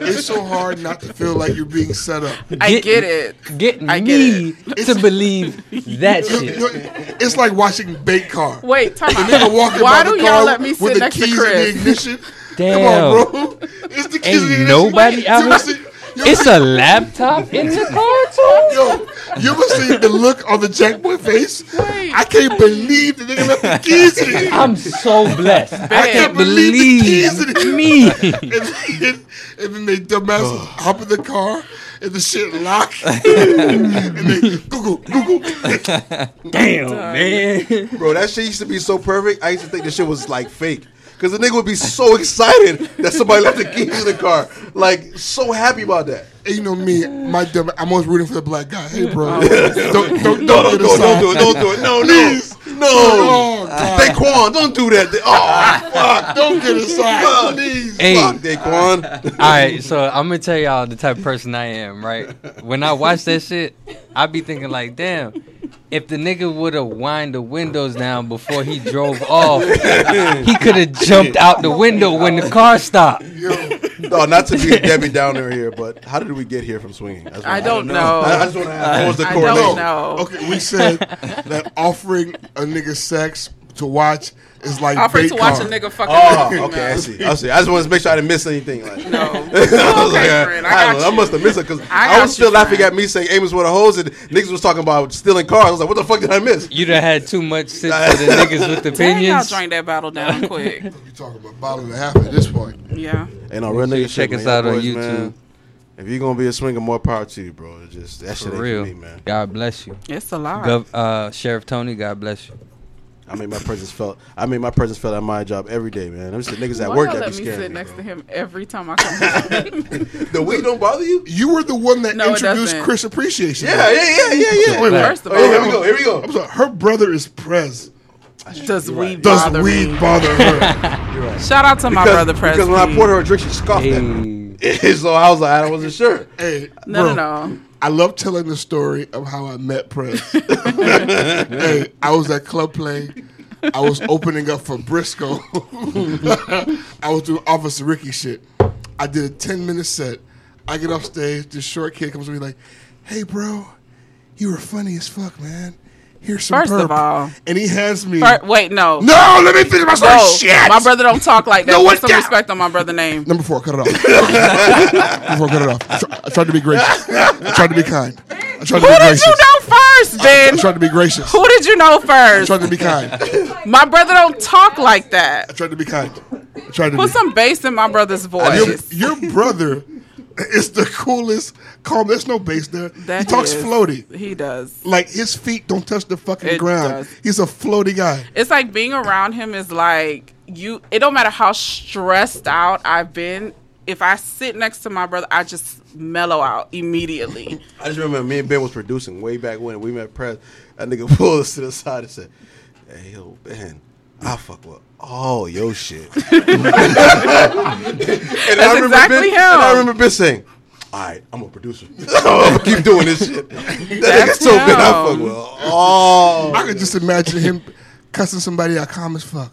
S1: it's so hard not to feel like you're being set up.
S2: I
S3: Get-
S2: get it.
S3: ASAP. Get
S2: I get
S3: me to believe that
S1: You're-
S3: shit.
S1: you're- it's like watching bait car.
S2: Wait, time
S1: Nigga
S2: out.
S1: walking
S2: Why
S1: by
S2: do
S1: the
S2: y'all
S1: car
S2: let me
S1: with
S2: sit
S1: the
S2: next to
S1: keys in the
S2: Chris?
S1: ignition?
S3: Damn.
S1: Come on, bro. It's the keys in the ignition.
S3: Ain't nobody out here.
S1: Seriously, you ever
S3: It's a laptop in the car too.
S1: Yo, you ever seen the look on the jackboy face?
S2: Wait.
S1: I can't believe the nigga left the keys in here.
S3: I'm so blessed. I can't
S1: believe
S3: believe
S1: the keys in
S3: me.
S1: And then, and then they dumbass hop in the car and the shit lock. and they Google, Google.
S3: Damn, man.
S8: Bro, that shit used to be so perfect. I used to think this shit was like fake. Cause the nigga would be so excited that somebody left the keys in the car, like so happy about that.
S1: And you know me, my dumb. I'm always rooting for the black guy. Hey,
S2: Oh,
S1: bro, don't don't don't,
S8: No, no,
S1: get
S8: no, don't
S1: aside.
S8: do it, don't do it, no,
S1: Please.
S8: no, no.
S1: Oh, God.
S8: Daquan, don't do that. Oh, fuck,
S1: Ah. Don't get aside. Please.
S3: Hey,
S8: fuck,
S3: all
S8: Daquan.
S3: right. So I'm gonna tell y'all the type of person I am. Right. When I watch that shit, I be thinking like, damn. If the nigga would have wind the windows down before he drove off, he could have jumped out the window when the car stopped.
S8: No, not to be a Debbie Downer here, but how did we get here from swinging? That's what
S2: I don't
S8: I, I
S2: know.
S8: just want to ask. What was the
S2: I
S8: correlation?
S2: don't know.
S1: Okay, we said that offering a nigga sex to watch is like
S2: Offer
S1: bait
S2: to watch a
S1: card.
S2: nigga fucking.
S8: Oh, okay, I see. I see. I just want to make sure I didn't miss anything. Like,
S2: No.
S8: I was
S2: Okay,
S8: like,
S2: friend,
S8: I,
S2: I got
S8: don't know, I
S2: you.
S8: must have missed it because
S2: I
S8: I,
S2: got
S8: was still
S2: you,
S8: laughing
S2: friend.
S8: at me saying Amos with a hose and niggas was talking about stealing cars. I was like, what the fuck did I miss?
S3: You'd have had too much sense for the niggas with
S2: Dang, y'all
S3: opinions.
S2: drank that bottle down quick.
S1: You talking about bottle and a half at this point?
S2: Yeah.
S8: Ain't no real
S3: Make sure you
S8: nigga
S3: check
S8: shit,
S3: us
S8: man. Y'all
S3: out on
S8: boys,
S3: YouTube.
S8: man, If you're gonna be a swinger, more power to you, bro. It's just that shit
S3: For
S8: ain't
S3: real.
S8: for me, man.
S3: God bless you.
S2: It's a lot.
S3: Gov, uh, Sheriff Tony, God bless you.
S8: I made my presence felt. I made my presence felt at my job every day, man. I'm just the niggas at
S2: Why
S8: work
S2: y'all
S8: that
S2: let
S8: be
S2: me sit
S8: scared.
S2: next to him every time I come? home?
S8: The weed don't bother you?
S1: You were the one that
S2: No, it
S1: introduced
S2: doesn't.
S1: Chris Appreciation.
S8: Yeah, yeah, yeah, yeah, yeah.
S1: Wait, wait.
S2: First of
S8: Oh, yeah, here we
S2: all,
S8: go. Here we go.
S1: I'm sorry, her brother is Prez.
S2: does weed
S1: Does
S2: bother
S1: weed
S2: me?
S1: bother her?
S2: Shout out to my brother, Presley.
S8: because when I poured her a drink, she scoffed at me.
S3: Hey.
S8: so I was like, I wasn't sure.
S1: hey,
S2: No,
S1: bro,
S2: no, no.
S1: I love telling the story of how I met Prez. hey, I was at club play. I was opening up for Briscoe. I was doing Officer Ricky shit. I did a 10 minute set. I get off stage. This short kid comes to me like, hey, bro, you were funny as fuck, man. here's some
S2: First of
S1: burp.
S2: all-
S1: and he has me.
S2: Fir- wait, no.
S1: No, let me finish my story.
S2: Bro,
S1: Shit.
S2: My brother don't talk like that.
S1: No
S2: No
S1: one
S2: Put some
S1: ca-
S2: respect on my brother name.
S1: Number four, cut it off. Number four, cut it off. I, tr- I tried to be gracious. I tried to be kind. I tried
S2: Who
S1: to be
S2: did
S1: gracious.
S2: you know first, Ben?
S1: I tried to be gracious.
S2: Who did you know
S1: I
S2: first?
S1: tried to be kind. I
S2: My brother don't talk like that.
S1: tried to be kind. I tried to
S2: Put
S1: be.
S2: some bass in my brother's
S1: Your,
S2: voice.
S1: your brother is the coolest. Calm. There's no bass there. he
S2: That
S1: talks
S2: is-
S1: floaty.
S2: He does.
S1: Like his feet don't touch the fucking
S2: It
S1: ground.
S2: does.
S1: He's a floaty guy.
S2: It's like being around him is like you. It don't matter how stressed out I've been. If I sit next to my brother, I just mellow out immediately.
S8: I just remember me and Ben was producing way back when we met Press. That nigga pulled us to the side and said, "Hey, yo, Ben, I fuck with all your shit." and
S2: That's exactly
S8: ben,
S2: him.
S8: And I remember Ben saying, "All right, I'm a producer. I'm gonna keep doing this shit." That
S2: That's
S8: nigga told Ben, "I
S2: him.
S8: fuck with all."
S1: I could just imagine him cussing somebody out calm as fuck.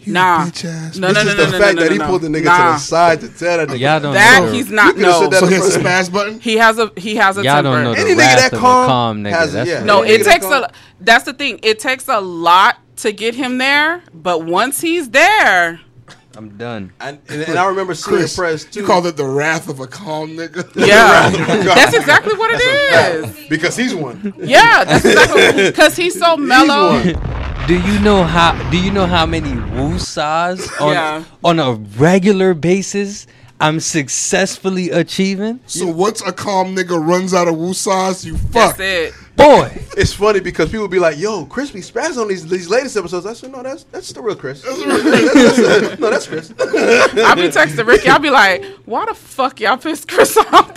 S1: You
S2: Nah.
S1: bitch ass.
S2: No,
S1: bitch.
S2: no,
S8: Just the
S2: no,
S8: fact
S2: no,
S8: that
S2: no,
S8: he
S2: no.
S8: pulled the nigga to
S2: Nah.
S8: the side to tell that nigga
S3: Y'all don't
S2: That
S3: know.
S2: he's
S8: Oh, You
S2: not
S8: could've
S2: no.
S8: said that
S1: So
S8: in
S1: he has a
S8: person.
S1: smash button.
S2: He has a he has a
S3: Y'all
S2: temper.
S3: don't know the
S8: Any nigga
S3: wrath
S8: that
S3: of a
S8: calm
S3: calm nigga.
S8: has-
S3: That's
S8: yeah.
S3: what
S2: No,
S3: it
S8: Yeah,
S2: it
S8: they
S2: takes
S8: call-
S2: a. That's the thing. It takes a lot to get him there, but once he's there,
S3: is. I'm done.
S8: And, and, and I remember seeing
S1: Chris,
S8: Press too.
S1: You called it the wrath of a calm nigga.
S2: yeah, that's exactly what it is.
S8: because he's one.
S2: Yeah, that's exactly because he's so mellow.
S8: He's one.
S3: Do you know how? Do you know how many woosahs on
S2: Yeah.
S3: on a regular basis I'm successfully achieving?
S1: So once a calm nigga runs out of woosahs, you fuck.
S2: That's it.
S3: Boy,
S8: It's funny because people be like, "Yo, Chris be spazzing on these, these latest episodes." I said, "No, that's that's the real Chris. no, that's Chris."
S2: I'll be texting Ricky. I'll be like, "Why the fuck y'all pissed Chris off?"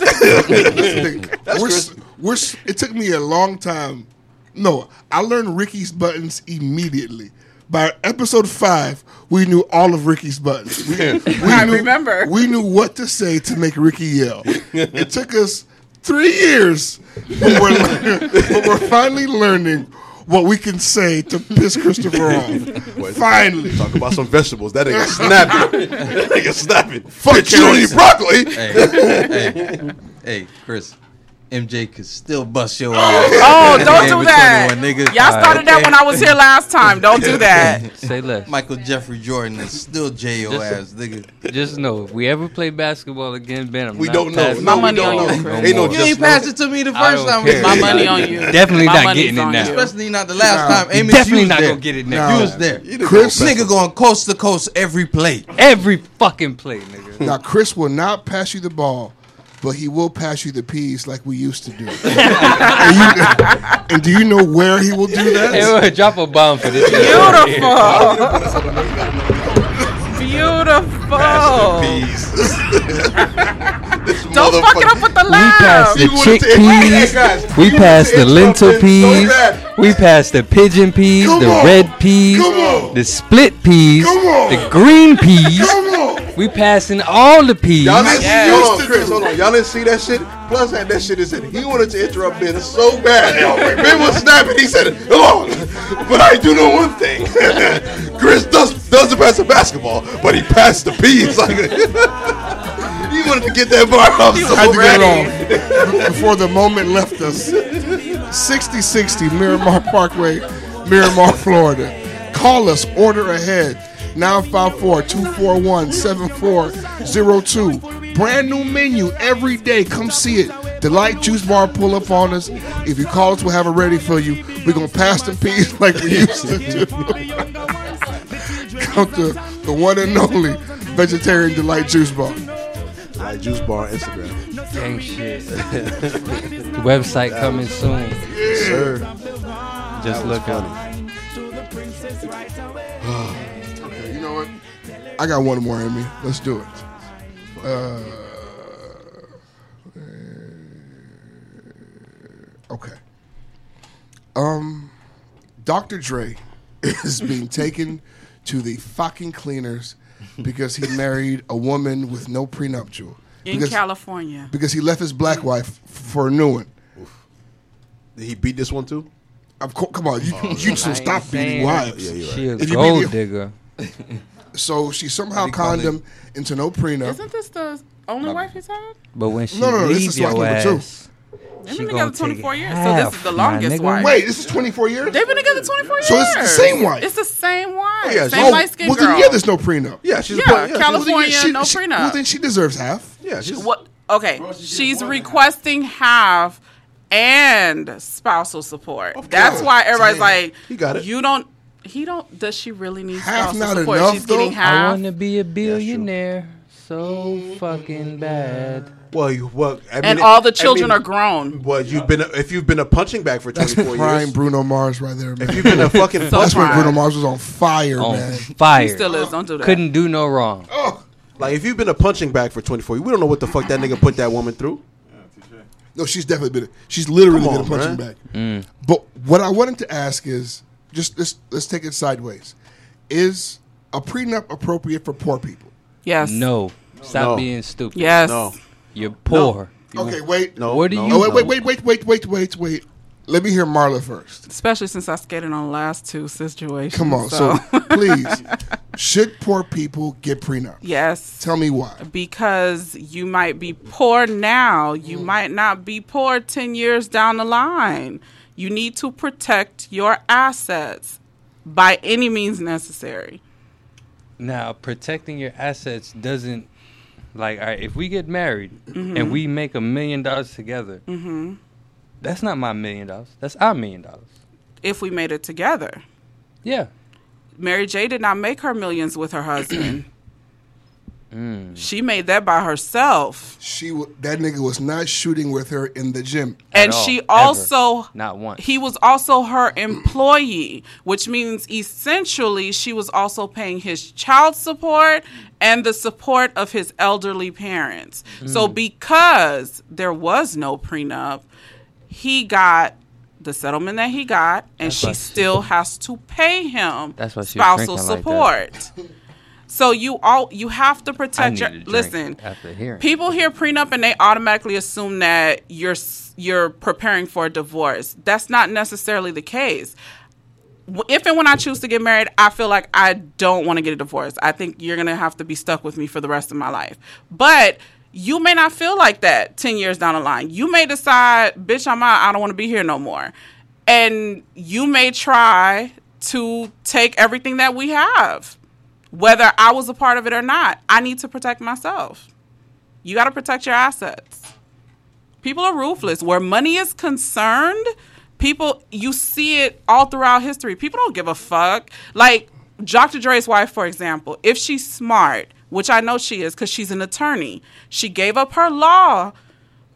S1: We're s-
S8: Chris.
S1: we're s- it took me a long time. No, I learned Ricky's buttons immediately. By episode five, we knew all of Ricky's buttons. We, we
S2: I remember.
S1: We knew what to say to make Ricky yell. It took us three years, but we're, lear- but we're finally learning what we can say to piss Christopher off. Finally.
S8: Talk about some vegetables. That nigga snapping. that nigga snapping.
S1: Fuck
S8: you don't eat
S1: carrots.
S8: broccoli.
S6: hey, hey, hey, Chris. MJ could still bust your ass.
S2: Oh,
S6: That
S2: don't
S6: game
S2: do
S6: with
S2: that.
S6: 21 niggas. uh,
S2: Y'all started that
S6: Okay.
S2: when I was here last time. Don't do that.
S3: say less.
S6: Michael Jeffrey Jordan is still J O ass, nigga.
S3: Just know if we ever play basketball again, Ben, I'm
S8: We
S3: not
S8: don't know.
S3: passing
S8: No,
S3: it
S8: we
S2: money
S8: don't
S2: on
S8: know.
S2: you, Chris.
S8: Ain't no
S3: more.
S6: You ain't
S8: just
S6: passed it to me the
S3: I
S6: first
S3: don't
S6: time.
S3: care.
S2: My money on you.
S3: Definitely
S2: My
S3: not
S2: money's
S3: getting it
S2: on
S3: now.
S2: you.
S6: Especially not the last time. Amos, you
S3: Definitely
S6: was
S3: not
S6: there.
S3: gonna get it
S1: No.
S3: now.
S6: You was there.
S8: You done
S1: Chris-
S8: go
S6: Nigga going coast to coast every play.
S3: Every fucking play, nigga.
S1: Now, Chris will not pass you the ball, but he will pass you the peas like we used to do. and, you- and do you know where he will do that?
S3: Hey, wait, drop a bomb for this. shit.
S2: Beautiful. Beautiful. Don't fuck it up with the
S3: We passed
S2: laugh.
S3: the
S8: You wanted to interrupt- Hey, guys,
S3: chickpeas. We
S8: you
S3: passed the
S8: wanted to
S3: lentil
S8: interrupt it so
S3: peas.
S8: bad.
S3: We passed the pigeon peas,
S1: Come
S3: the
S1: on.
S3: red peas,
S1: Come on.
S3: the split peas,
S1: Come on.
S3: the green peas.
S1: Come on.
S3: We passing all the peas.
S8: Y'all didn't
S2: Yeah.
S8: see, hold on, Chris, hold on. Y'all didn't see that shit. Plus, that, that shit is in. He wanted to interrupt Ben so bad. ben was snapping. He said, "Come on," but I do know one thing. Chris does doesn't pass the basketball, but he passed the peas. Like he wanted to get that bar off. So
S1: I had to get
S8: bad.
S1: it on before the moment left us. 6060 Miramar Parkway, Miramar, Florida. Call us, order ahead. 954 241 7402. Brand new menu every day. Come see it. Delight Juice Bar pull up on us. If you call us, we'll have it ready for you. We're going to pass them peas like we used to do. Come to the one and only Vegetarian Delight Juice Bar.
S8: Like Juice Bar on Instagram.
S3: Gang shit. the website coming soon.
S8: Sir,
S3: Just look up.
S1: You know what? I got one more in me. Let's do it. Uh, okay. Um, Dr. Dre is being taken to the fucking cleaners because he married a woman with no prenuptial.
S2: In
S1: because,
S2: California.
S1: because he left his black wife f- for a new one.
S8: did he beat this one too?
S1: Of course, come on, you, you
S3: I
S1: so
S3: ain't
S1: stop beating
S3: saying-
S1: wives.
S8: Oh, Yeah, you're right.
S3: She a
S1: If you
S3: gold
S1: be-
S3: digger.
S1: So she somehow
S6: What do you call
S1: conned him into no prenup.
S2: Isn't this the only wife he's had?
S3: But when she
S1: No, no, no, this
S3: leave
S1: is Swahili
S3: your
S1: too.
S3: ass,
S2: They've
S1: She
S2: been
S1: gonna
S2: together
S1: take
S2: 24 years, so this is
S1: half,
S2: the
S1: my
S2: longest
S1: nigga.
S2: wife.
S1: Wait, this is 24 years?
S2: They've been together 24 years.
S1: So it's the same wife.
S2: It's the same wife.
S1: Oh, yeah,
S2: same
S1: oh,
S2: light skinned
S1: well,
S2: girl.
S1: then, yeah, there's no prenup.
S2: Yeah, she's a Yeah, part- yeah, she's- California,
S1: Well, then,
S2: no
S1: she-
S2: prenup.
S1: Well, then she deserves half. Yeah,
S2: What? Okay, she's requesting half and spousal support. That's
S1: course.
S2: why everybody's
S1: Damn.
S2: like,
S1: He got it.
S2: You don't. He don't. Does she really need
S1: Half
S2: spousal
S1: not
S2: support?
S1: enough,
S2: she's
S1: though?
S2: getting
S3: I
S2: half.
S3: want to be a billionaire so fucking bad.
S8: Well, you well, I mean,
S2: And
S8: it-
S2: all the
S8: I
S2: children
S8: mean,
S2: are grown.
S8: Well, you've been a, if you've been a punching bag for twenty four
S1: Prime
S8: years.
S1: Bruno Mars right there, man.
S8: you've been a fucking- So
S1: That's when
S8: prime.
S1: Bruno Mars was on fire,
S8: On
S1: man.
S3: Fire.
S2: He still is. Don't do that. Oh.
S3: Couldn't do no wrong.
S8: Like if you've been a punching bag for twenty four, we don't know what the fuck that nigga put that woman through.
S1: No, she's definitely been. She's literally
S8: Come
S1: been a
S8: on,
S1: punching
S8: man.
S1: bag. But what I wanted to ask is, just let's let's take it sideways. Is a prenup appropriate for poor people?
S2: Yes.
S3: No. Stop
S8: No.
S3: being stupid.
S2: Yes. No.
S3: You're poor.
S1: Okay, wait.
S8: No,
S3: What do
S8: no.
S3: you
S1: Oh, wait, wait,
S3: know?
S1: wait, wait, wait, wait, wait, wait. Let me hear Marla first.
S2: Especially since I skated on the last two situations.
S1: Come on. So, please, should poor people get prenup?
S2: Yes.
S1: Tell me why.
S2: because you might be poor now. You might not be poor 10 years down the line. You need to protect your assets by any means necessary.
S3: Now, protecting your assets doesn't like all right, if we get married
S2: Mm-hmm.
S3: and we make a million dollars together,
S2: hmm
S3: that's not my million dollars. That's our million dollars.
S2: If we made it together,
S3: Yeah.
S2: Mary J did not make her millions with her husband.
S3: Mm.
S2: she made that by herself.
S1: She w- that nigga was not shooting with her in the gym,
S2: And she also
S3: Not once.
S2: He was also her employee, which means essentially she was also paying his child support and the support of his elderly parents. So
S10: Mm.
S2: because there was no prenup, he got the settlement that he got, and
S3: That's
S2: she
S3: why she-
S2: still has to pay him
S3: That's why she was
S2: spousal
S3: drinking like
S2: support.
S3: that.
S2: so you all you have to
S3: I
S2: protect
S3: need
S2: your
S3: a drink
S2: listen.
S3: after hearing.
S2: People hear prenup and they automatically assume that you're s- you're preparing for a divorce. That's not necessarily the case. W- If and when I choose to get married, I feel like I don't want to get a divorce. I think you're going to have to be stuck with me for the rest of my life. But you may not feel like that 10 years down the line. You may decide, bitch, I'm out. I don't want to be here no more. And you may try to take everything that we have, whether I was a part of it or not. I need to protect myself. You got to protect your assets. People are ruthless. Where money is concerned, people, you see it all throughout history. People don't give a fuck. Like Dr. Dre's wife, for example, if she's smart, which I know she is because she's an attorney, she gave up her law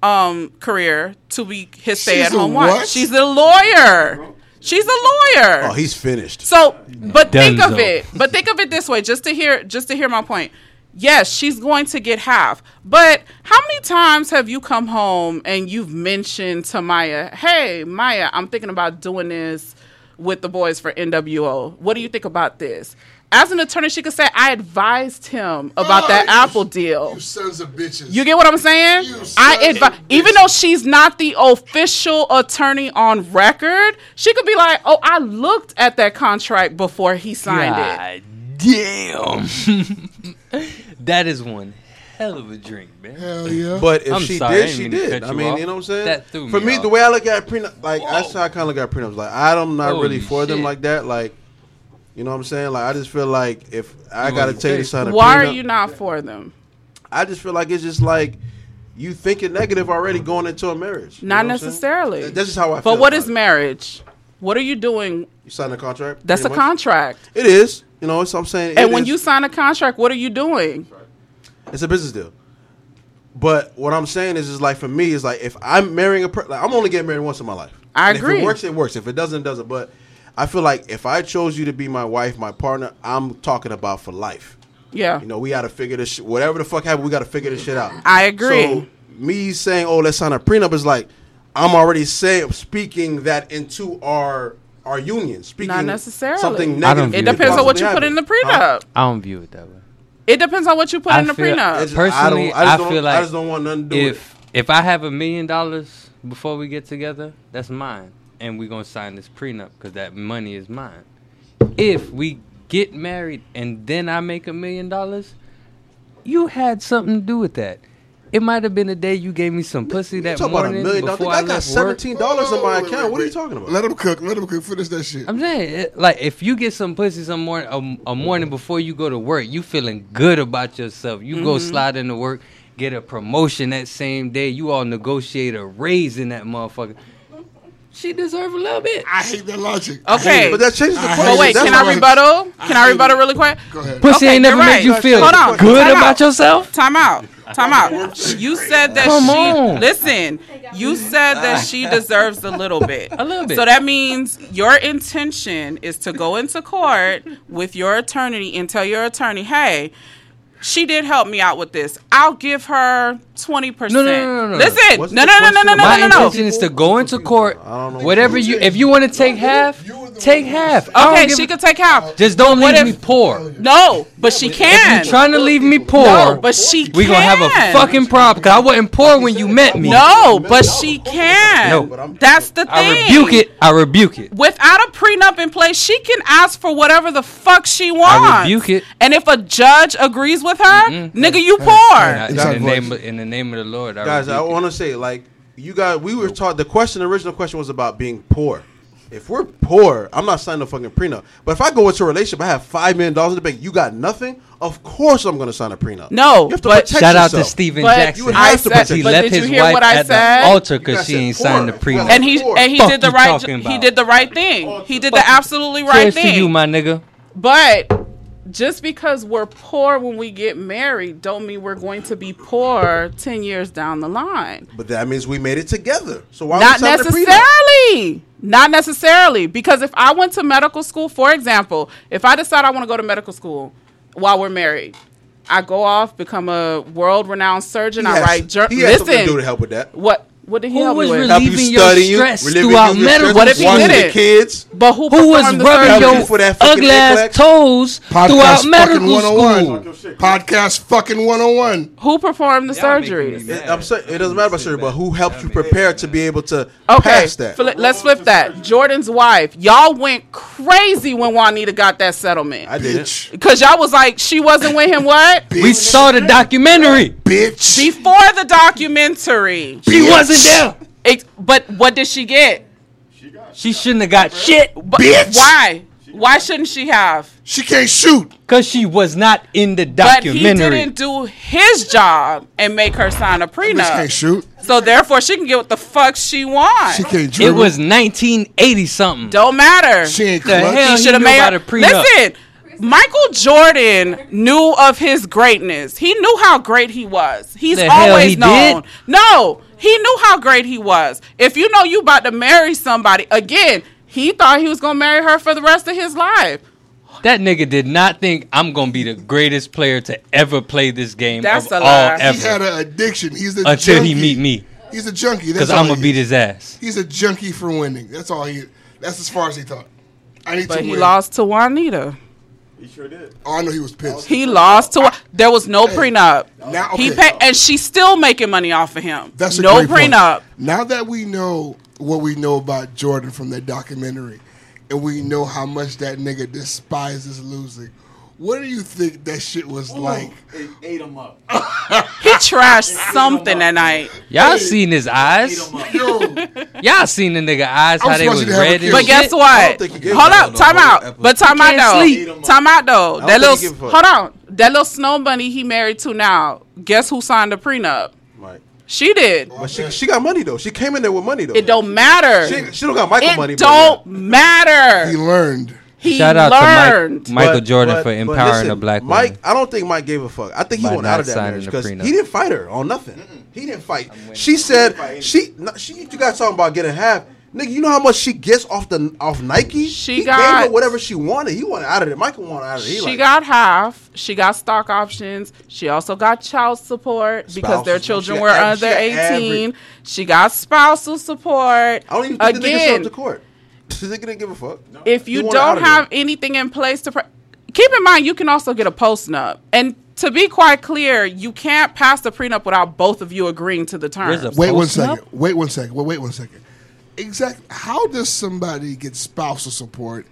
S2: um, career to be his stay at home
S8: a
S2: wife.
S8: what?
S2: She's a lawyer. She's a lawyer.
S8: Oh, he's finished.
S2: So, but think of
S8: Dunzo.
S2: it. But think of it this way, just to hear, just to hear my point. Yes, she's going to get half. But how many times have you come home and you've mentioned to Maya, "Hey, Maya, I'm thinking about doing this with the boys for NWO. What do you think about this?" As an attorney, she could say, "I advised him about that
S1: Oh,
S2: Apple deal."
S1: Sons of bitches.
S2: You get what I'm saying? I advise, even though she's not the official attorney on record, she could be like, "Oh, I looked at that contract before he signed it."
S3: God damn. that is one hell of a drink, man.
S1: Hell yeah.
S8: But if
S3: I'm
S8: she
S3: sorry, I
S8: did,
S3: didn't
S8: she
S3: mean to
S8: did.
S3: cut
S8: I mean,
S3: off.
S8: you know what I'm saying?
S3: That threw me
S8: For me,
S3: off.
S8: the way I look at prenup, like that's how I kind of look at prenups. Like I'm not
S3: Holy
S8: really for them
S3: shit.
S8: like that. Like, you know what I'm saying? Like I just feel like if I
S3: You
S8: gotta
S3: want
S8: tell you
S3: to
S8: to sign a
S2: Why are
S8: prenup-
S2: you not for them?
S8: I just feel like it's just like you thinking negative already going into a marriage. You
S2: Not
S8: know what I'm saying?
S2: necessarily.
S8: That's just how I. feel
S2: But what
S8: about
S2: is marriage? What are you doing?
S8: You sign a contract.
S2: That's a
S8: pretty much.
S2: contract.
S8: It is. You know, so I'm saying.
S2: And
S8: it
S2: when
S8: is-
S2: you sign a contract, what are you doing?
S8: It's a business deal. But what I'm saying is, is like for me, is like if I'm marrying a, per- like I'm only getting married once in my life.
S2: I
S8: And If
S2: agree.
S8: it works, it works. If it doesn't, it doesn't. But I feel like if I chose you to be my wife, my partner, I'm talking about for life.
S2: Yeah.
S8: You know, we got to figure this. Sh- whatever the fuck happened, we got to figure this shit out.
S2: I agree.
S8: So me saying, "Oh, let's sign a prenup," is like I'm already saying, speaking that into our our union. Speaking
S2: Not necessarily.
S8: Something
S3: I don't
S8: negative.
S3: view
S2: It
S3: that
S2: depends on what you put
S8: possibly
S2: in the
S8: happened.
S2: prenup.
S3: I don't view it that way.
S2: It depends on what you put in the
S3: feel-
S2: prenup.
S8: It's just-
S3: Personally,
S8: I don't- I
S3: I,
S8: just
S3: feel
S8: don't- I
S3: like
S8: just don't want nothing to do with
S3: if if I have a million dollars before we get together, that's mine, and we're gonna sign this prenup because that money is mine. If we get married and then I make a million dollars, you had something to do with that. It might have been the day you gave me some pussy that
S8: talking about a
S3: morning
S8: million dollar-
S3: before
S8: I
S3: I,
S8: got
S3: left work.
S8: $17 in my account. What are you talking about?
S1: Let him cook. Let him cook. Finish that shit.
S3: I'm saying, it- like, if you get some pussy some morning, a, a morning before you go to work, you feeling good about yourself. You go
S2: Mhm.
S3: slide into work, get a promotion that same day. You all negotiate a raise in that motherfucker. She deserves a little bit.
S1: I hate that logic. I hate
S2: Okay,
S1: it. I hate
S2: But
S1: it.
S2: Oh, wait,
S1: That's
S2: can I
S1: why-
S2: rebuttal? Can I,
S1: hate
S2: rebuttal
S1: it.
S2: really quick?
S1: Go ahead.
S3: Pussy ain't never
S2: you're
S3: made you feel
S2: Hold on.
S3: good
S2: Time
S3: about
S2: out.
S3: yourself?
S2: Time out. Time out. You said that
S3: Come
S2: she.
S3: on.
S2: Listen, you said that she deserves a little bit.
S3: A little bit.
S2: So that means your intention is to go into court with your attorney and tell your attorney, hey, she did help me out with this. I'll give her 20%.
S3: No, no, no, no, no.
S2: Listen,
S8: What's
S2: no,
S8: the
S2: no, no, no,
S8: question
S2: no, no,
S8: about-
S3: My
S2: no, no,
S3: intention is to go into court.
S8: don't know.
S3: Whatever you, if you want to take half, take half. I don't
S2: Okay,
S3: give
S2: she
S3: a-
S2: could take half.
S3: Just don't
S2: What
S3: leave
S2: if-
S3: me poor.
S2: No, but she
S3: If
S2: can.
S3: you trying to leave me poor,
S2: No, but she can.
S3: we gonna have a fucking problem. Cause I wasn't poor when you met me.
S2: No, but she can.
S3: No.
S2: That's the thing.
S3: I rebuke it. I rebuke it.
S2: Without a prenup in place, she can ask for whatever the fuck she wants.
S3: I rebuke it. Mm-hmm.
S2: And if a judge agrees with her,
S3: Mm-mm.
S2: nigga, you poor.
S3: In the
S8: Exactly.
S3: name of, in the name of the Lord, I
S8: guys, I
S3: rebuke
S8: want to say like you guys, we were taught the question. The original question was about being poor. If we're poor, I'm not signing a fucking prenup. But if I go into a relationship, I have five million dollars in the bank. You got nothing. Of course, I'm going to sign a prenup.
S2: No,
S8: you have to
S2: but-
S8: protect
S3: it. Shout out to
S8: yourself.
S3: Stephen
S2: But
S3: Jackson.
S8: you have to
S3: because
S8: protect-
S3: he
S8: But
S3: left
S2: did you
S3: his
S2: hear
S3: wife
S2: what I
S3: at
S2: said?
S3: the altar
S8: You guys
S3: because she
S8: said
S3: ain't
S8: poor.
S3: signed the
S8: Well,
S3: prenup.
S2: And he
S8: Fuck
S2: and he
S3: you
S2: did the right
S3: talking
S2: he
S3: about.
S2: did the right thing. He did the absolutely right
S3: Cheers to you,
S2: thing.
S3: my nigga.
S2: But just because we're poor when we get married, don't mean we're going to be poor ten years down the line.
S8: But that means we made it together. So why
S2: not
S8: are we signing a prenup?
S2: necessarily not necessarily because if i went to medical school for example if i decide i want to go to medical school while we're married i go off become a world-renowned surgeon
S8: He
S2: i
S8: has-
S2: write jour-
S8: He has something
S2: listen
S8: to do to help with that.
S2: what what did he
S3: Who
S2: help me
S3: was
S2: with
S8: Help you
S3: relieving your
S8: study you,
S3: stress
S8: relieving
S3: throughout
S8: your
S3: medical?
S8: stress,
S2: What if he
S8: watching
S2: did
S8: the
S2: it?
S8: kids.
S2: but who,
S3: Who was
S2: performed the
S3: rubbing
S2: surgery?
S3: your
S8: for that fucking
S3: ugly
S8: neglect?
S3: ass toes throughout medical
S8: oh
S3: school?
S1: oh Podcast fucking 101.
S2: who performed the
S3: Y'all making me
S2: surgeries
S3: mad.
S8: It, I'm sorry, it doesn't matter about surgery, but who helped you prepare to be able to
S2: Okay,
S8: pass that?
S2: fli- let's flip that. Jordan's wife, y'all went crazy when Juanita got that
S8: I
S2: settlement
S8: did.
S1: Bitch.
S2: because y'all was like, she wasn't with him. What?
S3: We saw the documentary.
S1: Bitch.
S2: Before the documentary,
S3: She wasn't there.
S2: It, but what did she get?
S3: She shouldn't have got shit
S2: But
S1: Bitch.
S2: Why? Why shouldn't she have?
S1: She can't shoot.
S3: because she was not in the
S2: But he
S3: documentary.
S2: didn't do his job and make her sign a
S1: Bitch can't
S2: prenup.
S1: shoot.
S2: So therefore, she can get what the fuck she
S1: She
S2: wants.
S1: can't
S3: It
S1: dribble.
S3: was 1980 something.
S2: Don't matter.
S1: She ain't
S3: The
S1: clutch.
S3: hell
S2: he
S3: he
S2: should have
S3: knew
S2: made
S3: about
S2: her-
S3: a prenup.
S2: Listen, Michael Jordan knew of his greatness. He knew how great he was. He's
S3: The hell
S2: always
S3: he
S2: known.
S3: did?
S2: No, he knew how great he was. If you know you about to marry somebody, again, he thought he was gonna marry her for the rest of his life.
S3: That nigga did not think I'm gonna be the greatest player to ever play this game
S2: That's
S3: of
S2: a
S3: all
S2: lie. He
S1: He had
S3: ever
S1: an addiction. He's a
S3: until
S1: junkie.
S3: he meet me
S1: He's a junkie. That's
S3: because
S1: all
S3: I'm
S1: he
S3: gonna beat
S1: is.
S3: his ass.
S1: He's a junkie for winning. That's all he. That's as far as he thought. I need
S2: But
S1: to
S2: he
S1: win.
S2: lost to Juanita.
S4: He sure did.
S1: Oh, I know he was pissed.
S2: He lost to. There was no prenup.
S1: now-
S2: He
S1: okay.
S2: paid, and she's still making money off of him.
S1: That's a
S2: no
S1: great point.
S2: prenup.
S1: Now that we know what we know about Jordan from that documentary, and we know how much that nigga despises losing, what do you think that shit was like?
S4: It ate him up.
S2: He trashed something that night.
S3: Y'all seen his eyes?
S1: Yo,
S3: Y'all seen the nigga eyes
S1: I'm
S3: how they
S1: supposed
S3: was
S1: to have a
S3: red?
S1: kid.
S3: and
S2: But
S1: Shit.
S2: guess
S8: I
S2: what?
S8: don't think he gave
S2: Hold
S8: him
S2: up,
S8: the
S2: time
S8: whole
S6: episode.
S2: out. But time out
S3: Can't
S2: though.
S3: sleep.
S2: Time out though.
S8: don't
S2: That
S8: think he
S2: little
S8: give a
S2: hold on. That little snow bunny he married to now. Guess who signed the prenup?
S8: Right.
S2: She did.
S8: But oh, she, she got money though. She came in there with money though.
S2: It don't matter.
S8: She, she don't got Michael
S2: It
S8: money. but
S2: don't
S8: yeah.
S1: he
S2: matter.
S1: learned.
S2: He
S3: Shout out
S2: learned.
S3: to Mike, Michael
S8: But-
S3: Jordan
S8: but-
S3: for
S8: but
S3: empowering
S8: listen,
S3: a black
S8: Mike,
S3: woman.
S8: I don't think Mike gave a fuck. I think he
S3: By
S8: went out
S3: not
S8: of that
S3: signing
S8: marriage
S3: the
S8: because he
S3: prenup.
S8: didn't fight her on nothing. He didn't fight. She said she. No, she. You guys talking about getting half? Nigga, you know how much she gets off the off Nike?
S2: She
S8: he
S2: got-
S8: gave her whatever she wanted. He wanted out of it. Michael wanted out of it. He
S2: She
S8: like,
S2: got half. She got stock options. She also got child support because their
S8: Spousal.
S2: children
S8: She
S2: were
S8: got every-
S2: under
S8: she got every-
S2: 18. She got spousal support.
S8: I don't even think the nigga showed up
S2: Again,
S8: to court. The nigga didn't give a fuck.
S2: if
S8: He
S2: you
S8: wanted out
S2: don't
S8: of it.
S2: have anything in place to pr- keep in mind, you can also get a postnup. And to be quite clear, you can't pass the prenup without both of you agreeing to the terms.
S3: There's a-
S1: Wait one
S3: Post-nup?
S1: second. Wait one second. Wait, wait one second. Exactly. How does somebody get spousal support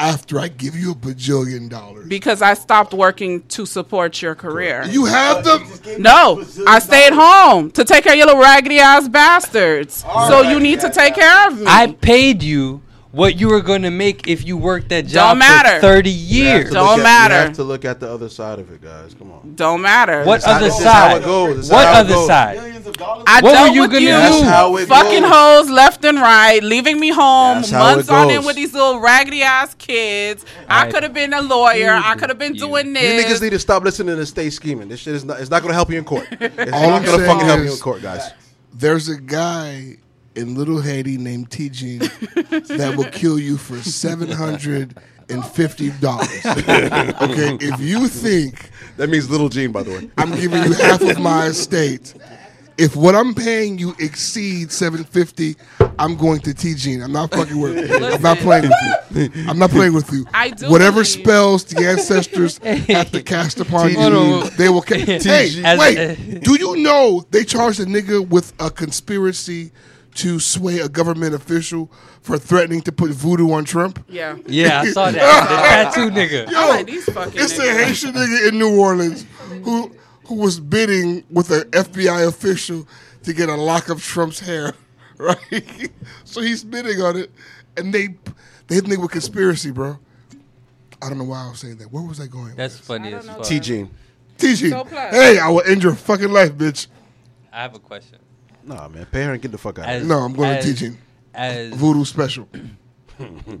S1: after I give you a bajillion dollars.
S2: because I stopped working to support your career.
S1: You have them?
S2: No, I stayed home to take care of your little raggedy ass bastards. so you need to take care of me.
S3: I paid you what you were going to make if you worked that job
S2: matter.
S3: for 30
S8: You have
S3: years.
S8: to look at-
S2: Don't matter.
S8: You have to look at the other side of it, guys. Come on.
S2: Don't matter.
S3: What
S8: That's
S3: other
S8: how- that's how it
S3: side?
S8: goes. That's
S3: What
S8: how it
S3: other
S8: goes.
S3: side?
S2: I
S3: What
S2: dealt
S3: were you
S2: with
S3: gonna
S2: you
S3: do? That's
S8: how it
S2: fucking
S8: goes.
S2: hoes left and right, leaving me home
S8: That's how it
S2: months on end
S8: goes.
S2: with these little raggedy ass kids. I,
S3: I
S2: could have been a lawyer. I
S3: agree
S2: could have been
S3: with
S2: doing
S8: You
S2: this.
S8: niggas need to stop listening and stay scheming. This shit is not. It's not gonna help you in court. It's
S1: All
S8: not
S1: I'm
S8: gonna
S1: saying
S8: fucking help you
S1: is-
S8: in court, guys.
S1: There's a guy in Little Haiti named T.G. that will kill you for seven hundred and fifty dollars. Okay, if you think
S8: That means little Gene, by the way.
S1: I'm giving you half of my estate. If what I'm paying you exceeds 750, I'm going to T Gene. I'm not fucking with you. I'm not playing with you. I'm not playing with you.
S2: I do
S1: Whatever
S2: believe-
S1: spells the ancestors have to cast upon
S8: T.G.
S1: you, they will ca- Hey,
S3: As-
S1: wait. Do you know they charged a nigga with a conspiracy to sway a government official for threatening to put voodoo on Trump?
S2: Yeah.
S3: Yeah, I saw that. the tattoo nigga.
S1: Yo,
S2: I like these fucking
S1: it's a
S2: niggas.
S1: Haitian nigga in New Orleans who who was bidding with an FBI official to get a lock of Trump's hair, right? so he's bidding on it, and they they hit me with conspiracy, bro. I don't know why I was saying that. Where was I going?
S3: That's funny as
S2: know
S3: fuck.
S8: T Gene.
S1: TG.
S2: So plus.
S1: hey, I will end your fucking life, bitch.
S3: I have a question.
S8: Nah, man. Pay her and get the fuck out. of
S3: As-
S8: here.
S1: No, I'm going
S3: as-
S1: to teaching
S3: As
S1: voodoo special.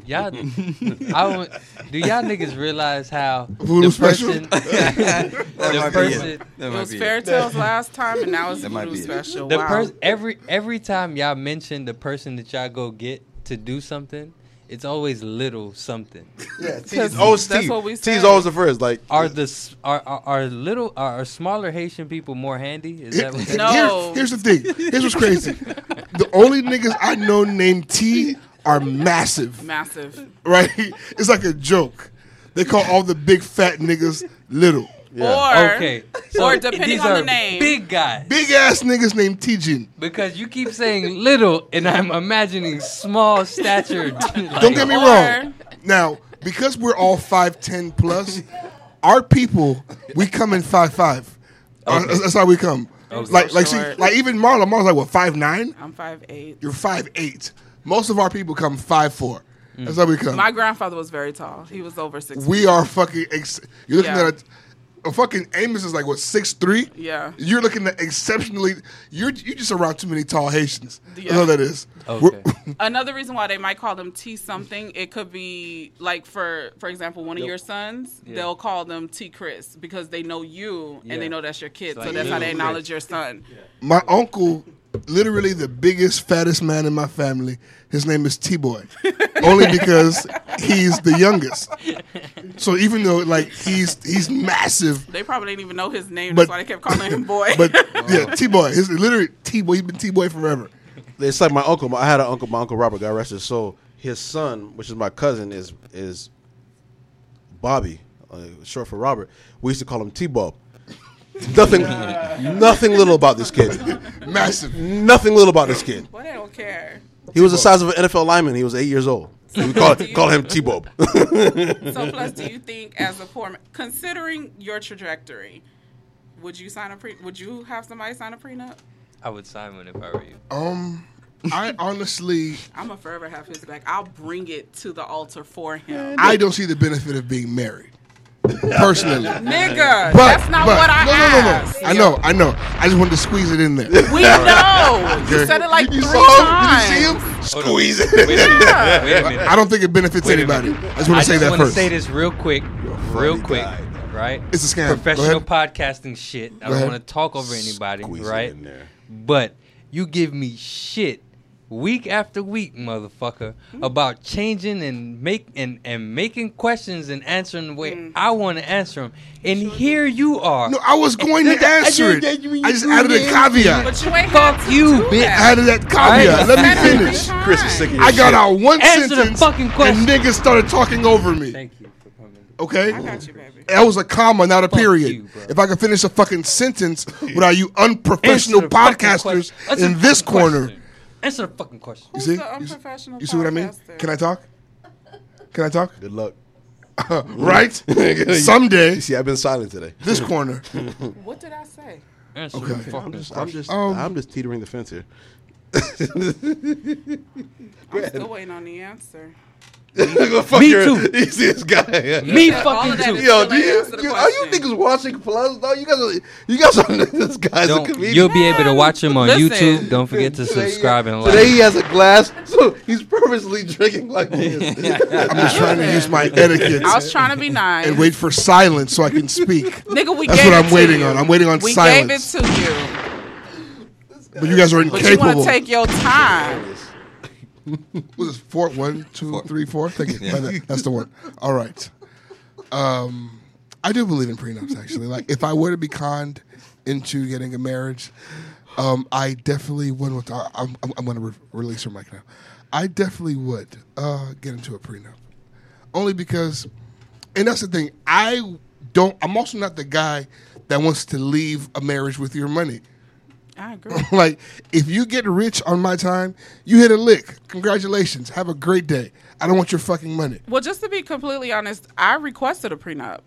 S3: Y'all, I don't, do y'all niggas realize how
S1: Voodoo
S3: the
S1: special?
S3: person, the person,
S6: That
S2: It
S6: might
S2: was
S6: be
S2: fairy tales last time, and now it's
S6: That might
S2: voodoo
S6: be it.
S2: special.
S3: the
S2: wow.
S3: person, every every time y'all mention the person that y'all go get to do something, it's always little something.
S8: Yeah,
S2: Because
S8: T's always
S2: that's
S8: T.
S2: what we
S8: T's
S2: say.
S8: always the first. Like,
S3: Are the s- are are, are little are, are smaller Haitian people more handy? Is that what?
S2: No.
S1: Here- here's the thing. Here's what's crazy. the only niggas I know named T are massive.
S2: Massive.
S1: right? It's like a joke. They call all the big fat niggas little.
S2: Or,
S3: Okay,
S2: or depending
S3: these
S2: on the
S3: are
S2: name.
S3: big guy.
S1: Big ass niggas named Tijin.
S3: Because you keep saying little, and I'm imagining small stature. like-
S1: Don't get me
S2: Or-
S1: wrong. Now, because we're all 5'10 plus, our people, we come in 5'5. Five, five. Uh, that's- That's how we come. Like, like, she,
S2: Short.
S1: like even Marla, Marla's like, what, 5'9?
S2: I'm 5'8.
S1: You're 5'8. Most of our people come 5'4. That's how we come.
S2: My grandfather was very tall. He was over six.
S1: we are fucking. Ex- you're looking
S2: Yeah.
S1: at a, a fucking Amos is like what six three.
S2: Yeah.
S1: You're looking at exceptionally. You're you just around too many tall Haitians. That's
S2: Yeah.
S1: all that is.
S3: Okay.
S2: Another reason why they might call them T something, it could be like for for example, one of your sons, they'll call them T Chris because they know you and
S3: Yeah.
S2: they know that's your kid. so
S3: like
S2: that's how they
S3: little
S2: acknowledge your son.
S1: My uncle, literally the biggest fattest man in my family. His name is T Boy, only because he's the youngest. So even though like he's he's massive,
S2: They probably didn't even know his name.
S1: But-
S2: that's why they kept calling him boy.
S1: but yeah, T Boy. His literally T Boy. He's been T Boy forever.
S8: it's like my uncle. my- I had an uncle. My uncle Robert, God rest his soul. His son, which is my cousin, is is Bobby, uh, short for Robert. We used to call him T Bob. Nothing, nothing little about this kid.
S1: Massive.
S8: Nothing little about this kid.
S2: Well, they don't care.
S8: He was the size of an NFL lineman. He was eight years old. We call, call him T Bob.
S2: So plus, do you think as a poor, ma- considering your trajectory, would you sign a pre? Would you have somebody sign a prenup?
S3: I would sign one if I were you.
S1: Um, I honestly
S2: I'm gonna forever have his back. I'll bring it to the altar for him.
S1: I don't see the benefit of being married. Personally.
S2: Nigga,
S1: But,
S2: that's not
S1: but-
S2: what I
S1: no,
S2: asked.
S1: no, no, no. I know, I know. I just wanted to squeeze it in there.
S2: We know. You said it like three
S1: you
S2: times.
S1: Did you see him? Squeeze it.
S3: Wait a minute. Wait a minute.
S1: I don't think it benefits anybody. I just
S3: I
S1: want to
S3: just
S1: say that
S3: want to
S1: first.
S3: say this real quick, real
S8: funny
S3: quick,
S8: guy,
S3: right?
S1: It's a scam.
S3: Professional
S1: Go
S3: podcasting shit. I
S1: ahead.
S3: don't want to talk over anybody,
S8: Squeeze it
S3: right?
S8: in there.
S3: But you give me shit week after week, motherfucker,
S8: Hmm.
S3: about changing and make and, and making questions and answering the way
S8: Hmm.
S3: I want to answer them. And here you are.
S1: No, I was going to
S3: Nigga, I
S1: answer
S3: did that, you-
S1: it.
S3: you
S1: I just
S3: threw
S1: added a
S3: it in.
S1: caveat.
S2: But you ain't
S3: Fuck
S2: had to
S3: you,
S2: do
S1: I
S3: bitch.
S2: That.
S1: added that caveat. Let
S3: Alright.
S1: me
S2: That's
S1: finish.
S2: fine.
S8: Chris is sick of your
S1: I got
S8: shit.
S1: out one
S3: Answer the
S1: sentence
S3: fucking question.
S1: and niggas started talking over me.
S3: Thank you for coming.
S1: Okay?
S2: I got you, baby.
S1: That was a comma, not a period.
S3: you, bro.
S1: if I could finish a fucking sentence without you unprofessional
S3: Answer the fucking
S1: podcasters
S3: question. Answer
S1: in
S3: the
S1: this
S3: fucking
S1: corner.
S3: question. Answer the fucking question.
S1: You
S2: Who's
S1: see?
S2: the
S1: You see-
S2: unprofessional
S1: You see what I mean?
S2: podcaster?
S1: Can I talk? Can I talk?
S8: Good luck.
S1: right? Someday.
S8: You see, I've been silent today.
S1: This corner.
S2: What did I say?
S8: Okay. I'm just, I'm just,
S1: Um,
S8: I'm just teetering the fence here.
S2: I'm still waiting on the answer.
S8: Go fuck
S3: Me
S8: your-
S3: too.
S8: You see this guy?
S3: Me
S2: Yeah, all of
S3: fucking
S2: that
S3: too.
S2: is-
S8: Yo,
S2: Still
S8: do
S2: ain't
S8: you,
S2: answer the
S8: you are you
S2: question.
S8: niggas watching Plus? though? you guys, are, you guys are this guy's a
S3: Don't,
S8: comedian.
S3: you'll be able to watch him on
S2: Listen.
S3: YouTube. Don't forget to
S8: Today he-
S3: subscribe and
S8: Today he
S3: like.
S8: has a glass, so he's purposely drinking like this.
S1: I'm just trying to use my etiquette
S2: I was trying to be nice.
S1: and wait for silence so I can speak.
S2: Nigga, we
S1: That's
S2: gave
S1: what
S2: it
S1: I'm
S2: to
S1: waiting
S2: you.
S1: on. I'm waiting on
S2: we
S1: silence.
S2: gave it to you.
S1: But you guys are
S2: But you want
S1: incapable.
S2: to take your time.
S1: What is it, four? One, two, three, four? Thank you. That- That's the one. All right. Um, I do believe in prenups, actually. Like, if I were to be conned into getting a marriage, um, I definitely would. With, I, I'm, I'm, I'm going to re- release her mic now. I definitely would uh, get into a prenup. Only because, and that's the thing, I don't, I'm also not the guy that wants to leave a marriage with your money.
S2: I agree.
S1: like if you get rich on my time, you hit a lick. Congratulations. Have a great day. I don't want your fucking money.
S2: Well, just to be completely honest, I requested a prenup.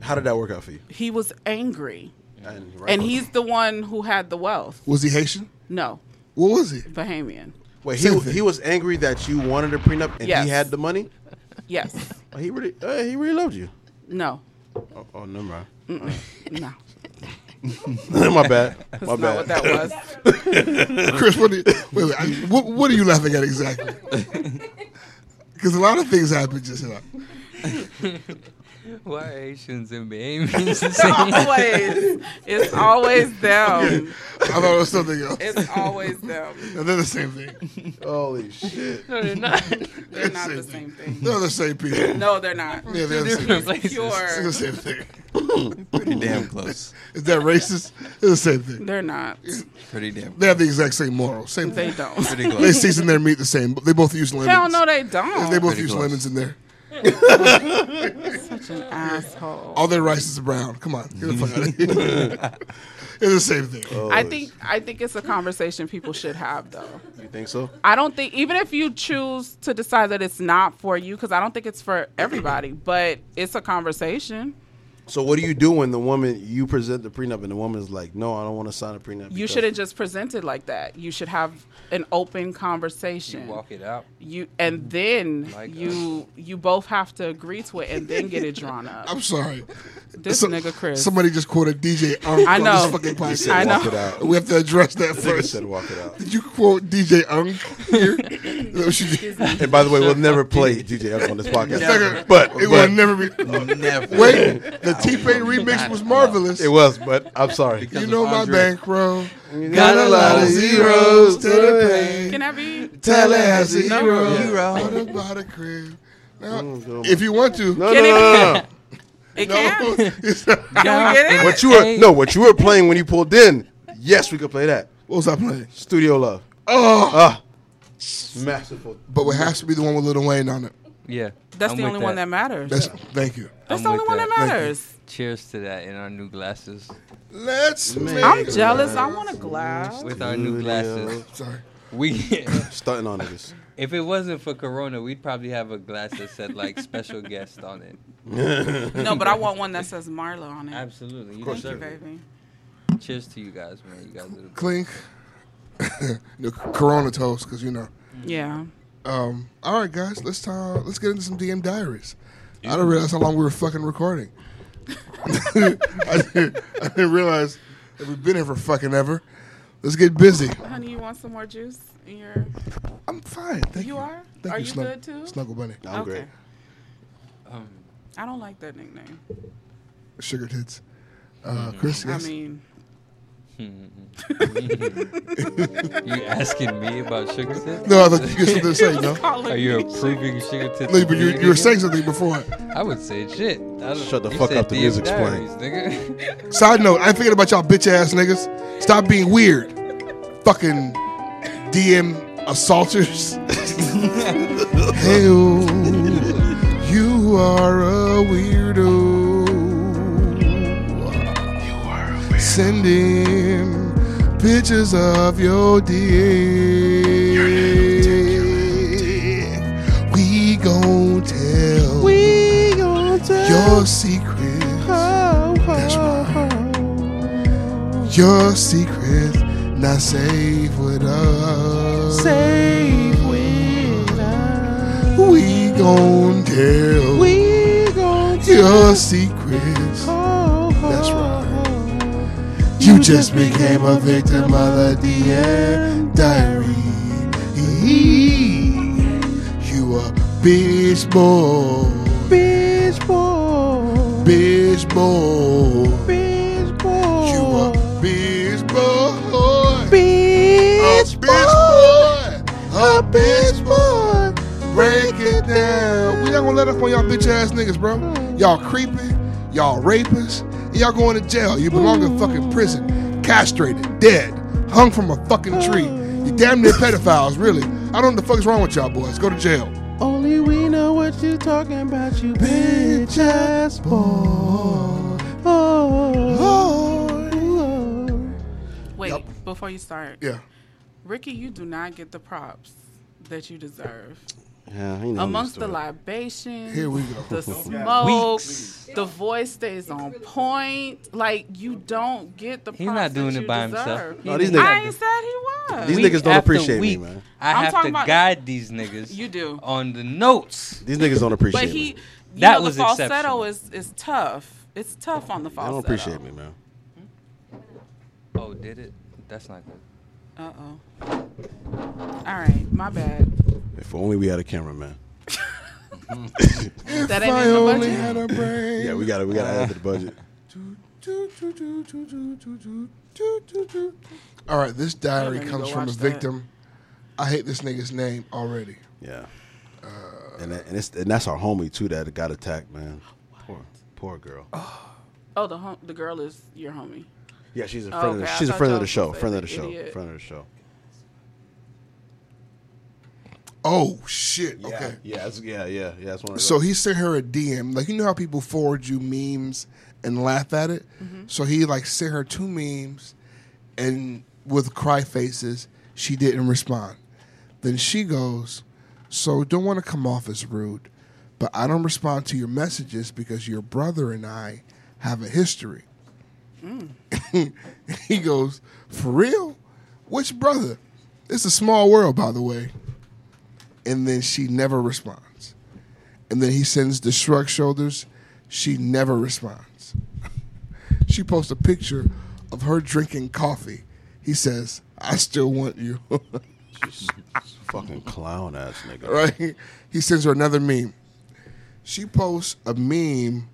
S8: How did that work out for you?
S2: He was angry.
S8: And,
S2: And he's the one who had the wealth.
S1: Was he Haitian?
S2: No,
S1: What was he?
S2: Bahamian.
S8: wait,
S1: Same
S8: he,
S1: thing.
S8: he was angry that you wanted a prenup and
S2: Yes.
S8: he had the money.
S2: Yes.
S8: Oh, He really, uh, he really loved you.
S2: No.
S8: Oh, oh no, my,
S2: No.
S8: my bad, my
S2: That's not what that
S8: bad.
S2: was.
S1: Chris, what, do you, wait, wait, I- what, what are you laughing at exactly? Because a lot of things happened just now.
S3: Why are Asians and Bahamians the same?
S2: always. It's always them.
S1: I thought it was something else.
S2: It's always them.
S1: No, they're the same thing.
S8: Holy shit!
S3: No, they're not.
S2: They're not the same thing.
S1: They're the same people.
S2: No, they're not.
S1: Yeah, they're the same
S3: Different
S1: thing.
S3: places.
S1: It's the
S2: Pure.
S1: same thing.
S6: Pretty damn close.
S1: Is that racist? It's the same thing.
S2: They're not.
S6: Pretty damn.
S1: They have the exact same morals. Same
S2: They
S1: thing.
S2: don't.
S6: Pretty
S1: They
S6: close.
S1: season their meat the same. But they both use lemons.
S2: Hell no, they
S1: They
S2: don't.
S1: both
S6: Pretty
S1: use
S6: close.
S1: lemons in there.
S2: Such an asshole.
S1: All their rice is brown. Come on, get the fuck out of here. it's the same thing.
S8: Oh.
S2: I think I think it's a conversation people should have though.
S8: You think so?
S2: I don't think even if you choose to decide that it's not for you cuz I don't think it's for everybody, but it's a conversation.
S8: So what do you do when the woman you present the prenup and the woman's like, no, I don't want to sign a prenup.
S2: You
S8: because-
S2: shouldn't just present it like that. You should have an open conversation.
S3: Walk it out.
S2: You and then
S3: Like
S2: you you both have to agree to it and then get it drawn up.
S1: I'm sorry.
S2: This
S1: So-
S2: nigga Chris.
S1: Somebody just quoted DJ Unk
S2: I
S1: on
S2: know.
S1: this fucking
S8: He
S1: podcast.
S8: said,
S2: I know.
S8: walk it out.
S1: We have to address that
S8: Nigga
S1: first.
S8: said, walk it out.
S1: Did you quote DJ Unk here? Is that what you did?
S8: And by the way, we'll never play DJ Unk on this podcast.
S1: Nigga,
S8: But
S1: it
S8: but-
S1: will never be.
S6: Never.
S1: Wait, the T Pain remix was marvelous.
S8: It was, but I'm sorry.
S1: You know my bankroll.
S6: Got a lot of zeros
S1: to the pay.
S2: Can I be?
S1: Tallahassee
S2: No.
S1: hero.
S6: Hero.
S1: What about a crib? Now, if you want to,
S8: Mm, No,
S2: Can
S8: no,
S2: it-
S8: no, no,
S2: It
S1: no.
S2: can. Can we get
S8: no.
S2: it?
S8: What you were no, what you were playing when you pulled in. Yes, we could play that.
S1: What was I playing?
S8: Studio Love.
S1: Oh,
S8: Ah, masterful.
S1: but it has to be the one with Lil Wayne on it.
S3: Yeah.
S2: That's
S3: I'm
S2: the
S3: with
S2: only one that matters.
S1: That's
S2: That's,
S1: thank you.
S2: the
S3: I'm
S2: only
S3: with
S2: one that
S3: that.
S2: matters.
S3: Cheers to that in our new glasses.
S1: Let's make
S2: I'm jealous. I want a glass.
S3: With our new glasses,
S1: Sorry.
S3: we.
S8: Stunting on niggas.
S3: If it wasn't for Corona, we'd probably have a glass that said like special guest on it.
S2: No, but I want one that says Marlo on it.
S3: Absolutely. You
S2: Thank you,
S3: deserve it.
S2: baby.
S3: Cheers to you guys, man. You guys are the best.
S1: Clink. the Corona toast, because you know.
S2: Yeah.
S1: Um, all right, guys. Let's uh, let's get into some DM diaries. I didn't realize how long we were fucking recording. I, didn't, I didn't realize that we've been here for fucking ever. Let's get busy.
S2: Honey, you want some more juice in your
S1: I'm fine. Thank you.
S2: You are?
S1: Thank
S2: Are
S1: you,
S2: you
S1: Snug-
S2: good, too?
S1: Snuggle Bunny.
S8: I'm great.
S3: Um,
S2: I don't like that nickname.
S1: Sugar tits. Uh, Chris, yes?
S2: I mean,
S3: you asking me about sugar tits?
S1: no, I thought you had something to say, no?
S3: Are you approving sugar tits?
S1: No, but you, you were saying something before.
S3: I would say shit. I don't-
S8: Shut the
S3: you
S8: fuck
S3: said
S8: up, the
S3: DM
S8: music's playing.
S3: Diaries, nigga.
S1: Side note, I ain't thinking about y'all bitch ass niggas. Stop being weird. Fucking DM assaulters. hey, you are a weirdo. Send him pictures of your dick. We gon' your secrets. That's right. Your secrets, not safe with us. Safe with us. We gon' tell. We gon' tell your secrets. That's right. oh. You just became a victim of the DM diary. You a bitch boy. Bitch boy. Bitch boy. Bitch boy. You a bitch boy. Bitch boy. A bitch boy. Break it down. We not gonna let up on y'all bitch ass niggas, bro. Y'all creepy. Y'all rapists. Y'all going to jail. You belong in fucking prison. Castrated. Dead. Hung from a fucking tree. You damn near pedophiles, really. I don't know what the fuck's wrong with y'all boys. Go to jail.
S10: Only we know what you're talking about, you bitch ass boy. Oh,
S2: Wait, before you start.
S1: Yeah.
S2: Ricky, you do not get the props that you deserve.
S8: Yeah, you know
S2: Amongst
S8: this
S2: the
S8: story.
S2: libations,
S8: Here we go.
S2: the
S8: Okay.
S2: smoke,
S8: Weeks.
S2: the voice stays on point. Like you don't get the.
S3: He's
S2: props
S3: not doing
S2: that
S3: it
S2: you
S3: by
S2: deserve.
S3: himself.
S8: No, these niggas-
S2: I ain't said he was.
S8: These
S3: Week
S8: niggas don't
S3: after
S8: appreciate me,
S3: week,
S8: man.
S3: I
S2: I'm
S3: have
S2: talking
S3: to
S2: about-
S3: guide these niggas.
S2: You do.
S3: on the notes.
S8: These niggas don't appreciate
S2: But he,
S8: me.
S2: you
S3: That
S2: know,
S3: was
S2: the falsetto
S3: exceptional.
S2: is is tough. It's tough on the
S8: They
S2: falsetto.
S8: don't appreciate me, man.
S3: Oh, did it? That's not good.
S2: Uh oh. All right, my bad.
S8: If only we had a cameraman.
S1: If
S2: That ain't
S1: I
S2: in the
S1: only
S2: budget?
S1: had a brain.
S8: Yeah, we gotta we gotta add to the budget.
S1: All right, this diary
S2: Yeah, man,
S1: comes
S2: go
S1: from a
S2: watch that.
S1: victim. I hate this nigga's name already.
S8: Yeah. and that, and it's and that's our homie too that got attacked, man. Poor poor girl.
S2: Oh, the hom- the girl is your homie.
S8: Yeah, she's a
S2: Oh,
S8: friend of the,
S2: okay, I
S8: she's a
S2: thought
S8: friend
S2: y'all
S8: of the
S2: was
S8: show.
S2: gonna say
S8: Friend of
S2: the
S8: the show.
S2: idiot.
S8: Friend of the show.
S1: Oh shit. Okay.
S8: Yeah, it's- yeah, yeah, yeah. That's one of
S1: So
S8: those.
S1: he sent her a DM. Like you know how people forward you memes and laugh at it. So he like sent her two memes, and with cry faces, she didn't respond. Then she goes, "So don't want to come off as rude, but I don't respond to your messages because your brother and I have a history." he goes, "For real? Which brother? It's a small world, by the way." And then she never responds. And then he sends the shrug shoulders. She never responds. she posts a picture of her drinking coffee. He says, I still want you.
S8: fucking clown ass nigga.
S1: right? He sends her another meme. She posts a meme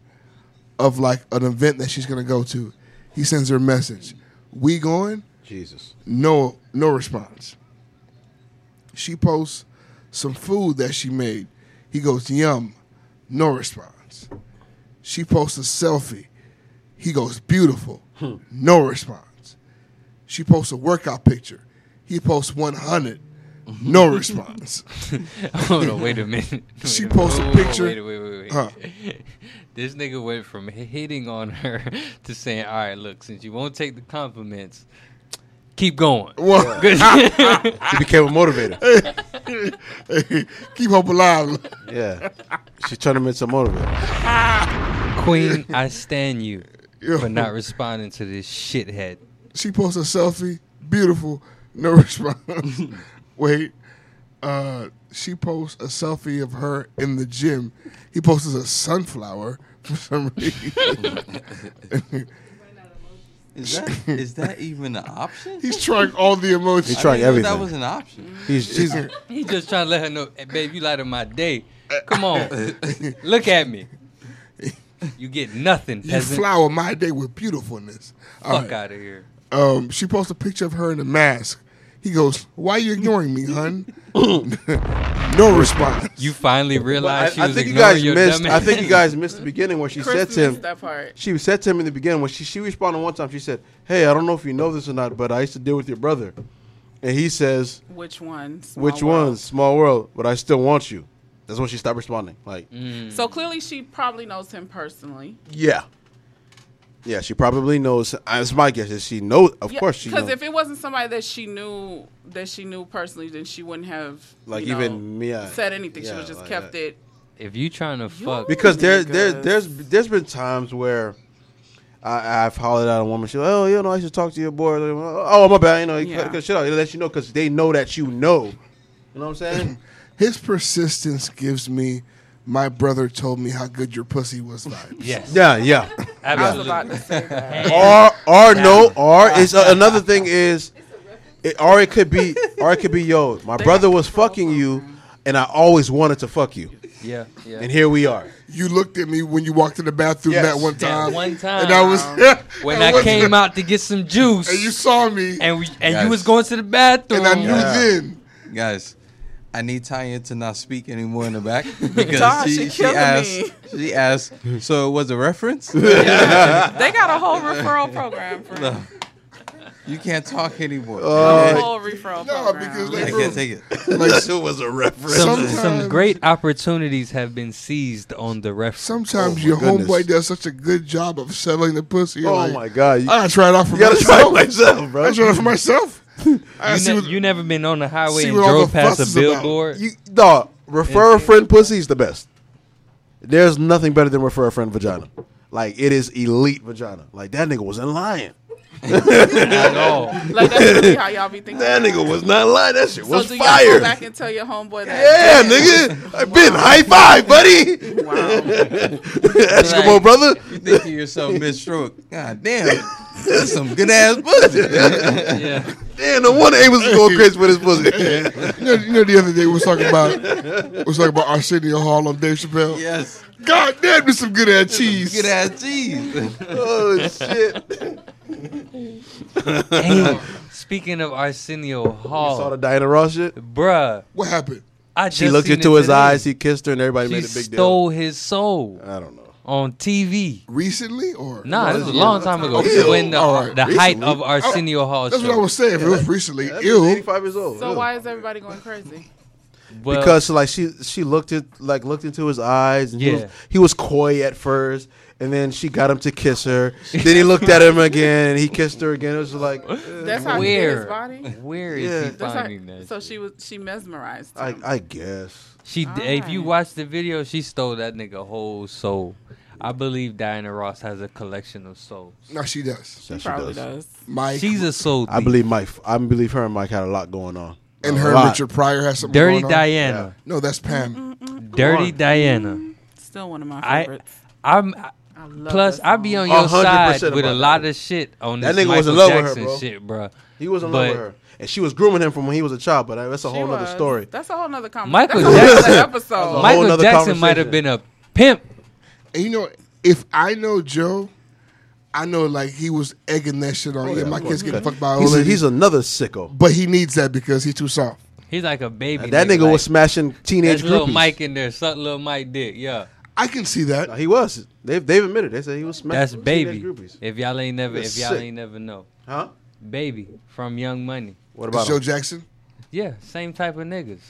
S1: of like an event that she's going to go to. He sends her a message. We going?
S8: Jesus.
S1: No, no response. She posts some food that she made. He goes, yum. No response. She posts a selfie. He goes, beautiful. No response. She posts a workout picture. He posts 100. No response.
S3: Hold on, wait a minute. Wait
S1: She
S3: a minute.
S1: posts a
S3: Whoa, whoa,
S1: picture.
S3: Wait, wait, wait, wait. this nigga went from hitting on her to saying, "All right, look, since you won't take the compliments, keep going."
S1: Well-
S3: Good.
S8: She became a motivator.
S1: Keep hope alive.
S8: yeah. She turned him into a motivator.
S3: Queen, I stand you
S1: Yo.
S3: for not responding to this shithead.
S1: She posts a selfie, beautiful, no response. Wait, uh, she posts a selfie of her in the gym. He posts a sunflower for some reason.
S6: Is that is that even an option?
S1: He's trying all the
S8: He
S1: emojis.
S8: tried
S6: I didn't know
S8: everything.
S6: That was an option.
S8: He's, he's
S3: He just trying to let her know, hey, babe, you light up my day. Come on, look at me. You get nothing,
S1: You
S3: peasant.
S1: flower my day with beautifulness. All
S3: Fuck
S1: right.
S3: out of here.
S1: Um, she posts a picture of her in a mask. He goes, "Why you ignoring me, hun?" no response.
S3: You finally
S8: I,
S3: realized she
S8: I
S3: was
S8: think you
S3: ignoring
S8: guys
S3: your
S8: missed.
S3: dumb
S8: I think you
S3: ass.
S8: guys missed the beginning when she
S2: Chris
S8: said to
S2: missed
S8: him.
S2: that part.
S8: She said to him in the beginning when she she responded one time. She said, "Hey, I don't know if you know this or not, but I used to deal with your brother," and he says,
S2: Which one? Small
S8: "Which
S2: world.
S8: one's small world? But I still want you." That's when she stopped responding. Like,
S3: Mm.
S2: So clearly, she probably knows him personally.
S8: yeah, yeah. She probably knows. uh, It's my guess that she knows. Of course, she
S2: Because
S8: knows.
S2: if it wasn't somebody that she knew that she knew personally, then she wouldn't have
S8: Like
S2: you know,
S8: even me, I-
S2: said anything. she
S8: yeah,
S2: would just
S8: like
S2: kept
S8: that.
S2: it
S3: if you trying to fuck
S8: because there there there's there's been times where I, I've hollered at a woman. She's like, "Oh, you know, I should talk to your boy." Like, oh, my bad. You know,
S1: Yeah.
S8: yeah. cut shit out. It lets you know because they know that you know. You know what I'm saying?
S1: His persistence gives me. My brother told me how good your pussy was. Vibes.
S8: Yes. Yeah, yeah.
S1: Absolutely.
S8: Yeah.
S1: about to say that.
S8: or or no or is uh, another thing is, it, or it could be or it could be yo. My brother was fucking you, and I always wanted to fuck you.
S3: Yeah, yeah.
S8: And here we are.
S1: You looked at me when you walked in the bathroom
S8: Yes.
S1: that one
S8: That
S1: time.
S3: one time
S1: And I was
S3: Um, when
S1: and
S3: I
S1: was-
S3: came out to get some juice,
S1: and you saw me,
S3: and we and
S6: Yes.
S3: you was going to the bathroom,
S1: then.
S6: Guys, I need Tanya to not speak anymore in the back because
S2: Gosh,
S6: she,
S2: she
S6: she,
S2: killing
S6: asked.
S2: me.
S6: She asked. So it was a reference.
S2: They got a whole referral program for
S6: No. You can't talk anymore.
S2: a whole referral program.
S6: I can't take it.
S8: it was a reference.
S3: Some, some great opportunities have been seized on the reference.
S1: Sometimes your homeboy does such a good job of selling the pussy. You're
S3: Oh, Oh
S1: like,
S3: my God, you-
S1: I gotta try it out for
S3: you gotta
S1: myself.
S3: try it myself, bro.
S1: I gotta try it out for myself. I
S3: You,
S1: see
S3: ne-
S1: what,
S3: you never been on the highway
S1: see
S3: and
S1: what all
S3: drove
S1: the fuss
S3: past a
S1: is about.
S3: billboard.
S8: You, dog, refer a friend pussy is the best. There's nothing better than refer a friend vagina. Like it is elite vagina. Like that nigga wasn't lying.
S2: At all. Like, that's really how y'all be thinking.
S8: That nigga was not lying. That shit
S2: So
S8: was
S2: do y'all
S8: fire.
S2: go back and tell your homeboy
S8: Yeah,
S2: that?
S8: nigga. I've been high five, buddy. Eskimo
S6: Like,
S8: brother.
S6: You think to yourself, bitch, stroke. God damn, that's some good ass pussy.
S3: yeah.
S8: Damn, no wonder Amos was going crazy with his pussy.
S1: you, know, you know, the other day we was talking about we was talking about Arsenio Hall on Dave Chappelle.
S6: Yes.
S1: God damn, there's some good ass cheese.
S6: Good ass cheese.
S8: oh shit.
S3: Damn. Speaking of Arsenio Hall,
S8: saw the Diana Ross shit?
S3: bruh.
S1: What happened?
S3: I
S8: She
S3: Oh. just
S8: looked
S3: seen
S8: into
S3: it
S8: his
S3: today.
S8: eyes. He kissed her, and everybody
S3: She
S8: made a big deal. Uh,
S3: stole his soul.
S8: I don't know.
S3: On TV.
S1: Recently or
S3: Nah, this
S1: No,
S3: was a long time ago.
S1: Ew.
S3: When the,
S1: All right.
S3: the height
S1: Recently?
S3: of Arsenio Hall
S1: That's
S3: show.
S1: what I was saying. If it was recently,
S8: That bitch
S1: ew.
S8: is 85 years old.
S2: So
S8: Ew.
S2: why is everybody going crazy?
S3: Well-
S8: because like she she looked at like looked into his eyes and he,
S3: Yeah.
S8: was, he was coy at first and then she got him to kiss her then he looked at him again and he kissed her again it was just like eh,
S2: That's how he did his
S3: Where?
S2: body.
S3: Where is
S8: Yeah.
S3: he
S2: That's
S3: finding
S2: how,
S3: that?
S2: so she was she mesmerized.
S8: I,
S2: him.
S8: I guess
S3: She, d if you watch the video, she stole that nigga whole soul. I believe Diana Ross has a collection of souls.
S1: No, she does.
S8: Yes, she probably does.
S1: Mike
S3: She's a soul.
S8: I
S3: thief.
S8: believe Mike I believe her and Mike had a lot going on
S1: and
S8: A
S1: her
S8: lot.
S1: and Richard Pryor has something
S3: Dirty
S1: going on.
S3: Diana.
S1: No, that's Pam.
S3: Dirty Diana.
S2: Still one of my
S3: I,
S2: favorites.
S3: I'm. I-
S2: love
S3: plus,
S2: that
S3: I be
S2: song.
S3: on your
S8: 100%
S3: side with a
S8: about
S3: lot of shit on
S8: that
S3: this
S8: nigga was in
S3: Michael
S8: love with
S3: Jackson
S8: her bro
S3: shit, bro.
S8: he was in love with
S3: But-
S8: her and she was grooming him from when he was a child but I- that's a whole other
S2: was.
S8: story
S2: That's a whole nother conversation.
S3: Michael
S2: That's a whole
S3: Jackson.
S2: nother episode.
S8: Mike-
S3: Michael
S8: nother
S3: Jackson might
S8: conversation.
S3: have been a pimp.
S1: And you know, if I know Joe, I know like he was egging that shit
S8: Oh,
S1: on. yeah, my kids getting fucked by a old
S8: he's, a,
S1: lady.
S8: he's another sicko
S1: but he needs that because he's too soft.
S3: He's like a baby.
S8: that nigga
S3: like,
S8: was smashing teenage
S3: That's little
S8: groupies
S3: Mike in there, suck little Mike dick. Yeah,
S1: I can see
S8: No,
S1: that.
S8: he was they've, they've admitted they said he was smashing
S3: that's baby.
S8: teenage groupies
S3: If y'all ain't never,
S8: That's
S3: if y'all
S8: sick.
S3: ain't never know,
S8: huh
S3: baby from Young Money.
S8: what
S1: It's
S8: about
S1: Joe
S8: him?
S1: Jackson.
S3: Yeah, same type of niggas.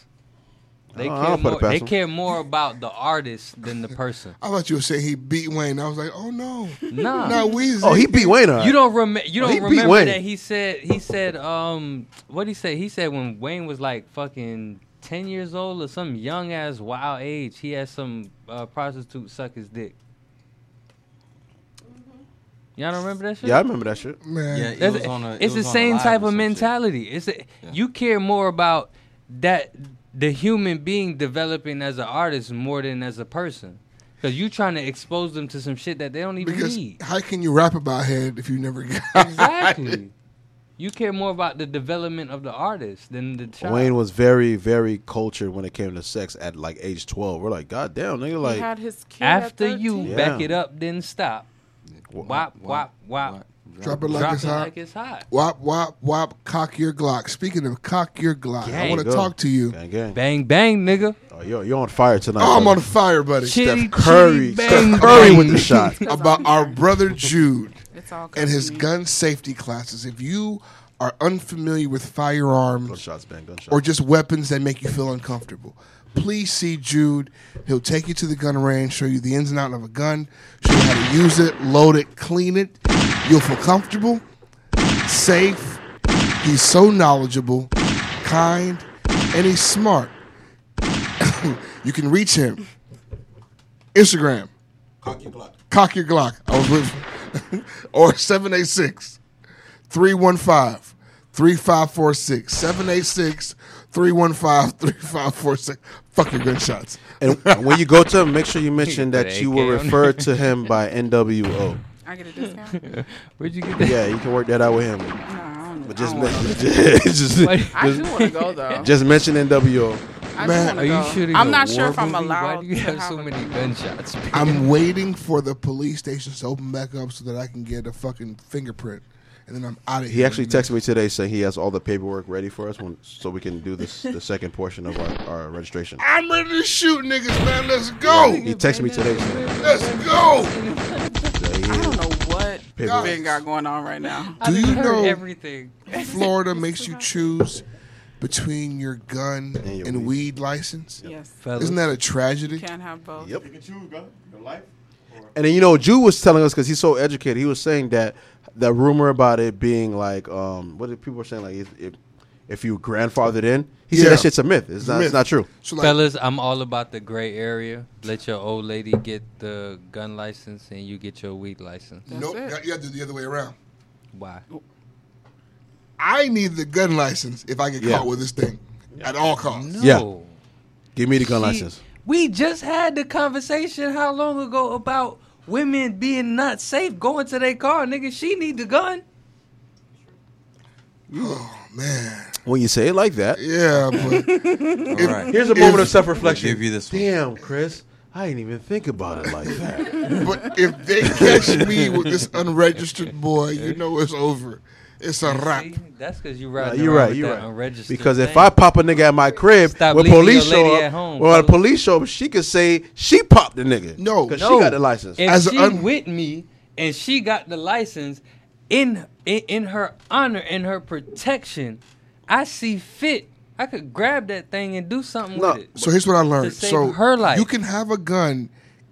S3: They
S8: I don't- I
S3: care
S8: don't put it
S3: more.
S8: past
S3: They
S8: them.
S3: care more about the artist than the person.
S1: I thought you were saying he beat Wayne. I was like, oh no,
S3: Nah.
S1: not Weezy.
S8: oh he beat Wayne all right.
S3: You don't remember. You
S8: Oh, he
S3: don't
S8: beat
S3: remember
S8: Wayne.
S3: that he said. He said. Um. What he say? He said when Wayne was like fucking ten years old or some young ass wild age, he had some uh, prostitute suck his dick. Y'all don't remember that shit?
S8: yeah I remember that shit
S1: man.
S6: Yeah, it
S3: That's-
S6: was on a, it
S3: it's the
S6: was on a
S3: same
S6: live
S3: type
S6: or
S3: of
S6: some shit.
S3: mentality. It's a, you care more about that the human being developing as an artist more than as a person, because you trying to expose them to some shit that they don't even
S1: Because
S3: need.
S1: how can you rap about head if you never got?
S3: Exactly. you care more about the development of the artist than the child.
S8: Wayne was very, very cultured when it came to sex at like age twelve. We're like, God damn, nigga,
S2: he
S8: like
S2: had his kid at
S3: After you
S2: 13.
S3: back
S8: Yeah.
S3: it up, then stop. Wop wop wop.
S1: Drop it like
S3: Drop
S1: it's
S3: it
S1: hot.
S3: like it's hot.
S1: Wop wop wop. Cock your Glock. Speaking of cock your Glock, I
S3: Gang.
S1: want to
S8: Go.
S1: talk to you.
S8: gang, gang.
S3: Bang bang, nigga.
S8: Oh, you're, you're on fire tonight.
S1: Oh, I'm
S8: brother.
S1: on fire, buddy.
S3: Chitty, chitty,
S8: Steph Curry,
S3: bang,
S8: Steph Curry
S3: bang.
S8: with the shot.
S1: about our brother Jude
S2: It's all
S1: and his
S2: company.
S1: gun safety classes. If you are unfamiliar with firearms
S8: Gunshots, man, gunshots.
S1: or just weapons that make you feel uncomfortable, please see Jude. He'll take you to the gun range, show you the ins and outs of a gun, show you how to use it, load it, clean it. You'll feel comfortable, safe. He's so knowledgeable, kind, and he's smart. you can reach him Instagram.
S8: Cocky Glock.
S1: Cocky Glock. I was with or 786 315 3546. 786 315 3546. Fucking gunshots.
S8: And when you go to him, make sure you mention that you were referred to him by NWO.
S2: I get a discount.
S3: Where'd you get
S8: Yeah, you can work that out with him.
S2: Oh,
S8: But just mention, just, just,
S2: I do wanna go, though.
S8: Just mention NWO.
S2: I do wanna go. I'm not sure if I'm allowed. to have a-
S3: gunshots?
S1: I'm waiting for the police stations to open back up so that I can get a fucking fingerprint. And then I'm out of here.
S8: He actually texted me today saying he has all the paperwork ready for us when, so we can do this the second portion of our, our registration.
S1: I'm ready to shoot niggas, man. Let's go.
S8: He texted me today. saying,
S1: Let's go.
S2: I don't know what
S8: Pivot.
S2: Ben got going on right now.
S1: Do you know
S3: everything?
S1: Florida makes you choose between your gun and, weed license.
S2: Yes.
S1: Isn't that a tragedy?
S2: Can't have both.
S8: Yep.
S4: You can choose, bro. Your life.
S8: And then you know, Jew was telling us because he's so educated. He was saying that that rumor about it being like, um, what did people were saying like, if, if, if you grandfathered in, he said
S3: Yeah.
S8: that shit's a myth. It's not. It's not true.
S3: Fellas, I'm all about the gray area. Let your old lady get the gun license and you get your weed license.
S1: nope. You have to do the other way around.
S3: Why?
S1: I need the gun license if I get
S8: Yeah.
S1: caught with this thing at all costs.
S8: Yeah. Give me the gun
S3: She-
S8: license.
S3: We just had the conversation how long ago about women being not safe going to their car, nigga. She need the gun.
S8: When you say it like that,
S1: yeah. But
S8: All right. Here's a moment of self-reflection.
S6: We'll give you this one.
S8: Damn, Chris, I didn't even think about it like that.
S1: but if they catch me with this unregistered boy, you know it's over. It's a wrap.
S3: That's because you
S8: Nah,
S3: riding
S8: you're
S3: around
S8: right.
S3: with
S8: You're
S3: that
S8: right.
S3: unregistered
S8: Because if
S3: thing.
S8: I pop a nigga at my crib,
S3: Stop
S8: when
S3: leaving your
S8: police show
S3: lady
S8: up,
S3: at home,
S8: when the police show up, she could say she popped the nigga.
S1: No,
S8: because
S3: No.
S8: she got the license.
S3: If
S8: As
S3: she
S8: a un-
S3: with me and she got the license in, in in her honor and her protection, I see fit. I could grab that thing and do something with it.
S1: So here's what I learned.
S3: save
S1: so
S3: her life.
S1: you can have a gun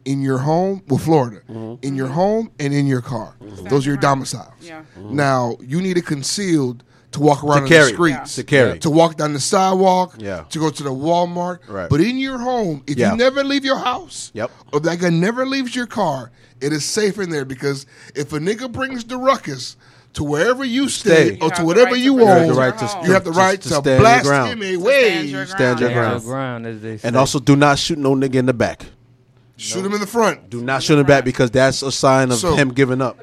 S1: in your home, well, Florida,
S3: Mm-hmm.
S1: in your home and in your car. Those are your domiciles.
S2: Yeah.
S1: Now you need it concealed to walk around in
S8: carry.
S1: the streets,
S8: Yeah. To carry.
S1: to walk down the sidewalk,
S8: Yeah.
S1: to go to the Walmart.
S8: Right.
S1: But in your home, if
S8: Yeah.
S1: you never leave your house,
S8: Yep.
S1: or that gun never leaves your car, it is safe in there because if a nigga brings the ruckus. To wherever you stay,
S8: Stay.
S1: or
S8: You
S1: to whatever you
S8: You
S1: own,
S8: have the right to-
S1: you have the
S8: to-
S1: right
S8: to
S1: to,
S8: stand your
S1: blast
S8: ground.
S1: him away.
S8: Stand your ground.
S3: ground, as they say.
S8: and also, do not shoot no nigga in the back.
S1: Shoot him in the front.
S8: Do not shoot in the back because that's a sign of
S1: So-
S8: him giving up.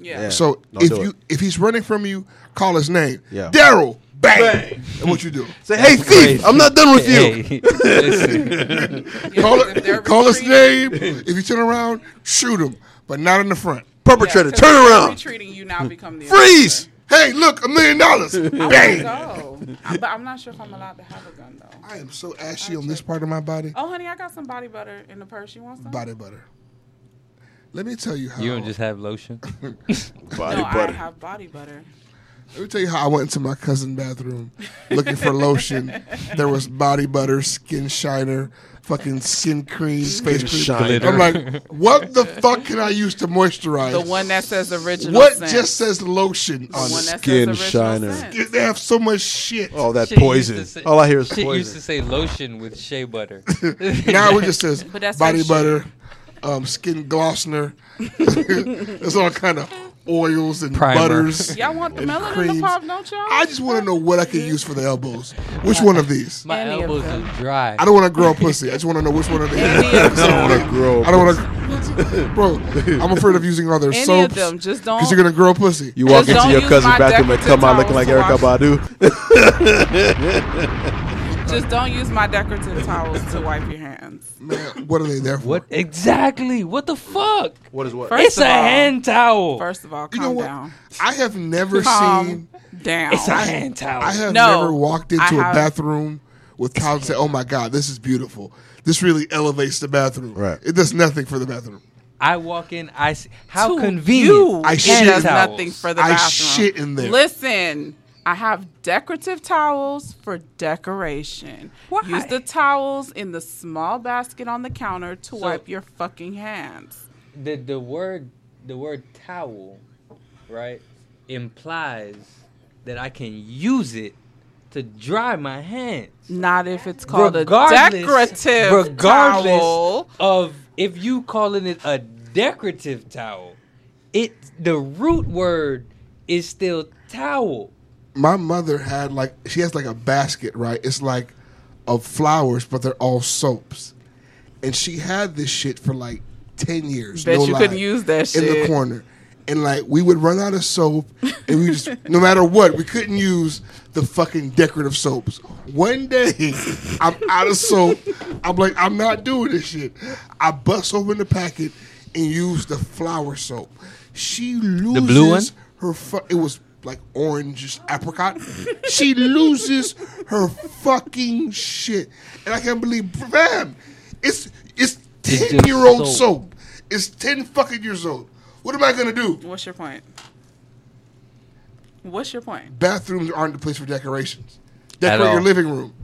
S2: Yeah.
S8: Yeah.
S1: So
S8: Don't
S1: if
S8: do it.
S1: you if he's running from you, call his name.
S8: Yeah.
S1: Daryl. Bang. And what you do?
S8: Say, hey thief, I'm not done with
S3: Hey,
S8: you.
S3: listen.
S1: call
S2: if they're
S1: it, call his name. If you turn around, shoot him, but not in the front.
S2: Yeah,
S8: Perpetrator,
S2: 'cause
S8: turn
S2: if they're
S8: around.
S2: Retreating, you now become the.
S8: Freeze.
S1: Hey, look, a million dollars.
S2: aggressor.
S1: Bang.
S2: I wanna go. I- But I'm not sure if I'm allowed to have a gun though.
S1: I am so ashy on this part of my body.
S2: Oh, honey, I got some body butter in the purse. You want some?
S1: Body butter. Let me tell you how.
S3: you don't just have lotion.
S8: Body
S2: no, I
S8: butter.
S2: have body butter.
S1: Let me tell you how I went into my cousin's bathroom looking for lotion. There was body butter, skin shiner, fucking skin cream, face cream.
S8: shiner.
S1: I'm like, what the fuck can I use to moisturize?
S2: The one that says original.
S1: What
S2: scent.
S1: just says lotion
S2: The
S1: on
S2: one
S1: it?
S2: that
S8: Skin
S2: says
S8: shiner.
S2: original scent.
S1: They have so much shit.
S8: All that
S3: Shit used
S8: poison.
S3: to say-
S8: All I hear is
S3: shit used to
S8: poison.
S3: say lotion with shea butter.
S1: now it just says
S2: But that's her
S1: body
S2: shit.
S1: butter, um, skin glossener. There's all kind of oils and
S3: Primer.
S1: butters.
S2: Y'all want the melon in
S1: creams.
S2: the pop, don't y'all?
S1: I just want to know what I can use for the elbows. Which one of these?
S3: My
S2: Any of
S3: elbows
S2: them.
S3: are dry.
S1: I don't want to grow a pussy. I just want to know which one of these.
S2: Any of
S1: I don't want to
S8: Grow.
S1: I don't want to. Bro, I'm afraid of using all their
S2: Any
S1: soaps
S2: of them. Just don't.
S1: because you're gonna grow a pussy.
S8: You walk
S2: Just
S8: into
S2: don't
S8: your
S2: use
S8: cousin's
S2: my
S8: bathroom and
S2: decorative
S8: come out looking
S2: towels
S8: like
S2: to
S8: Erica
S2: wash-
S8: Badu.
S2: Just don't use my decorative towels to wipe your hands.
S1: Man, what are they there for?
S3: What exactly? What the fuck?
S8: What is what?
S2: First
S3: it's
S2: of
S3: a
S2: all-
S3: hand towel.
S2: First of all,
S1: You know
S2: calm
S1: what?
S2: down.
S1: I have never
S2: Calm
S1: seen.
S2: Down.
S3: it's a hand towel.
S1: I have
S2: No,
S1: never walked into
S2: I
S1: a
S2: have-
S1: bathroom with towels and said, "Oh my god, this is beautiful. This really elevates the bathroom.
S8: Right.
S1: It does nothing for the bathroom.
S3: I walk in. I see. How
S2: To
S3: convenient.
S2: you,
S1: I
S2: it
S1: shit-
S2: does
S3: towels.
S2: nothing for the
S1: I
S2: bathroom.
S1: shit in there.
S2: Listen, I have decorative towels for decoration.
S3: Why?
S2: Use the towels in the small basket on the counter to
S3: So-
S2: wipe your fucking hands.
S3: the the word the word towel, right, implies that I can use it to dry my hands.
S2: Not if it's called a decorative
S3: regardless
S2: towel.
S3: of if you calling it a decorative towel. It the root word is still towel.
S1: my mother had like she has like a basket, right? It's like of flowers, but they're all soaps. And she had this shit for like ten years.
S2: Bet
S1: no
S2: you
S1: lie,
S2: couldn't use that
S1: in the
S2: shit.
S1: corner. And like we would run out of soap, and we just no matter what we couldn't use the fucking decorative soaps. One day I'm out of soap. I'm like I'm not doing this shit. I bust open the packet and use the flower soap. She loses
S3: blue one?
S1: her fu- it was like orange apricot. she loses her fucking shit, and I can't believe, fam, it's it's
S3: It's
S1: ten year old
S3: just
S1: soap. It's ten fucking years old. What am I gonna do?
S2: What's your point? What's your point?
S1: Bathrooms aren't the place for decorations.
S3: At
S1: Decorate your
S3: all.
S1: living room.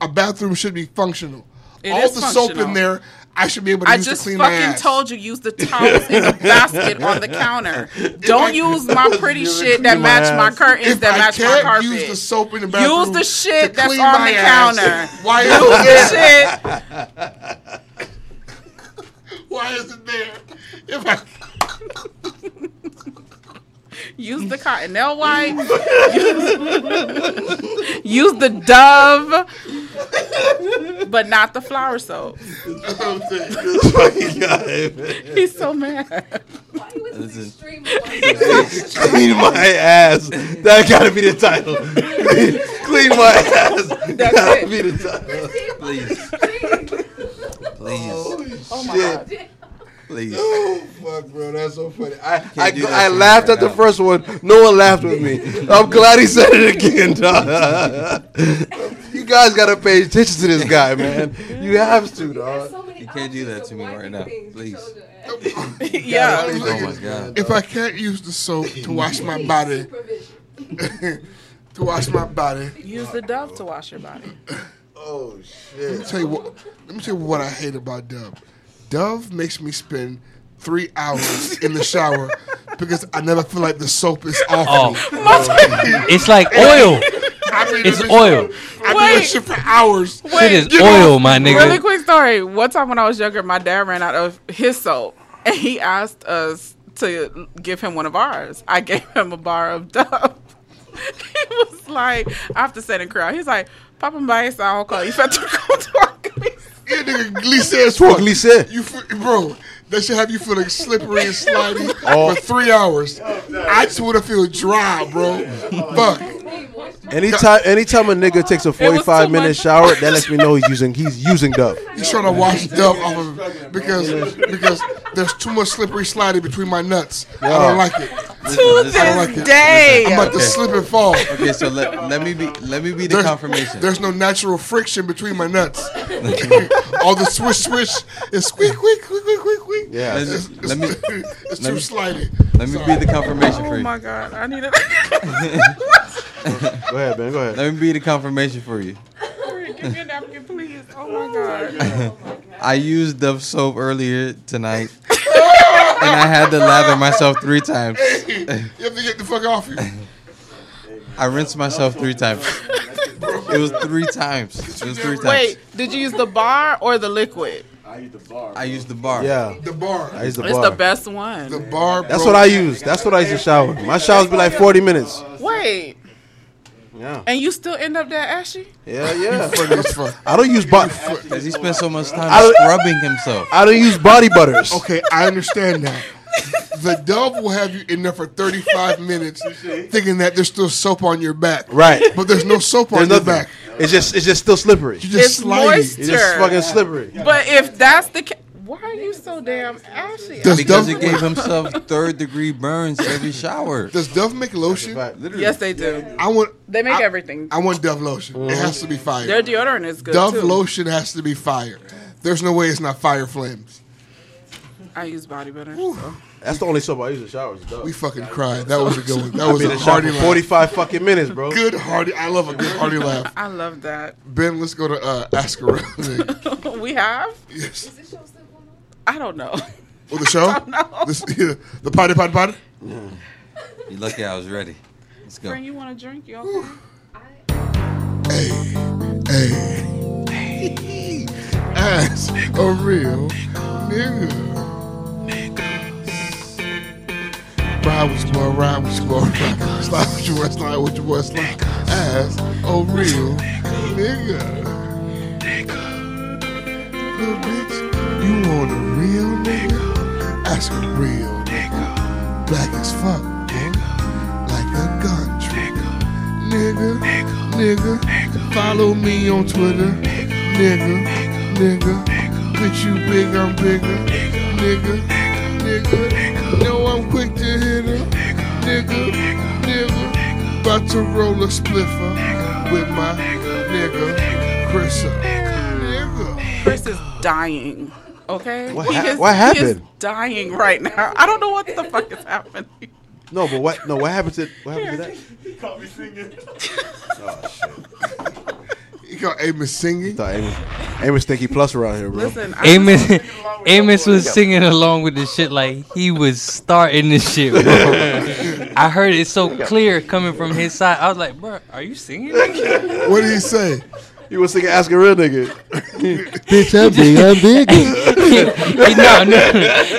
S1: A bathroom should be functional.
S2: It
S1: All
S2: is
S1: the soap in
S2: functional.
S1: there, I should be able to
S2: I
S1: use
S2: just
S1: to clean
S2: fucking
S1: my ass.
S2: told you use the towels in the basket on the counter.
S1: I-
S2: Don't use my pretty shit that
S1: my
S2: match my
S1: ass.
S2: curtains
S1: If
S2: that
S1: I
S2: match my
S1: can't
S2: carpet.
S1: use the soap in the bathroom
S2: the shit
S1: to
S2: that's
S1: clean
S2: on
S1: my
S2: the
S1: ass,
S2: counter.
S1: why is it there? Why is
S2: Use the shit
S1: it there? If I
S2: Use the Cottonelle wipe. Use the Dove, but not the flower soap.
S6: Oh,
S2: He's so mad.
S8: Clean my ass. That gotta be the title. Clean my ass.
S2: That's
S8: gotta
S2: it.
S8: be the title. Please. Please.
S2: Oh my
S8: Shit.
S2: god.
S8: Please. Oh fuck, bro, that's so funny. I I,
S6: do that
S8: I
S6: shit
S8: laughed
S6: right
S8: at the
S6: now.
S8: first one. No one laughed with me. I'm glad he said it again. dog. you guys gotta pay attention to this guy, man. You have to, dog.
S6: You can't do that to me right now, please.
S2: Yeah.
S6: Oh my god.
S1: if I can't use the soap to wash my body, to wash my body,
S2: Use the Dove to wash your body.
S8: Oh
S1: let me
S8: shit.
S1: tell you what. Let me tell you what I hate about Dove. Dove makes me spend three hours in the shower because I never feel like the soap is off. me.
S3: It's like oil.
S1: I mean,
S3: It's
S1: that bitch-
S3: oil.
S1: I do that
S2: Wait.
S1: shit for hours.
S3: Shit
S2: Wait,
S3: is
S1: you know-
S3: oil, my nigga.
S2: Really quick story. One time when I was younger, my dad ran out of his soap, and he asked us to give him one of ours. I gave him a bar of Dove. he was like, after sitting crowd, he's like, "Papa buy his own color. You better go to our place."
S1: Yeah, nigga, Glissé as
S8: Fuck
S1: fuck.
S8: Lee said.
S1: You feel, bro, that should have you feeling slippery and sliding
S8: Oh.
S1: for three hours. I just want to feel dry, bro. Fuck.
S8: Anytime, anytime a nigga takes a forty-five
S2: too
S8: minute
S2: much.
S8: shower, that lets me know he's using he's using Dove.
S1: He's trying to wash Dove off of it because because there's too much slippery sliding between my nuts. I
S8: Yeah.
S1: don't like it.
S2: to
S6: listen,
S1: I
S2: this
S1: like it.
S2: day.
S1: I'm about to slip and fall.
S6: Okay, so let, let me be let me be the
S1: There's,
S6: confirmation.
S1: there's no natural friction between my nuts. All the swish swish is squeak squeak squeak squeak squeak squeak.
S8: Yeah.
S6: Let-
S1: It's, it's,
S6: let me
S1: it's
S6: let
S1: too
S6: me-
S1: sliding.
S6: let me be the confirmation for
S2: oh
S6: you.
S2: my god, I need it.
S8: Go ahead, man. Go ahead.
S6: Let me be the confirmation for you.
S2: Give me a napkin, please. Oh my god.
S6: I used Dove soap earlier tonight, and I had to lather myself three times.
S1: You have to get the fuck off you.
S6: I rinsed myself three times. It was three times. It was three times.
S2: Wait, did you use the bar or the liquid?
S4: I eat the bar.
S6: I used the bar.
S8: Yeah,
S1: The bar.
S8: I use the
S2: It's
S8: bar.
S2: the best one.
S1: The bar.
S8: That's
S1: bro.
S8: what I use. That's what I use to shower. My showers be like forty minutes.
S2: Wait,
S8: Yeah,
S2: and you still end up that ashy?
S8: yeah, yeah.
S1: Funny as fuck.
S8: I don't use bo-
S6: Cause he spent so much time
S8: I-
S6: scrubbing himself.
S8: I don't use body butters.
S1: Okay, I understand now. The dove will have you in there for 35 minutes thinking that there's still soap on your back.
S8: Right.
S1: But there's no soap on
S8: There's
S1: your
S8: nothing.
S1: back.
S8: It's just it's just still slippery.
S1: You just
S2: It's
S1: slide
S2: moist.
S1: it.
S8: It's just
S2: Sure.
S8: fucking slippery.
S2: But if that's the case, why are you so damn ashy?
S1: Does
S6: Because
S1: dove,
S6: he gave himself third degree burns every shower.
S1: does dove make lotion?
S8: Right. Literally.
S2: Yes, they do.
S1: I want
S2: They make
S1: I-
S2: everything.
S1: I want dove lotion. It has to be fire.
S2: Their deodorant is good
S1: dove
S2: too.
S1: lotion has to be fire. There's no way it's not fire flames.
S2: I use body butter. so.
S8: That's the only soap I use in showers. Though.
S1: We fucking cried. That was a good one. That
S8: I've
S1: was
S8: been
S1: a
S8: in the shower
S1: hearty
S8: for
S1: laugh.
S8: forty-five fucking minutes, bro.
S1: Good hearty. I love a good hearty laugh.
S2: I love that.
S1: Ben, let's go to uh, Ask Around.
S2: we have?
S1: yes.
S2: I don't know.
S1: Well, the show? This, yeah, the potty potty potty?
S6: You lucky I was ready. Let's go.
S2: Friend, you want to drink? You okay?
S1: Hey, ass a real nigga. Ride with your boy, ride with your boy, ride. slide with your boy, slide with your boy, slide. Ass a real nigga. Little bitch, you want a real nigga? Ask a real nigga. Black as fuck, nigga. Like a gun nigga, nigga, Follow me on Twitter, nigga, nigga. With you big, I'm bigger, nigga, nigga. Know I'm quick to hit her, nigga, nigga. About to roll a spliffer with my nigga, Chris.
S2: Chris is dying. Okay.
S8: What hap- what
S2: He is
S8: happened?
S2: dying right now. I don't know what the fuck is happening.
S8: No, but what? No, what happened to what happened to that? Oh,
S4: He caught me singing.
S1: You got Amos singing?
S8: Thought Amos, Amos think he plus around here, bro.
S2: Listen, I-
S3: Amos, Amos was singing along with this shit like he was starting this shit. Bro. I heard it so clear coming from his side. I was like, bro, are you singing?
S1: What do you say?
S8: You was thinking, ask a real nigga.
S10: Bitch, I'm big, I'm big.
S3: he, no, no,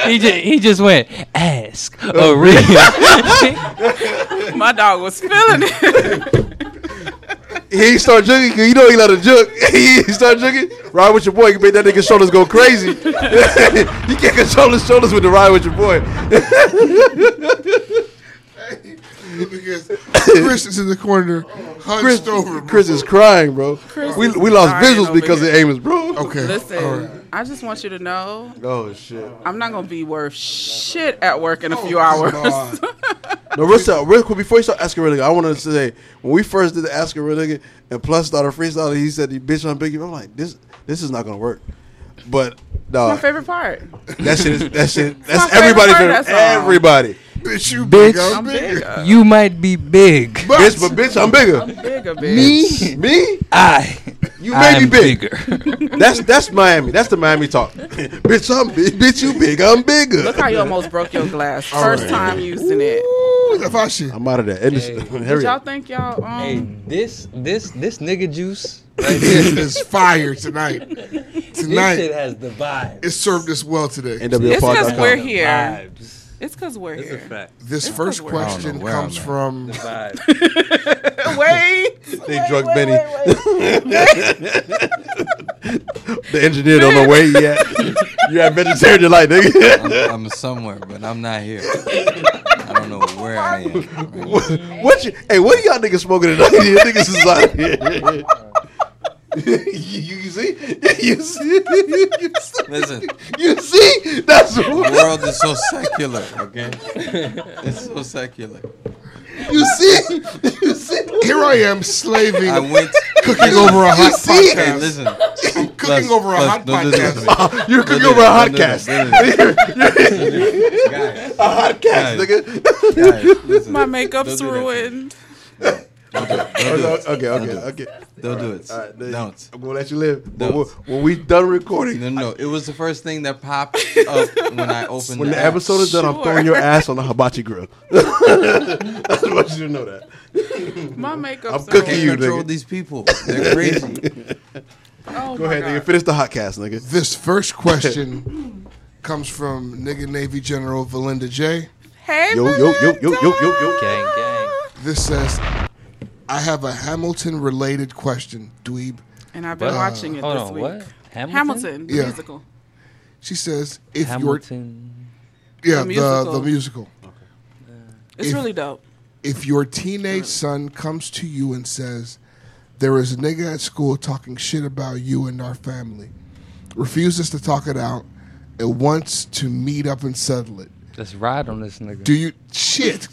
S3: he just he just went ask a real.
S2: My dog was feeling it.
S8: He ain't start jugging because you know he let a jug. he ain't start jugging. Ride with your boy. You make that nigga's shoulders go crazy. you can't control his shoulders with the ride with your boy.
S1: because Chris is in the corner, hunched
S8: Chris,
S1: over.
S8: Chris is crying, bro. we
S2: is
S8: we lost
S2: dying
S8: visuals
S2: over
S8: because
S2: here.
S8: of Amos, bro.
S1: Okay.
S2: Listen, I just want you to know
S8: Oh shit.
S2: I'm not gonna be worth shit at work in a few hours.
S8: No, real, stuff, real quick before you start asking real nigga, I wanted to say when we first did the asking real nigga and plus started freestyling, he said, "You bitch, I'm big." I'm like, this this is not gonna work. But
S2: My
S8: no,
S2: favorite part.
S8: that shit is that shit.
S2: my
S8: That's
S2: favorite
S8: everybody's
S2: part
S8: favorite.
S2: of that song.
S8: Everybody.
S1: Bitch, you
S3: Bitch.
S1: big, I'm
S2: I'm uh,
S1: big.
S2: bigger.
S3: you might be big.
S1: But-
S8: Bitch, but bitch, I'm bigger.
S2: Bigger, bitch.
S8: Me?
S3: I
S8: You
S3: I
S8: made me
S3: am
S8: big.
S3: bigger.
S8: That's that's Miami. That's the Miami talk. bitch, I'm big. Bitch, you big. I'm bigger.
S2: Look how you almost broke your glass. First time using it.
S1: Ooh, that fire shit.
S8: I'm out of that industry.
S2: Did
S8: Hurry
S2: y'all
S8: up.
S2: think y'all um
S3: hey, this this this nigga juice.
S1: This is fire tonight.
S3: This shit
S1: Tonight,
S3: has the vibe.
S1: it served us well today.
S2: It's because
S8: NWPod.com.
S2: we're here.
S3: Vibes.
S2: It's because we're
S3: It's a
S2: here.
S3: fact.
S1: This first question
S6: where
S1: comes
S6: I'm at.
S1: from
S3: Vibes.
S2: Wait.
S8: They drug Benny. the engineer don't know where he at. You have vegetarian delight, nigga.
S6: I'm, I'm somewhere, but I'm not here. I don't know where I am. right now.
S8: what you? Hey, what are y'all niggas smoking tonight? You niggas is out here. you, you see? You see? You see?
S6: Listen,
S8: You see? That's
S6: the world is so secular, okay? It's so secular.
S8: you see. You see?
S1: Here I am slaving,
S6: I went
S1: cooking over a hot
S8: see it?
S6: Hey,
S1: podcast.
S6: listen.
S1: Cooking over a
S6: plus-
S1: hot
S6: no, no, no, no,
S1: podcast.
S6: no.
S8: You're cooking
S6: No,
S8: over a
S6: no, no,
S8: podcast.
S6: no, no. Guys,
S8: A podcast, nigga.
S6: guys, listen.
S2: My
S6: Don't
S2: makeup's
S6: do that.
S2: ruined.
S6: Don't do it.
S8: Okay, okay,
S6: Don't do it.
S8: okay.
S6: Don't do it.
S8: All right, then
S6: Don't.
S8: I'm gonna let you live. But
S6: Don't.
S8: when, when we done recording,
S6: No, no, no. It was the first thing that popped up when I opened
S8: When the
S6: app.
S8: episode is done, I'm
S2: Sure.
S8: throwing your ass on the hibachi grill. I just want you to know that.
S2: My makeup's
S8: I'm cooking
S6: Can't
S8: you,
S6: control
S8: nigga.
S6: these people. They're crazy.
S2: Oh
S8: Go
S2: my
S8: ahead, nigga.
S2: God.
S8: Finish the hotcast, nigga.
S1: This first question comes from nigga Navy General Valinda J.
S2: Hey,
S8: Yo, yo, yo, yo, yo, yo, yo.
S3: gang gang.
S1: This says, I have a Hamilton related question, dweeb.
S2: And I've been
S3: What?
S2: watching it
S3: Hold
S2: this
S3: on,
S2: week.
S3: what? Hamilton?
S2: Hamilton, the
S1: Yeah.
S2: musical.
S1: She says, if
S3: Hamilton.
S1: your yeah,
S2: The
S1: the,
S2: musical.
S1: the musical.
S2: It's
S1: If-
S2: really dope.
S1: If your teenage son comes to you and says, There is a nigga at school talking shit about you and our family, refuses to talk it out, and wants to meet up and settle it.
S3: Let's ride on this nigga.
S1: Do you shit?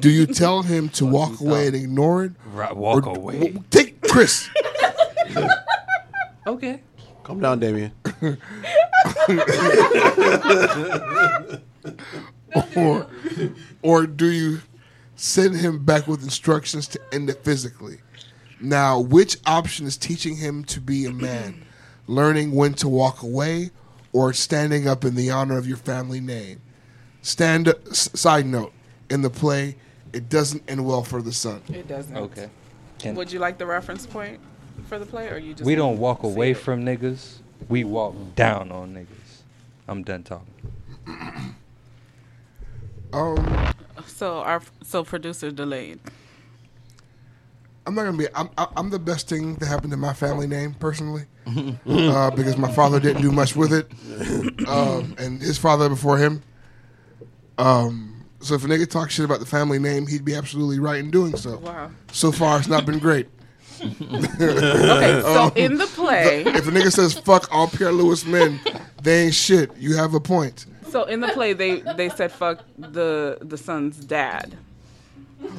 S1: do you tell him to walk away and ignore it?
S3: Ri- walk
S1: Or-
S3: away.
S1: w- Take Chris.
S3: okay.
S8: Calm down, Damien.
S1: or or do you send him back with instructions to end it physically? Now, which option is teaching him to be a man? Learning when to walk away or standing up in the honor of your family name? Stand s- side note in the play it doesn't end well for the son.
S2: It doesn't.
S3: Okay. And
S2: Would you like the reference point for the play, or you just
S3: we don't walk away from niggas. We walk down on niggas. I'm done talking.
S1: Um,
S2: So our so producer delayed.
S1: I'm not gonna be. I'm, I- I'm the best thing that happened to my family name personally, uh, because my father didn't do much with it, um, and his father before him. Um, so if a nigga talks shit about the family name, he'd be absolutely right in doing so.
S2: Wow.
S1: So far, it's not been great.
S2: Okay, so in the play-
S1: if a nigga says "fuck all Pierre Lewis men," they ain't shit. You have a point.
S2: So in the play, they they said fuck the the son's dad.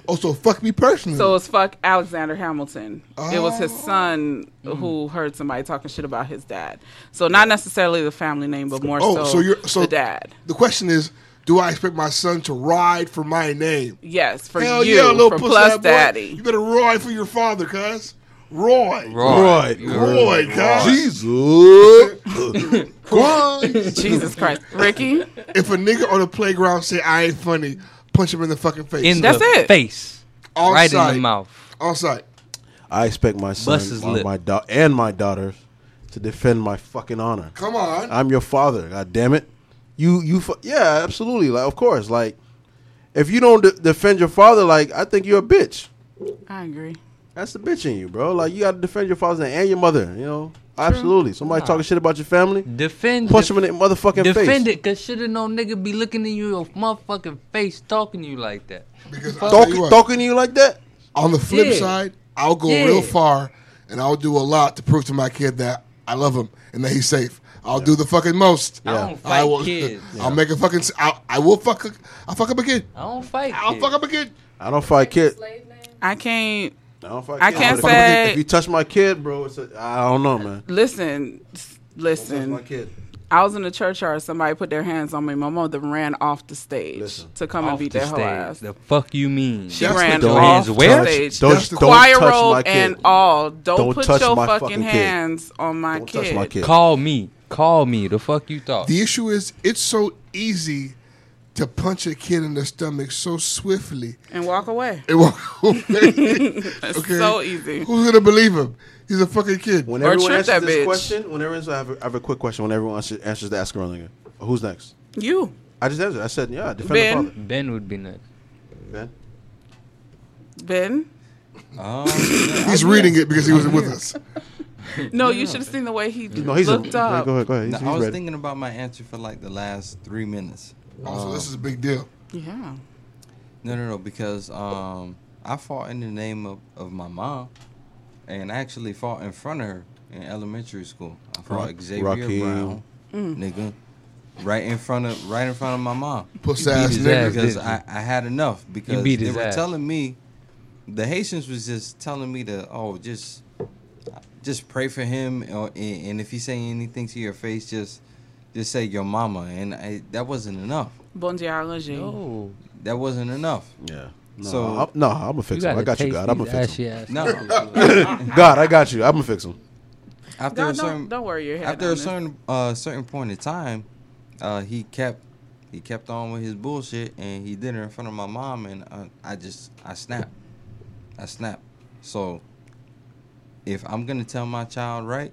S1: Oh, so fuck me personally.
S2: So it was fuck Alexander Hamilton. It was his son
S1: Mm.
S2: who heard somebody talking shit about his dad. So not necessarily the family name, but more
S1: oh,
S2: so,
S1: so, you're so
S2: the dad.
S1: The question is, do I expect my son to ride for my name?
S2: Yes, for
S1: Hell
S2: you,
S1: yeah, little
S2: for
S1: pussy
S2: plus
S1: ass boy.
S2: daddy.
S1: You better ride for your father, cuz. Roy.
S8: Roy.
S1: Roy, cuz.
S8: Jesus.
S1: Christ.
S2: Jesus Christ. Ricky?
S1: If a nigga on the playground say I ain't funny, punch him in the fucking face.
S3: In That's the it. face.
S1: On
S3: Right in the
S1: sight.
S3: mouth.
S1: On sight.
S8: I expect my son,
S3: Bust his
S8: my,
S3: lip.
S8: my da- and my daughters, to defend my fucking honor.
S1: Come on.
S8: I'm your father. God damn it. You, you, fu- yeah, absolutely. Like, of course. Like, if you don't de- defend your father, like, I think you're a bitch.
S2: I agree.
S8: That's the bitch in you, bro. Like, you got to defend your father and your mother. You know, absolutely. Somebody
S3: Nah.
S8: talking shit about your family,
S3: defend,
S8: punch them in the motherfucking face.
S3: Defend it, cause shoulda no nigga be looking in your motherfucking face, talking to you like that.
S1: I'll
S8: Talk-
S1: tell you what.
S8: talking to you like that.
S1: On the flip
S3: Yeah.
S1: side, I'll go
S3: Yeah.
S1: real far and I'll do a lot to prove to my kid that I love him and that he's safe. I'll do the fucking most.
S3: I don't
S1: I
S3: fight
S1: will.
S3: kids.
S1: I'll make a fucking. s- I'll, I will fuck. A, I'll fuck up a kid.
S3: I don't fight.
S1: I'll fuck up a kid.
S8: I don't fight kids.
S2: I can't.
S8: I don't fuck
S2: I
S8: kids.
S2: can't
S8: If you-
S2: say-
S8: If you touch my kid, bro, it's a, I don't know, man.
S2: Listen, s- listen.
S8: my kid.
S2: I was in the churchyard. Somebody put their hands on me. My mother ran off the stage to come and
S3: Off
S2: beat
S3: the
S2: their whole
S3: stage.
S2: ass.
S3: The fuck you mean?
S2: She ran
S3: Your
S2: off
S3: hands
S2: the
S3: where?
S2: stage.
S8: Don't-
S2: That's the
S8: don't
S2: choir
S8: touch
S2: roll
S8: my kid.
S2: and all. Don't,
S8: Don't
S2: put
S8: touch
S2: your
S8: my
S2: fucking
S8: fucking kid.
S2: hands on my kid.
S8: touch my kid.
S3: Call me. Call me. The fuck you thought?
S1: The issue is it's so easy to punch a kid in the stomach so swiftly.
S2: And walk away.
S1: It won't It's
S2: so easy.
S1: Who's gonna believe him? He's a fucking kid.
S8: When
S2: Or
S8: everyone
S2: trip
S8: answers
S2: that
S8: this
S2: bitch.
S8: question, when everyone's, I, have a, I have a quick question. When everyone answers, answers the Ask Around who's next?
S2: You.
S8: I just answered. I said, yeah, defend
S2: Ben.
S8: the father.
S3: Ben would be nuts.
S8: Ben.
S2: Ben?
S6: Oh,
S1: He's reading it because he wasn't with us.
S2: No, you should have seen the way he
S8: No, he's a-
S2: looked up.
S8: go ahead, go ahead. He's-
S6: No,
S8: he's
S6: I was
S8: ready.
S6: thinking about my answer for like the last three minutes.
S1: Also,
S6: Um,
S1: Oh, this is a big deal.
S2: Yeah.
S6: No, no, no, because um, I fought in the name of, of my mom, and I actually fought in front of her in elementary school. I fought
S8: Rock-
S6: Xavier
S8: Rakim.
S6: Brown,
S2: Mm.
S6: nigga, right in front of right in front of my mom.
S1: Puss
S6: You beat
S1: ass
S6: his
S1: nigga.
S6: because
S3: didn't
S6: I, I had enough because
S3: beat
S6: they
S3: his
S6: were
S3: ass.
S6: telling me the Haitians was just telling me to oh just just pray for him or, and and if he say anything to your face just just say your mama and I, that wasn't enough.
S2: Bon dialogue.
S3: No.
S6: That wasn't enough.
S8: Yeah. No,
S6: So-
S8: I'm, no, I'm gonna fix
S3: You
S8: him. I
S3: gotta
S8: got you,
S3: taste
S8: God. I'm gonna
S3: these
S8: fix him.
S3: ashy ass
S6: No.
S3: niggas.
S8: God, I got you. I'm gonna fix him.
S6: After
S2: God,
S6: a
S2: don't,
S6: certain
S2: don't worry your head.
S6: after
S2: on
S6: a
S2: this.
S6: certain uh, certain point in time, uh, he kept he kept on with his bullshit, and he did it in front of my mom, and uh, I just I snapped, I snapped. So if I'm gonna tell my child right,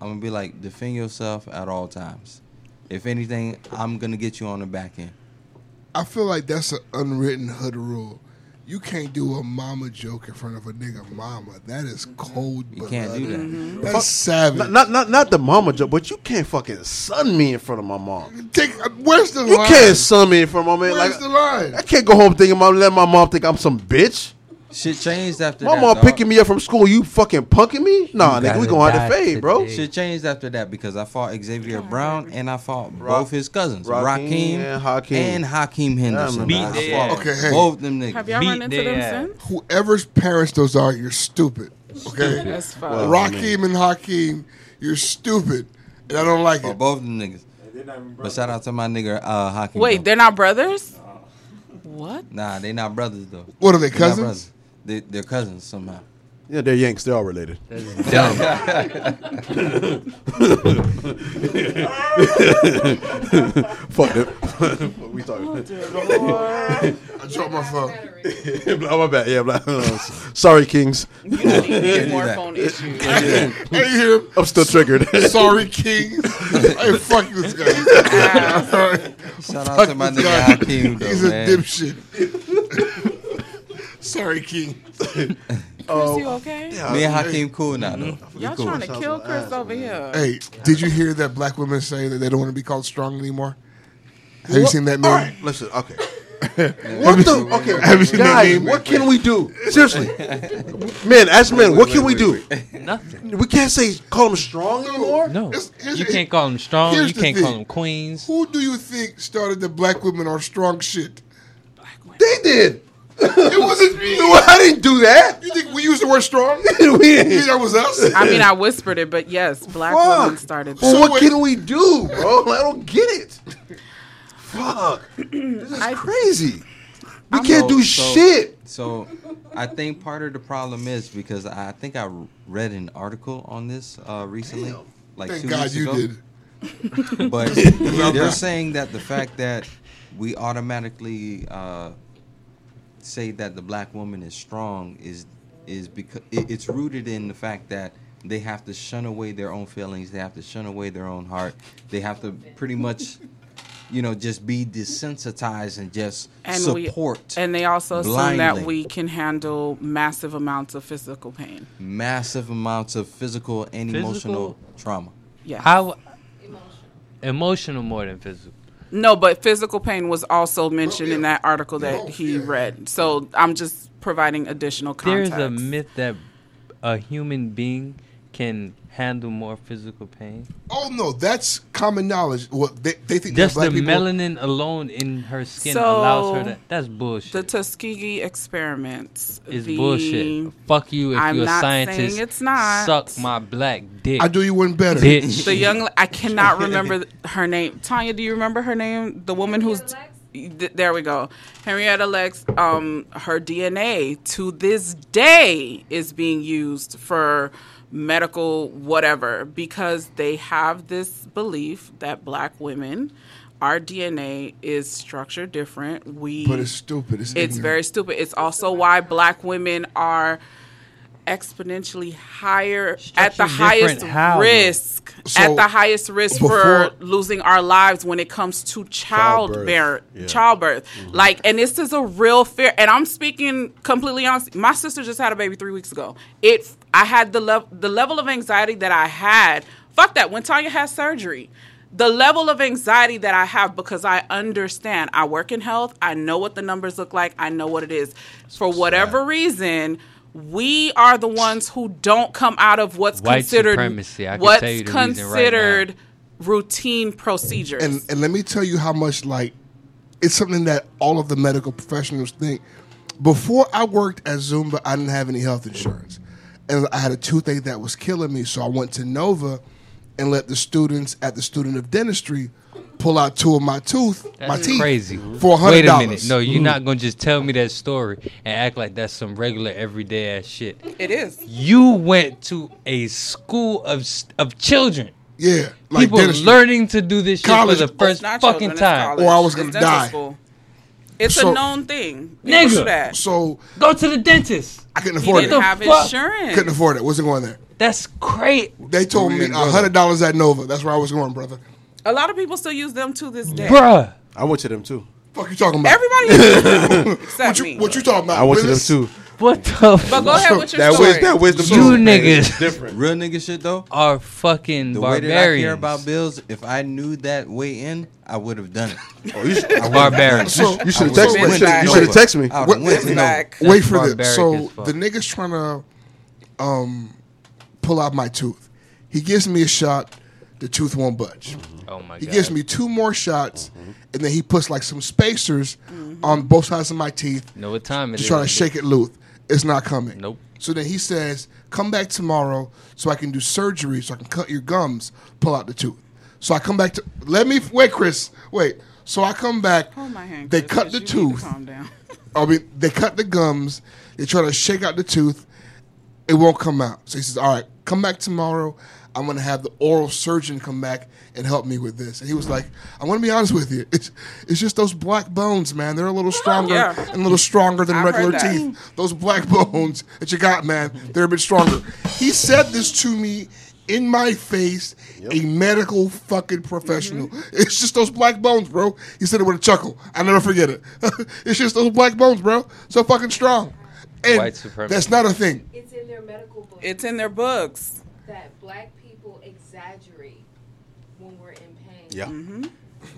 S6: I'm gonna be like defend yourself at all times. If anything, I'm gonna get you on the back end.
S1: I feel like that's an unwritten hood rule. You can't do a mama joke in front of a nigga mama. That is cold.
S6: You can't do that.
S1: That's savage.
S8: Not, not, not, not the mama joke, but you can't fucking sun me in front of my mom.
S1: Take, uh, where's the
S8: You
S1: line?
S8: can't sun me in front of my man.
S1: Where's
S8: Like,
S1: the line?
S8: I can't go home thinking about letting my mom think I'm some bitch.
S6: Shit changed after
S8: My
S6: that.
S8: mom
S6: dog.
S8: picking me up from school. You fucking punking me? Nah,
S3: You
S8: nigga,
S3: gotta
S8: we going to have to
S3: die
S8: fade, bro.
S3: today.
S6: Oh, Shit changed after that because I fought Xavier Brown and I fought
S8: Rock-
S6: both his cousins,
S8: Rakeem
S6: Rakeem
S8: and Hakeem.
S6: and Hakeem Henderson.
S3: Beat
S6: I fought
S3: their ass.
S1: Okay, hey.
S6: both them niggas.
S2: Have y'all
S3: Beat
S2: run into
S3: their
S2: them
S3: ass.
S2: since?
S1: Whoever's parents those are, you're stupid. Okay.
S2: That's fine.
S8: Well,
S1: Rakim and Hakeem, you're stupid, and I don't like
S6: Fought
S1: it.
S6: both them niggas. But shout out to my nigga uh, Hakeem.
S2: Wait,
S6: though.
S2: they're not brothers? What?
S6: nah, they not brothers though.
S1: What are they
S6: They not
S1: cousins?
S6: brothers. They, they're cousins somehow.
S8: Yeah, they're Yanks. They're all related.
S3: That's
S8: Dumb. Fuck it. What we talking?
S1: I dropped my phone.
S8: oh my bad. Yeah, black. sorry, Kings. You
S1: need to get more phone issues. I hear him.
S8: I'm still triggered.
S1: Sorry, King. hey, fuck this guy.
S6: Shout out
S1: Fuck
S6: to my
S1: this
S6: nigga
S1: guy.
S6: Hakeem, though,
S1: He's a
S6: man.
S1: dipshit. Sorry, King.
S2: Chris,
S8: Oh,
S2: you okay?
S6: Me and Hakeem cool now, though. We
S2: Y'all
S6: cool.
S2: trying to kill Chris over here.
S1: Hey, did you hear that black women say that they don't want to be called strong anymore? Have you
S8: What?
S1: seen that meme?
S8: All right, listen, okay.
S1: Have you
S8: What the?
S1: seen-
S8: Okay,
S1: have you seen that
S8: guys,
S1: meme?
S8: what can we do? Seriously, men, as men, what can we do?
S3: Nothing.
S8: We can't say call them strong anymore.
S3: No, you can't call them strong.
S1: Here's
S3: You
S1: the
S3: can't call
S1: thing.
S3: them queens.
S1: Who do you think started the black women are strong shit?
S8: They did.
S1: It wasn't me.
S8: I didn't do that.
S1: You think we used the word strong?
S8: we
S1: You think that was us?
S2: I mean, I whispered it, but yes, black women
S8: Fuck.
S2: started
S8: Well,
S2: that.
S8: what can we do, bro? I don't get it. Fuck, this is
S2: I-
S8: crazy. We
S6: So-
S8: can't do
S6: so-
S8: shit.
S6: So, I think part of the problem is because I think I read an article on this uh, recently, like
S1: Thank
S6: two
S1: God
S6: weeks
S1: you
S6: ago.
S1: did.
S6: but
S1: Love
S6: they're
S1: that.
S6: saying that the fact that we automatically uh, say that the black woman is strong is is because it, it's rooted in the fact that they have to shun away their own feelings, they have to shun away their own heart, they have to pretty much, you know, just be desensitized and just
S2: And
S6: support
S2: we and they also assume that
S6: blindly.
S2: we can handle massive amounts of physical pain.
S6: massive amounts of physical and
S3: Physical?
S6: emotional trauma.
S2: Yeah.
S3: How emotional more than physical.
S2: No, but physical pain was also mentioned in that article that he read. So I'm just providing additional
S3: There
S2: context.
S3: is a myth that a human being can handle more physical pain.
S1: Oh no, that's common knowledge. What they, they think
S3: Just
S1: that
S3: the
S1: black people.
S3: melanin alone in her skin allows her to. That's bullshit.
S2: The Tuskegee experiments
S3: It's
S2: the-
S3: bullshit. Fuck you if
S2: I'm
S3: you're a
S2: not saying
S3: scientist.
S2: it's not.
S3: Suck my black dick.
S1: I do you one better.
S3: Bitch.
S2: The young, I cannot remember th- her name. Tanya, do you remember her name? The woman who's th- there. We go, Henrietta Lex. Um, her DNA to this day is being used for medical whatever because they have this belief that black women. Our DNA is structured different. We
S1: But it's stupid. It's ignorant.
S2: very stupid. It's also why black women are exponentially higher at the
S3: different
S2: highest
S3: how, though?
S2: risk
S1: So,
S2: at the highest risk
S1: before-
S2: for losing our lives when it comes to childbirth childbirth,
S8: Yeah.
S2: childbirth. like and this is a real fear and i'm speaking completely honest my sister just had a baby three weeks ago it i had the level the level of anxiety that i had fuck that when tanya had surgery the level of anxiety that i have because i understand i work in health i know what the numbers look like i know what it is for whatever reason we are the ones who don't come out of what's
S3: White
S2: considered
S3: supremacy. I can
S2: what's
S3: tell you the reason right now.
S2: considered routine procedures.
S1: and and let me tell you how much like it's something that all of the medical professionals think. Before I worked at Zumba, I didn't have any health insurance, and I had a toothache that was killing me. So I went to Nova and let the students at the student of dentistry pull out two of my tooth, my
S3: That's
S1: teeth,
S3: crazy.
S1: for
S3: Wait
S1: hundred
S3: a minute.
S1: dollars. Mm-hmm.
S3: No, you're not gonna just tell me that story and act like that's some regular everyday ass shit.
S2: it is.
S3: You went to a school of s- of children.
S1: yeah, like
S3: People
S1: dentistry.
S3: learning to do this shit
S1: College-
S3: for the first
S2: It's not children,
S3: fucking
S2: it's
S3: time.
S2: college.
S1: Or I was
S2: It's
S1: gonna
S2: dental
S1: die.
S2: school. It's
S1: So-
S2: a known thing.
S3: Nigga.
S2: Nigga, that.
S1: So
S3: Go to the dentist.
S1: I couldn't
S2: he
S1: afford
S2: didn't
S1: it.
S2: have
S3: fuck?
S2: insurance.
S1: Couldn't afford it. Wasn't going there.
S3: That's great,
S1: They told me hundred dollars at Nova. That's where I was going, brother.
S2: a lot of people still use them to this day.
S3: bruh.
S8: I went to them too.
S1: Fuck you talking about?
S2: Everybody uses them except
S1: what you,
S2: me.
S1: what you talking about?
S8: I went to them
S1: Willis?
S8: too.
S3: What the?
S2: but
S3: Fuck?
S2: go ahead with your
S8: That
S2: story.
S8: was that wisdom.
S3: You
S8: tooth, man,
S3: niggas.
S8: it's different.
S6: Real nigga shit though.
S3: Are fucking
S6: The way that I
S3: barbarians.
S6: care about bills, if I knew that way in, I would have done it.
S8: Oh, you should, I went-
S3: barbarians.
S1: So-
S8: you should have
S6: I
S8: texted
S6: would've
S8: me. You
S6: went
S8: should
S6: to
S8: have
S1: you
S6: Nova.
S1: should've
S8: texted me.
S6: I would've
S1: What-
S6: went to
S1: It's
S6: Nova.
S2: back.
S1: Wait for this.
S3: Barbaric
S1: So
S3: as fuck.
S1: the nigga's trying to um, pull out my tooth. He gives me a shot. The tooth won't budge.
S8: Mm-hmm.
S3: Oh my
S1: He
S3: god.
S1: gives me two more shots, and then he puts like some spacers on both sides of my teeth
S3: Know what time it
S1: to
S3: is?
S1: try to shake it loose. It's not coming.
S3: Nope.
S1: So then he says, "Come back tomorrow so I can do surgery, so I can cut your gums, pull out the tooth." So I come back to let me wait, Chris. Wait. So I come back.
S2: Hold Oh, my hand,
S1: they
S2: Chris,
S1: cut
S2: 'cause
S1: the
S2: you need to
S1: tooth.
S2: Calm down.
S1: I mean, they cut the gums. They try to shake out the tooth, it won't come out. So he says, all right, come back tomorrow. I'm going to have the oral surgeon come back and help me with this. And he was like, I'm going to be honest with you. It's, it's just those black bones, man. They're a little stronger
S2: Yeah.
S1: and a little stronger than
S2: I've
S1: regular
S2: heard that.
S1: teeth. Those black bones that you got, man, they're a bit stronger. He said this to me in my face, a medical
S8: Mm-hmm.
S1: fucking professional. It's just those black bones, bro. He said it with a chuckle. I never forget it. it's just those black bones, bro. So fucking strong. And
S3: White supremacy.
S1: that's not a thing.
S9: It's in their medical book
S2: It's in their books.
S9: that black people exaggerate when we're in pain.
S2: Yeah.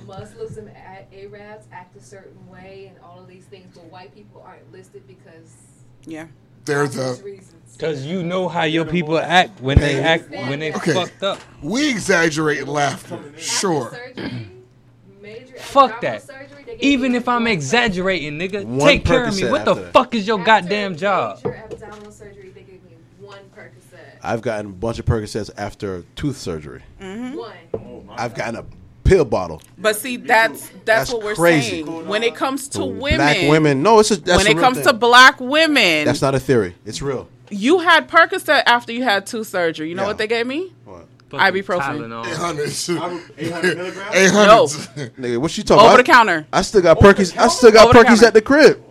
S9: Muslims and A- Arabs act a certain way and all of these things, but white people aren't listed because
S2: Yeah.
S1: They're the
S3: Cause you know how your people act when they act when they fucked up.
S1: We exaggerate in laughter, sure.
S3: Fuck that. Even if I'm exaggerating, nigga,
S1: One
S3: take care of me.
S1: Percocet
S3: What the
S1: after that.
S3: fuck is your goddamn job?
S9: abdominal surgery, they gave me one Percocet.
S8: I've gotten a bunch of Percocets after tooth surgery.
S9: One.
S8: I've gotten a pill bottle.
S2: But see, that's that's, what we're
S8: crazy.
S2: saying. When it comes to
S8: To
S2: women,
S8: black women. No, it's a- that's
S2: when
S8: a
S2: it
S8: real
S2: comes
S8: thing.
S2: to black women,
S8: That's not a theory. It's real.
S2: you had Percocet after you had two surgery. You know
S8: Yeah.
S2: what they gave me?
S8: What?
S2: Ibuprofen.
S1: 800 milligrams?
S8: Nigga, what you talking
S2: Over
S8: about?
S2: the counter.
S8: I still got Perkies. I still got
S2: Over the
S8: Perkies
S2: counter.
S8: at the crib.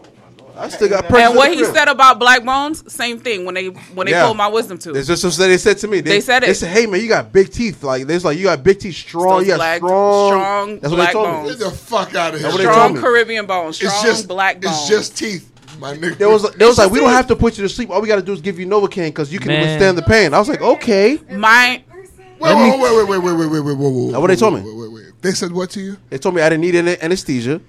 S8: I still got Perkies.
S2: and what
S8: at
S2: he
S8: the crib.
S2: said about black bones, same thing. When they when they
S8: Yeah.
S2: pulled my wisdom tooth,
S8: It's just something they said to me.
S2: They said
S8: They
S2: it.
S8: said, "Hey man, you got big teeth. Like there's like you got big teeth, strong.
S2: Those
S8: You got
S2: black-
S8: strong.
S2: strong
S8: That's what
S2: black
S8: they told me.
S2: bones.
S1: Get the fuck out of here.
S8: That's what they told
S2: strong
S8: me.
S2: Caribbean bones, strong
S1: just-
S2: black bones.
S1: It's just teeth, my nigga.
S8: There was there was like we don't have to put you to sleep. All we got to do is give you Novocaine because you can
S1: Man.
S8: withstand the pain. I was like, okay.
S2: my
S1: Wait, wait, wait, wait, wait, wait, wait, wait, whoa, whoa.
S8: That's what they told me.
S1: They said what to you?
S8: They told me I didn't need any anesthesia.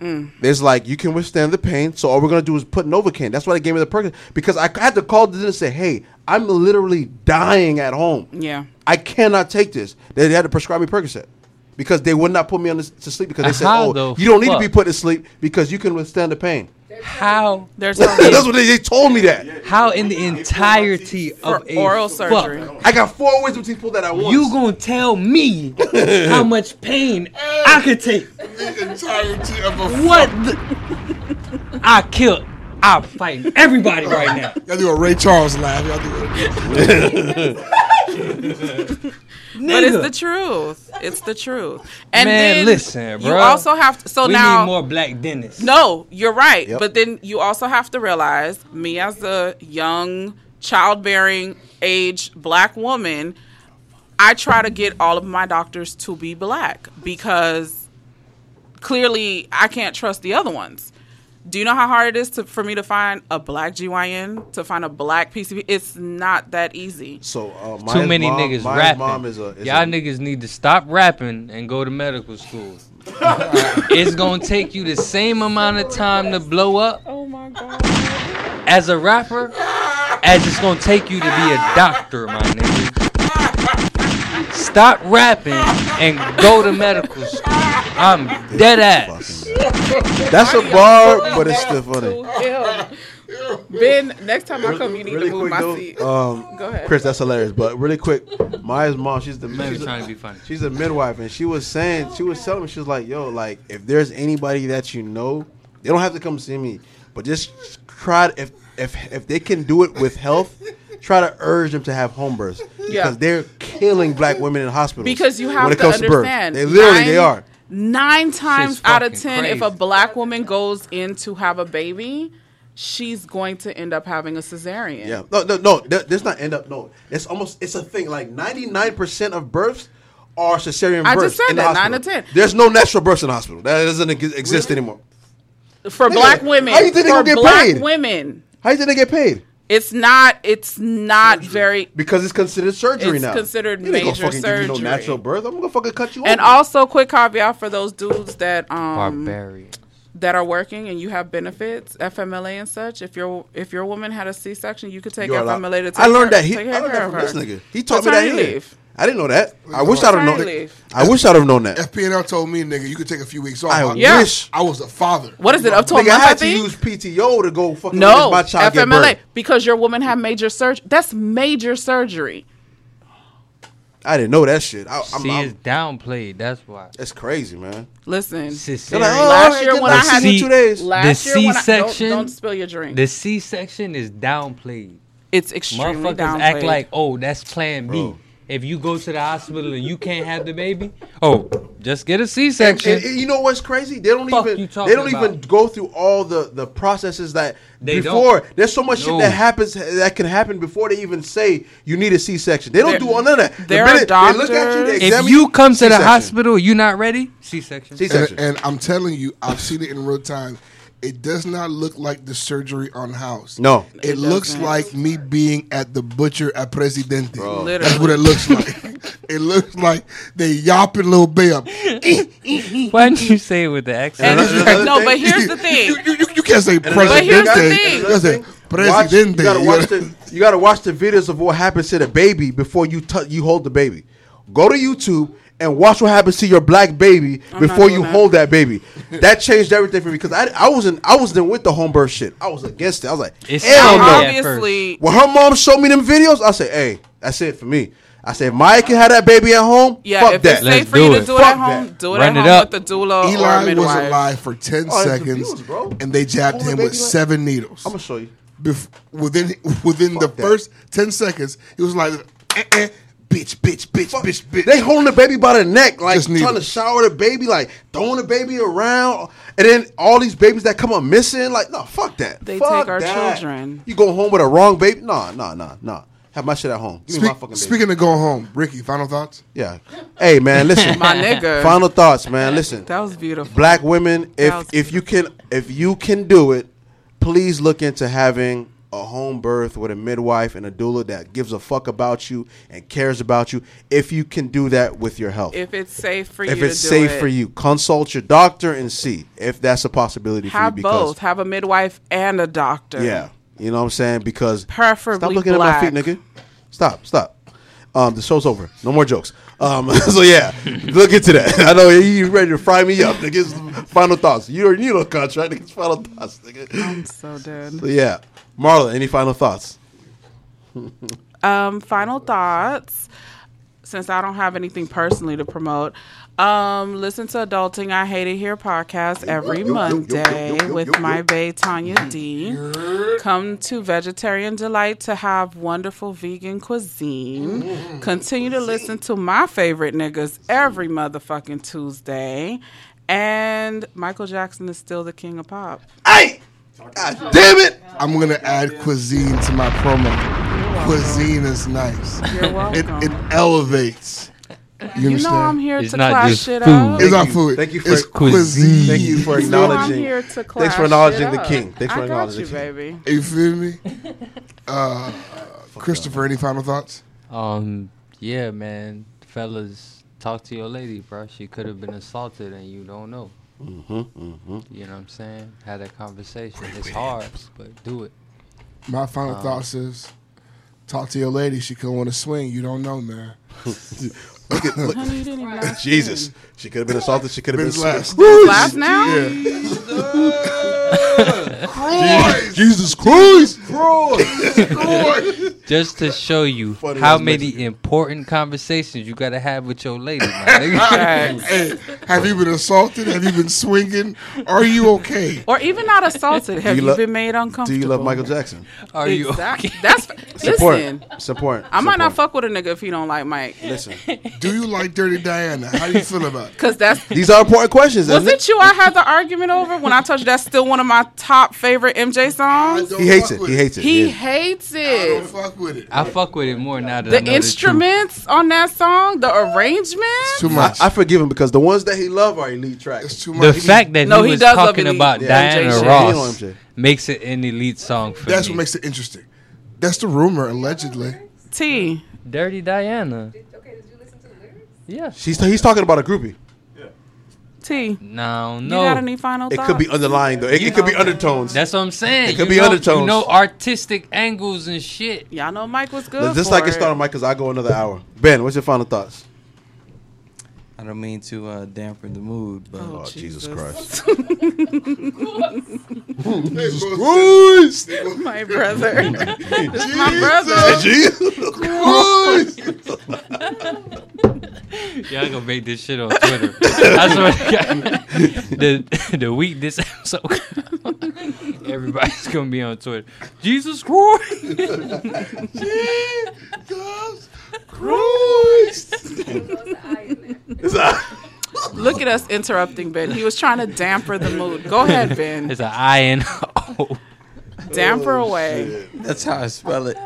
S2: Mm.
S8: There's like you can withstand the pain, so all we're gonna do is put Novocaine. That's why they gave me the Percocet because I had to call this and say, "Hey, I'm literally dying at home.
S2: yeah.
S8: I cannot take this." They had to prescribe me Percocet because they would not put me on this, to sleep because they said,
S3: How
S8: "Oh,
S3: the
S8: you don't need to
S3: Uh-huh, fuck?
S8: be put to sleep because you can withstand the pain."
S3: How?
S2: There's
S8: That's what they, they told me that.
S3: How in the entirety
S8: For
S3: of a
S8: oral
S3: fuck,
S8: surgery. I got four wisdom teeth pulled out at once.
S3: You gonna tell me how much pain I could take?
S1: The entirety of a
S3: What? The? I killed. I'm fighting everybody right now.
S1: Y'all do a Ray Charles laugh. Y'all do a.
S2: But it's
S3: Nigga.
S2: the truth. It's the truth. And
S3: Man,
S2: then
S3: listen,
S2: You
S3: bruh.
S2: also have to. So
S3: we
S2: now
S3: need more black dentists.
S2: No, you're right.
S3: Yep.
S2: But then you also have to realize me as a young, childbearing age black woman, I try to get all of my doctors to be black because clearly I can't trust the other ones. Do you know how hard it is to, for me to find a black GYN, to find a black PCP? It's not that easy.
S8: So uh,
S3: Too many niggas rapping.
S8: Mom is a, is
S3: Y'all
S8: a-
S3: niggas need to stop rapping and go to medical school. it's gonna take you the same amount of time to blow up. Oh my god. As a rapper, as it's gonna take you to be a doctor, my nigga. Stop rapping and go to medical school. I'm dead ass.
S8: That's a bar, but it's still funny.
S2: ben, next time I come, you need to move my
S8: though,
S2: seat.
S8: Um,
S2: Go ahead.
S8: Chris, that's hilarious. But really quick, Maya's mom, she's the
S3: Maybe
S8: she's
S3: trying
S8: a,
S3: to be funny.
S8: She's a midwife, and she was saying, she was telling me, she was like, "Yo, like if there's anybody that you know, they don't have to come see me, but just try to- if if if they can do it with health." Try to urge them to have home births
S2: Yeah.
S8: because they're killing black women in hospitals.
S2: Because you have
S8: when it
S2: to
S8: comes
S2: understand,
S8: to birth, they literally they
S2: nine-
S8: are.
S2: Nine times
S8: Shit's
S2: out of
S8: fucking
S2: ten, if a black woman goes in to have a baby, she's going to end up having a cesarean.
S8: Yeah. No, no, no. th- This not end up. No, it's almost. It's a thing. Like ninety nine percent of births are cesarean
S2: I just
S8: births.
S2: said
S8: in the
S2: that, nine
S8: hospital.
S2: to 10.
S8: There's no natural births in the hospital. That doesn't ex- exist anymore.
S2: For
S8: Nigga,
S2: black women,
S8: how you think they
S2: for
S8: gonna get
S2: black
S8: paid?
S2: women,
S8: How you think they get paid?
S2: it's not. It's not very.
S8: Because it's considered surgery
S2: It's
S8: now.
S2: considered
S8: You ain't gonna
S2: major
S8: fucking give me no
S2: surgery.
S8: natural birth. I'm gonna fucking cut you.
S2: And
S8: open.
S2: also, quick caveat for those dudes that um
S3: Barbarian.
S2: that are working and you have benefits, FMLA and such. If your if your woman had a C section, you could take
S8: You are allowed-
S2: FMLA to take
S8: I learned
S2: care-
S8: that. He,
S2: take
S8: I learned
S2: care
S8: that
S2: of
S8: from this
S2: her.
S8: nigga. He taught me that.
S2: Paternity
S8: Here.
S2: leave.
S8: I didn't know that. I wish I'd have known.
S2: Paternity
S8: That.
S2: leave.
S8: I wish I'd have known that.
S1: FPNL told me, nigga, you could take a few weeks off.
S8: I
S2: Yeah.
S8: wish.
S1: I was a father.
S2: What is it? Up to a
S8: Nigga,
S2: month?
S8: I
S2: I
S8: had to
S2: think.
S8: use PTO to go fucking
S2: No,
S8: let my child get
S2: FMLA
S8: birth.
S2: because your woman had major surgery. That's major surgery.
S8: I didn't know that shit. I, I'm,
S3: She
S8: I'm,
S3: is downplayed. That's why.
S8: That's crazy, man.
S2: Listen,
S3: Cesarean.
S8: They're like, oh,
S2: last
S8: hey,
S2: year
S8: good
S2: when I
S8: luck.
S2: had
S8: See you in two days.
S2: last
S3: the
S2: year when I-
S3: C-section.
S2: don't- don't spill your drink.
S3: The C-section is downplayed.
S2: It's extremely
S3: Motherfuckers
S2: downplayed.
S3: act like, oh, that's Plan B.
S2: Bro.
S3: If you go to the hospital and you can't have the baby, oh, just get a C-section.
S8: And- and you know what's crazy? They don't
S3: Fuck you
S8: even
S3: talking
S8: they don't even
S3: about?
S8: go through all the the processes that
S3: They
S8: before.
S3: don't.
S8: There's so much
S3: No.
S8: shit that happens that can happen before they even say you need a C-section. They don't
S3: There-
S8: do all none of that. The
S3: there are
S8: minute they look at you, they
S3: if
S8: examine
S3: you come to the
S8: C-section.
S3: hospital, you're not ready. C-section.
S8: C-section.
S1: And, and I'm telling you, I've seen it in real time. It does not look like the surgery on house.
S8: No.
S1: It, looks like me being at the butcher at Presidente.
S8: Bro.
S1: That's what it looks like. it looks like they yopping little Bab.
S3: Why didn't you say it with the accent?
S2: no, but here's the thing.
S1: You can't say
S8: And another
S1: Presidente.
S8: thing-
S1: You can't say
S8: Watch- you
S1: Presidente.
S8: gotta watch the you gotta watch the videos of what happens to the baby before you tou- you hold the baby. Go to YouTube and watch what happens to your black baby
S1: I'm not
S8: before you
S1: doing that.
S8: hold that baby. that changed everything for me because I, I wasn't I wasn't with the home birth shit. I was against it. I was like,
S3: It's
S8: hell no.
S2: obviously-
S8: When her mom showed me them videos, I said, hey, that's it for me. I said, if Maya can have that baby at home,
S2: Yeah,
S8: fuck
S2: if
S8: that.
S2: it's safe Let's for you do to it. do it
S8: Fuck
S2: at home,
S8: that.
S2: do it at Run it home up. with a doula or a
S1: Eli was
S2: midwife.
S1: alive for 10
S8: uh, Oh, that's
S1: seconds,
S8: abuse, bro.
S1: and they jabbed
S8: Hold the
S1: him
S8: baby
S1: with
S8: like-
S1: seven needles.
S8: I'm gonna show you.
S1: Bef- within within the first 10 seconds, he was like, eh, eh, bitch, bitch, bitch, bitch, bitch.
S8: They holding the baby by the neck, like
S1: Just need
S8: trying
S1: it.
S8: to shower the baby, like throwing the baby around, and then all these babies that come up missing, like no, fuck that.
S2: They
S8: Fuck
S2: take our
S8: that.
S2: children.
S8: You go home with a wrong baby? Nah, nah, nah, nah. Have my shit at home. Give me my
S1: Speak-
S8: fucking baby.
S1: speaking of going home, Ricky, final thoughts?
S8: Yeah. Hey man, listen.
S2: My nigga.
S8: Final thoughts, man. Listen.
S2: That was beautiful.
S8: Black women,
S2: That was
S8: if if you can if you can do it, please look into having a home birth with a midwife and a doula that gives a fuck about you and cares about you. If you can do that with your health.
S2: If it's safe for
S8: if
S2: you
S8: it's
S2: to do
S8: safe
S2: it.
S8: for you, consult your doctor and see if that's a possibility
S2: have
S8: for you. Because
S2: both. Have a midwife and a doctor.
S8: yeah, you know what I'm saying? Because
S2: Preferably
S8: stop looking at my
S2: black.
S8: feet, nigga. Stop, stop. Um, the show's over. No more jokes. Um, so yeah, look into that. I know you- you ready to fry me up, nigga. Final thoughts. You already know contract, nigga. Final thoughts, nigga.
S2: I'm so dead.
S8: So yeah, Marla, any final thoughts?
S2: Um, final thoughts. Since I don't have anything personally to promote, um, listen to Adulting I Hate It Here podcast every Monday with my bae Tanya D. Come to Vegetarian Delight to have wonderful vegan cuisine. Continue to listen to my favorite niggas every motherfucking Tuesday. And Michael Jackson is still the king of pop.
S8: Hey! God damn it!
S1: I'm gonna add cuisine to my promo. Cuisine is nice.
S2: You're welcome.
S1: It, it elevates. You,
S2: You know
S1: understand?
S2: I'm here It's to not class just shit food. up.
S1: It's
S8: Thank
S1: not
S8: you.
S1: food.
S8: Thank you for
S1: it's cuisine.
S8: cuisine. Thank you for
S2: You know I'm
S8: acknowledging.
S2: here to class
S8: Thanks for acknowledging
S2: shit
S8: the
S2: up.
S8: king. Thanks for
S2: I got
S8: acknowledging
S2: you,
S8: the king.
S2: baby.
S1: You feel me? Uh, Christopher, any final thoughts?
S3: Um, yeah, man, fellas, talk to your lady, bro. She could have been assaulted, and you don't know.
S8: Mm-hmm,
S3: You know what I'm saying? Had that conversation. It's hard, but do it.
S1: My final
S3: Um,
S1: thoughts is talk to your lady. She could want to swing. You don't know, man.
S8: Look at- look-
S2: Honey, you didn't even ask
S8: Jesus, she could have been assaulted. She could have been
S1: Been slapped.
S8: slashed. Woo,
S2: Slapped now?
S1: Yeah.
S8: Jesus- Jesus Christ!
S3: Just to show you
S8: Funny
S3: how
S8: ass
S3: many important conversations you gotta have with your lady, my nigga.
S1: Hey, have you been assaulted? Have you been swinging? Are you okay?
S2: Or even not assaulted. Have
S8: you
S2: you,
S8: love-
S2: been made
S8: Do
S2: uncomfortable?
S8: you love Michael Jackson?
S3: Are you
S2: Exactly. That's
S8: Support.
S2: listen.
S8: Support.
S2: I might not
S8: Support.
S2: fuck with a nigga if he don't like Mike.
S8: Listen,
S1: Do you like Dirty Diana? How do you feel about it?
S2: Cause that's
S8: these are important questions.
S2: was
S8: isn't it?
S2: it you I had the argument over when I told you that's still one of my top favorite MJ songs.
S1: Don't
S8: He hates
S1: fuck
S8: it.
S1: with
S8: He hates it.
S2: He
S8: yeah.
S2: hates
S1: I don't
S2: it.
S1: fuck with it.
S3: I fuck with it more now that I
S2: The
S3: know
S2: instruments on that song, the arrangement.
S1: Too
S8: I,
S1: much.
S8: I forgive him because the ones that he love are elite tracks.
S1: it's too
S3: The, truth.
S1: much.
S3: the fact that
S2: No,
S3: he
S2: he
S3: was
S2: does love
S3: talking
S2: Elite.
S3: about
S2: Yeah.
S3: Diana
S2: MJ shit.
S3: Ross
S8: He don't
S3: makes it an elite song for
S1: That's
S3: me.
S1: what makes it interesting. That's the rumor, allegedly.
S2: T.
S3: Dirty Diana. Yeah.
S8: She's he's talking about a groupie.
S2: T.
S3: No,
S2: You
S3: no.
S2: got any final
S8: It
S2: thoughts?
S8: could be underlying though. It, it could be undertones.
S3: That's what I'm saying.
S8: It could
S3: you
S8: be
S3: know, You
S8: undertones.
S3: know artistic angles and shit.
S2: Y'all know Mike was good.
S8: Just
S2: for
S8: like it
S2: it
S8: started, Mike. Because I go another hour. Ben, what's your final thoughts?
S10: I don't mean to uh, dampen the mood, but
S8: Oh, Jesus, Christ!
S1: Jesus
S8: Christ!
S2: My brother. It's my
S8: Hey,
S2: brother.
S8: Jesus Christ!
S3: Y'all gonna make this shit on Twitter. I swear to God. The, the week this episode everybody's gonna be on Twitter. Jesus Christ.
S1: Jesus Christ.
S2: Look at us interrupting Ben. He was trying to damper the mood. Go ahead, Ben.
S3: It's an I and O.
S2: Damper away.
S6: That's how I spell it.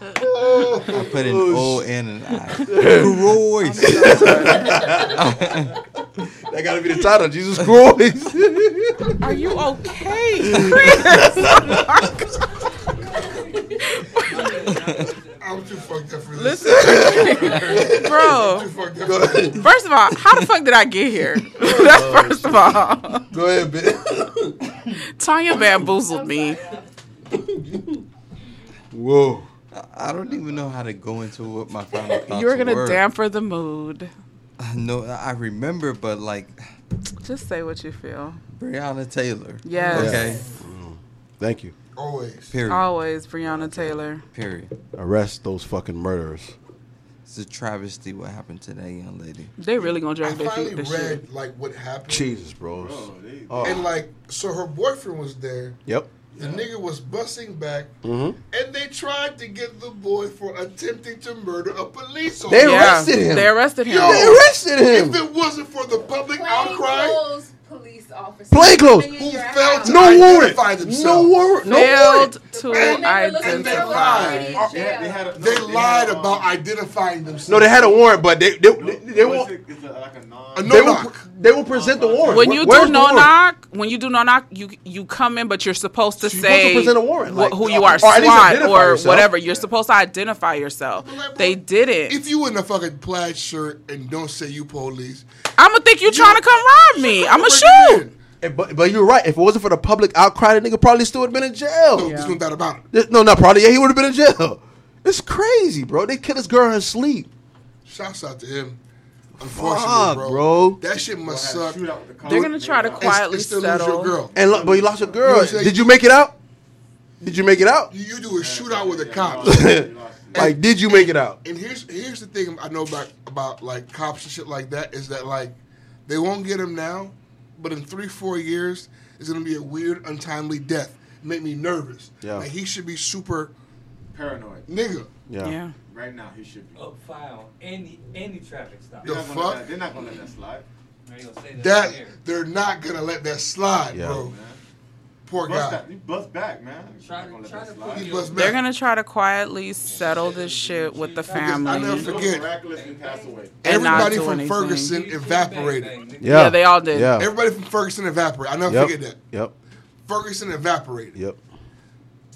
S6: I put an
S8: Oh,
S6: O and an I. Christ.
S8: that gotta be the title, Jesus Christ.
S2: Are you okay?
S1: I'm too fucked up for this.
S2: Listen, bro. First of all, how the fuck did I get here? That's first of all.
S8: Go ahead, Ben.
S2: Tanya bamboozled me.
S8: Whoa.
S6: I don't even know how to go into what my final thoughts
S2: You were gonna
S6: were.
S2: damper the mood.
S6: No, I remember, but like
S2: Just say what you feel.
S6: Breonna Taylor.
S2: Yes.
S6: Okay.
S8: Thank you.
S1: Always.
S6: Period.
S2: Always Breonna Taylor.
S6: Period.
S8: Arrest those fucking murderers.
S6: It's a travesty what happened to that young lady.
S2: They really gonna
S1: I
S2: drag their
S1: finally
S2: feet this shit.
S1: read like what happened,
S8: Jesus, bro. Oh.
S1: and like so her boyfriend was there.
S8: Yep.
S1: The nigga was busting back,
S8: Mm-hmm.
S1: and they tried to get the boy for attempting to murder a police officer.
S8: They arrested him.
S2: They arrested him.
S1: Yo,
S8: They arrested him.
S1: If it wasn't for the public outcry,
S11: Plainclothes police officer.
S8: Plainclothes.
S1: who
S11: Who
S1: failed to
S8: No warrant.
S1: identify
S8: No
S1: themselves,
S8: warrant. No warrant.
S2: Failed to
S1: and they
S11: They're
S2: identify.
S11: lying.
S1: lied.
S11: They had- they had
S1: They lied about identifying themselves.
S8: No, they had a warrant, but they they, they, they won't.
S4: It's a, like a non.
S1: a
S8: they
S1: no
S8: will,
S1: knock.
S8: they will present the warrant.
S2: When you
S8: Where's
S2: do
S8: the
S2: no
S8: warrant?
S2: knock, when you do no knock, you you come in, but you're supposed to
S8: You're supposed to
S2: say
S8: present a warrant,
S2: wh-
S8: like,
S2: who you
S8: or
S2: are,
S8: at least
S2: SWAT
S8: identify
S2: or
S8: yourself.
S2: whatever. You're supposed to identify yourself.
S1: like,
S2: They
S1: bro,
S2: did it.
S1: If you in a fucking plaid shirt and don't say you police,
S2: I'm gonna think you trying to come rob me. I'm gonna
S1: break
S2: shoot.
S1: it in.
S8: Eh, But, but you're right. If it wasn't for the public outcry, the nigga probably still would have been in jail.
S1: No, there's no doubt about it.
S8: This- No, not probably. Yeah, he would have been in jail. It's crazy, bro. They killed this girl in her sleep.
S1: Shouts out to him. Unfortunately,
S8: Fuck,
S1: bro,
S8: bro.
S1: that shit must
S4: Had a
S1: suck.
S4: shootout with the cops.
S2: They're gonna try to
S1: It's-
S2: quietly
S1: it's still lose your
S2: settle.
S1: girl.
S8: And lo- but you lost your girl.
S1: You say-
S8: Did you make it out? Did you make it out?
S1: You, you do a shootout with the cops.
S4: cops.
S8: like, did you make it out?
S1: and here's here's the thing I know about about like cops and shit like that is that like they won't get him now, but in three four years it's gonna be a weird untimely death. Make me nervous.
S8: Yeah.
S1: Like he should be super
S4: Paranoid.
S1: nigga.
S2: Yeah.
S4: Right now, he should be.
S3: Up file any any traffic stop.
S1: The
S4: They're not gonna
S1: fuck?
S4: let- They're not gonna let that slide.
S1: That they're not gonna let that slide,
S8: Yeah.
S1: bro.
S4: Man.
S1: Poor
S4: Bust
S1: guy.
S4: that, you bust back, man. You're
S3: Try
S4: not
S3: to-
S4: gonna let
S3: try
S4: that
S3: to
S4: slide.
S3: put
S1: He
S3: you-
S1: bust
S2: They're
S1: back.
S2: gonna try to quietly settle this shit with the
S1: I'll never
S2: family.
S1: forget-
S4: Miraculously pass away.
S2: and not
S1: Everybody
S2: do
S1: from
S2: anything.
S1: Ferguson evaporated.
S8: Yeah.
S2: Yeah, they all did.
S8: Yeah.
S1: Everybody from Ferguson evaporated. I never
S8: Yep.
S1: forget that.
S8: Yep.
S1: Ferguson evaporated.
S8: Yep.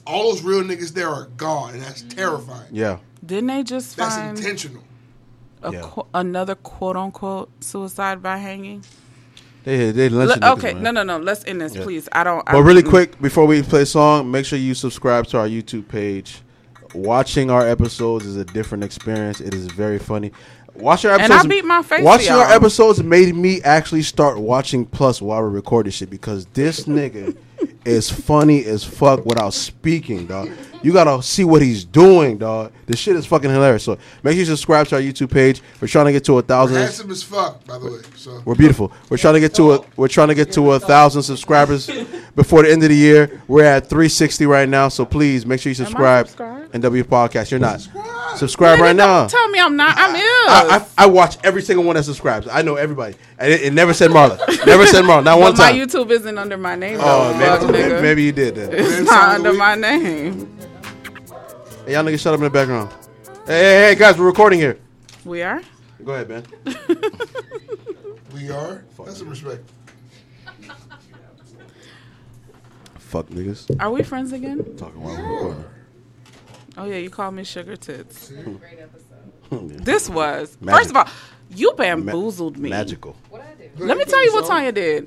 S1: All those real niggas there are gone, and that's terrifying.
S8: Yeah.
S2: Didn't they just
S1: That's
S2: find
S1: intentional.
S2: a
S8: Yeah.
S2: qu- another quote unquote suicide by hanging?
S8: They they
S2: Look,
S8: lynching niggas,
S2: okay,
S8: man.
S2: no, no, no. Let's end this,
S8: Yeah.
S2: please. I don't. I,
S8: But really
S2: mm.
S8: quick, before we play a song, make sure you subscribe to our YouTube page. Watching our episodes is a different experience. It is very funny. Watching our
S2: And
S8: episodes,
S2: I beat my face,
S8: Watching our
S2: y'all.
S8: episodes made me actually start watching Plus while we recorded shit because this nigga is funny as fuck without speaking, dog. You gotta see what he's doing, dog. This shit is fucking hilarious. So make sure you subscribe to our YouTube page. We're trying to get to a thousand.
S1: Handsome as fuck, by the way. So
S8: We're beautiful. We're trying to get to a we're trying to get to a thousand subscribers before the end of the year. We're at 360 right now, so please make sure you
S2: I
S8: subscribe.
S2: subscribed?
S8: NW Podcast. You're not
S1: Subscribe.
S8: subscribe
S2: Nigga,
S8: right now.
S2: Don't tell me I'm not. I'm ill.
S8: I, I, I watch every single one that subscribes. I know everybody, and it, it never said Marla. Never said Marla. Not one
S2: but my
S8: time.
S2: YouTube isn't under my name.
S8: Oh,
S2: though,
S8: maybe,
S2: fuck,
S8: maybe,
S2: nigga.
S8: maybe you did that.
S2: it's not under my name.
S8: Hey, y'all niggas, shut up in the background. Hey, hey, hey, guys, we're recording here.
S2: We are.
S8: Go ahead, man.
S1: we are. That's some respect.
S8: Fuck niggas.
S2: Are we friends again?
S8: Talking while we're recording.
S2: Oh yeah, you called me sugar tits.
S11: Great episode.
S2: This was
S8: Magic.
S2: first of all, you bamboozled me.
S8: Magical.
S11: What I do?
S2: Let me tell you what Tanya did.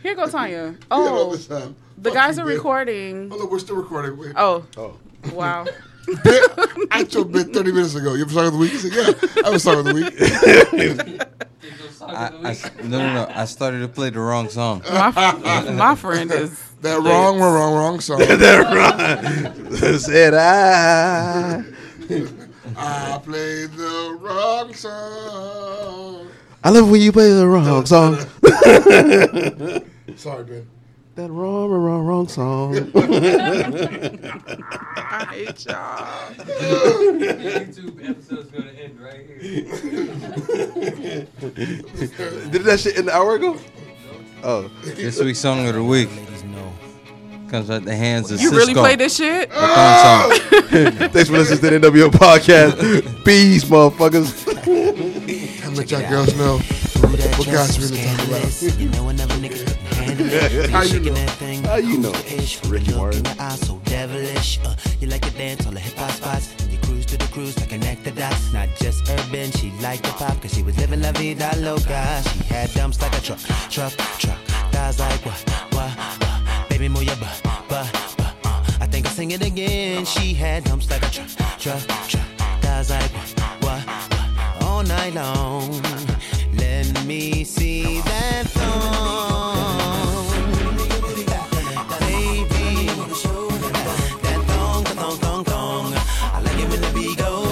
S2: Here go Tanya. Oh,
S1: this time.
S2: the
S1: Fuck
S2: guys
S1: you,
S2: are
S1: Ben.
S2: recording.
S1: Oh, look, we're still recording. Wait.
S2: Oh,
S8: Oh.
S2: wow.
S1: I told Ben 30 minutes ago. You ever song of the week? He said, yeah, I was song of the week.
S6: I, I s- no, no, no. I started to play the wrong song.
S2: My, f- my friend is.
S1: That wrong, wrong, wrong, wrong song.
S8: Said I.
S1: I played the wrong song.
S8: I love when you play the wrong song.
S1: Sorry, Ben.
S8: That wrong, wrong, wrong song.
S2: I hate y'all.
S3: YouTube episode's gonna end right here.
S8: Did that shit an hour ago? Oh,
S6: This week's song of the week comes at the hands of
S2: You
S6: Cisco.
S2: really play this shit?
S6: The thong song.
S8: Thanks for listening to the NWO podcast. Peace, motherfuckers.
S1: Gotta let y'all girls know what guys really talking about.
S12: You know another nigga handle it.
S8: How you
S12: Shaking
S8: know?
S12: that thing.
S8: How Ah, you know?
S12: Ish,
S8: Ricky
S12: look
S8: Martin.
S12: in your eyes so devilish. Uh, you like to dance on the hip hop spots. And you cruise to the cruise to connect the dots. Not just urban, she liked the pop. Cause she was living la vida loca. She had dumps like a truck, truck, truck. Thighs like what, what, what. Baby, move your butt, butt, butt. Uh, I think I'll sing it again. She had dumps like a truck, truck, truck. Thighs like what, what, what. All night long. Let me see that thong. Baby, that thong, that thong, thong, thong. I like it when the beat go.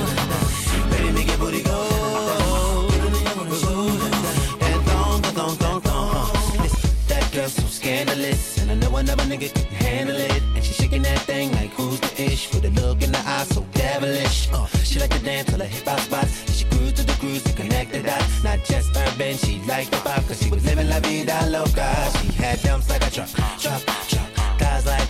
S12: Baby, make your booty go. That thong, that thong, thong, thong. Listen, that girl's so scandalous, and I know another nigga can handle it. And she shaking that thing like who's the ish with a look in the eye so devilish. Uh, she like to dance to the hip hop spots, and she cruise to the cruise to connect the dots. Not just urban, she liked the pop, cause she was living la vida loca. She had dumps like a truck, truck, truck. Guys like uh. uh, uh, uh, Oh, oh, Uh.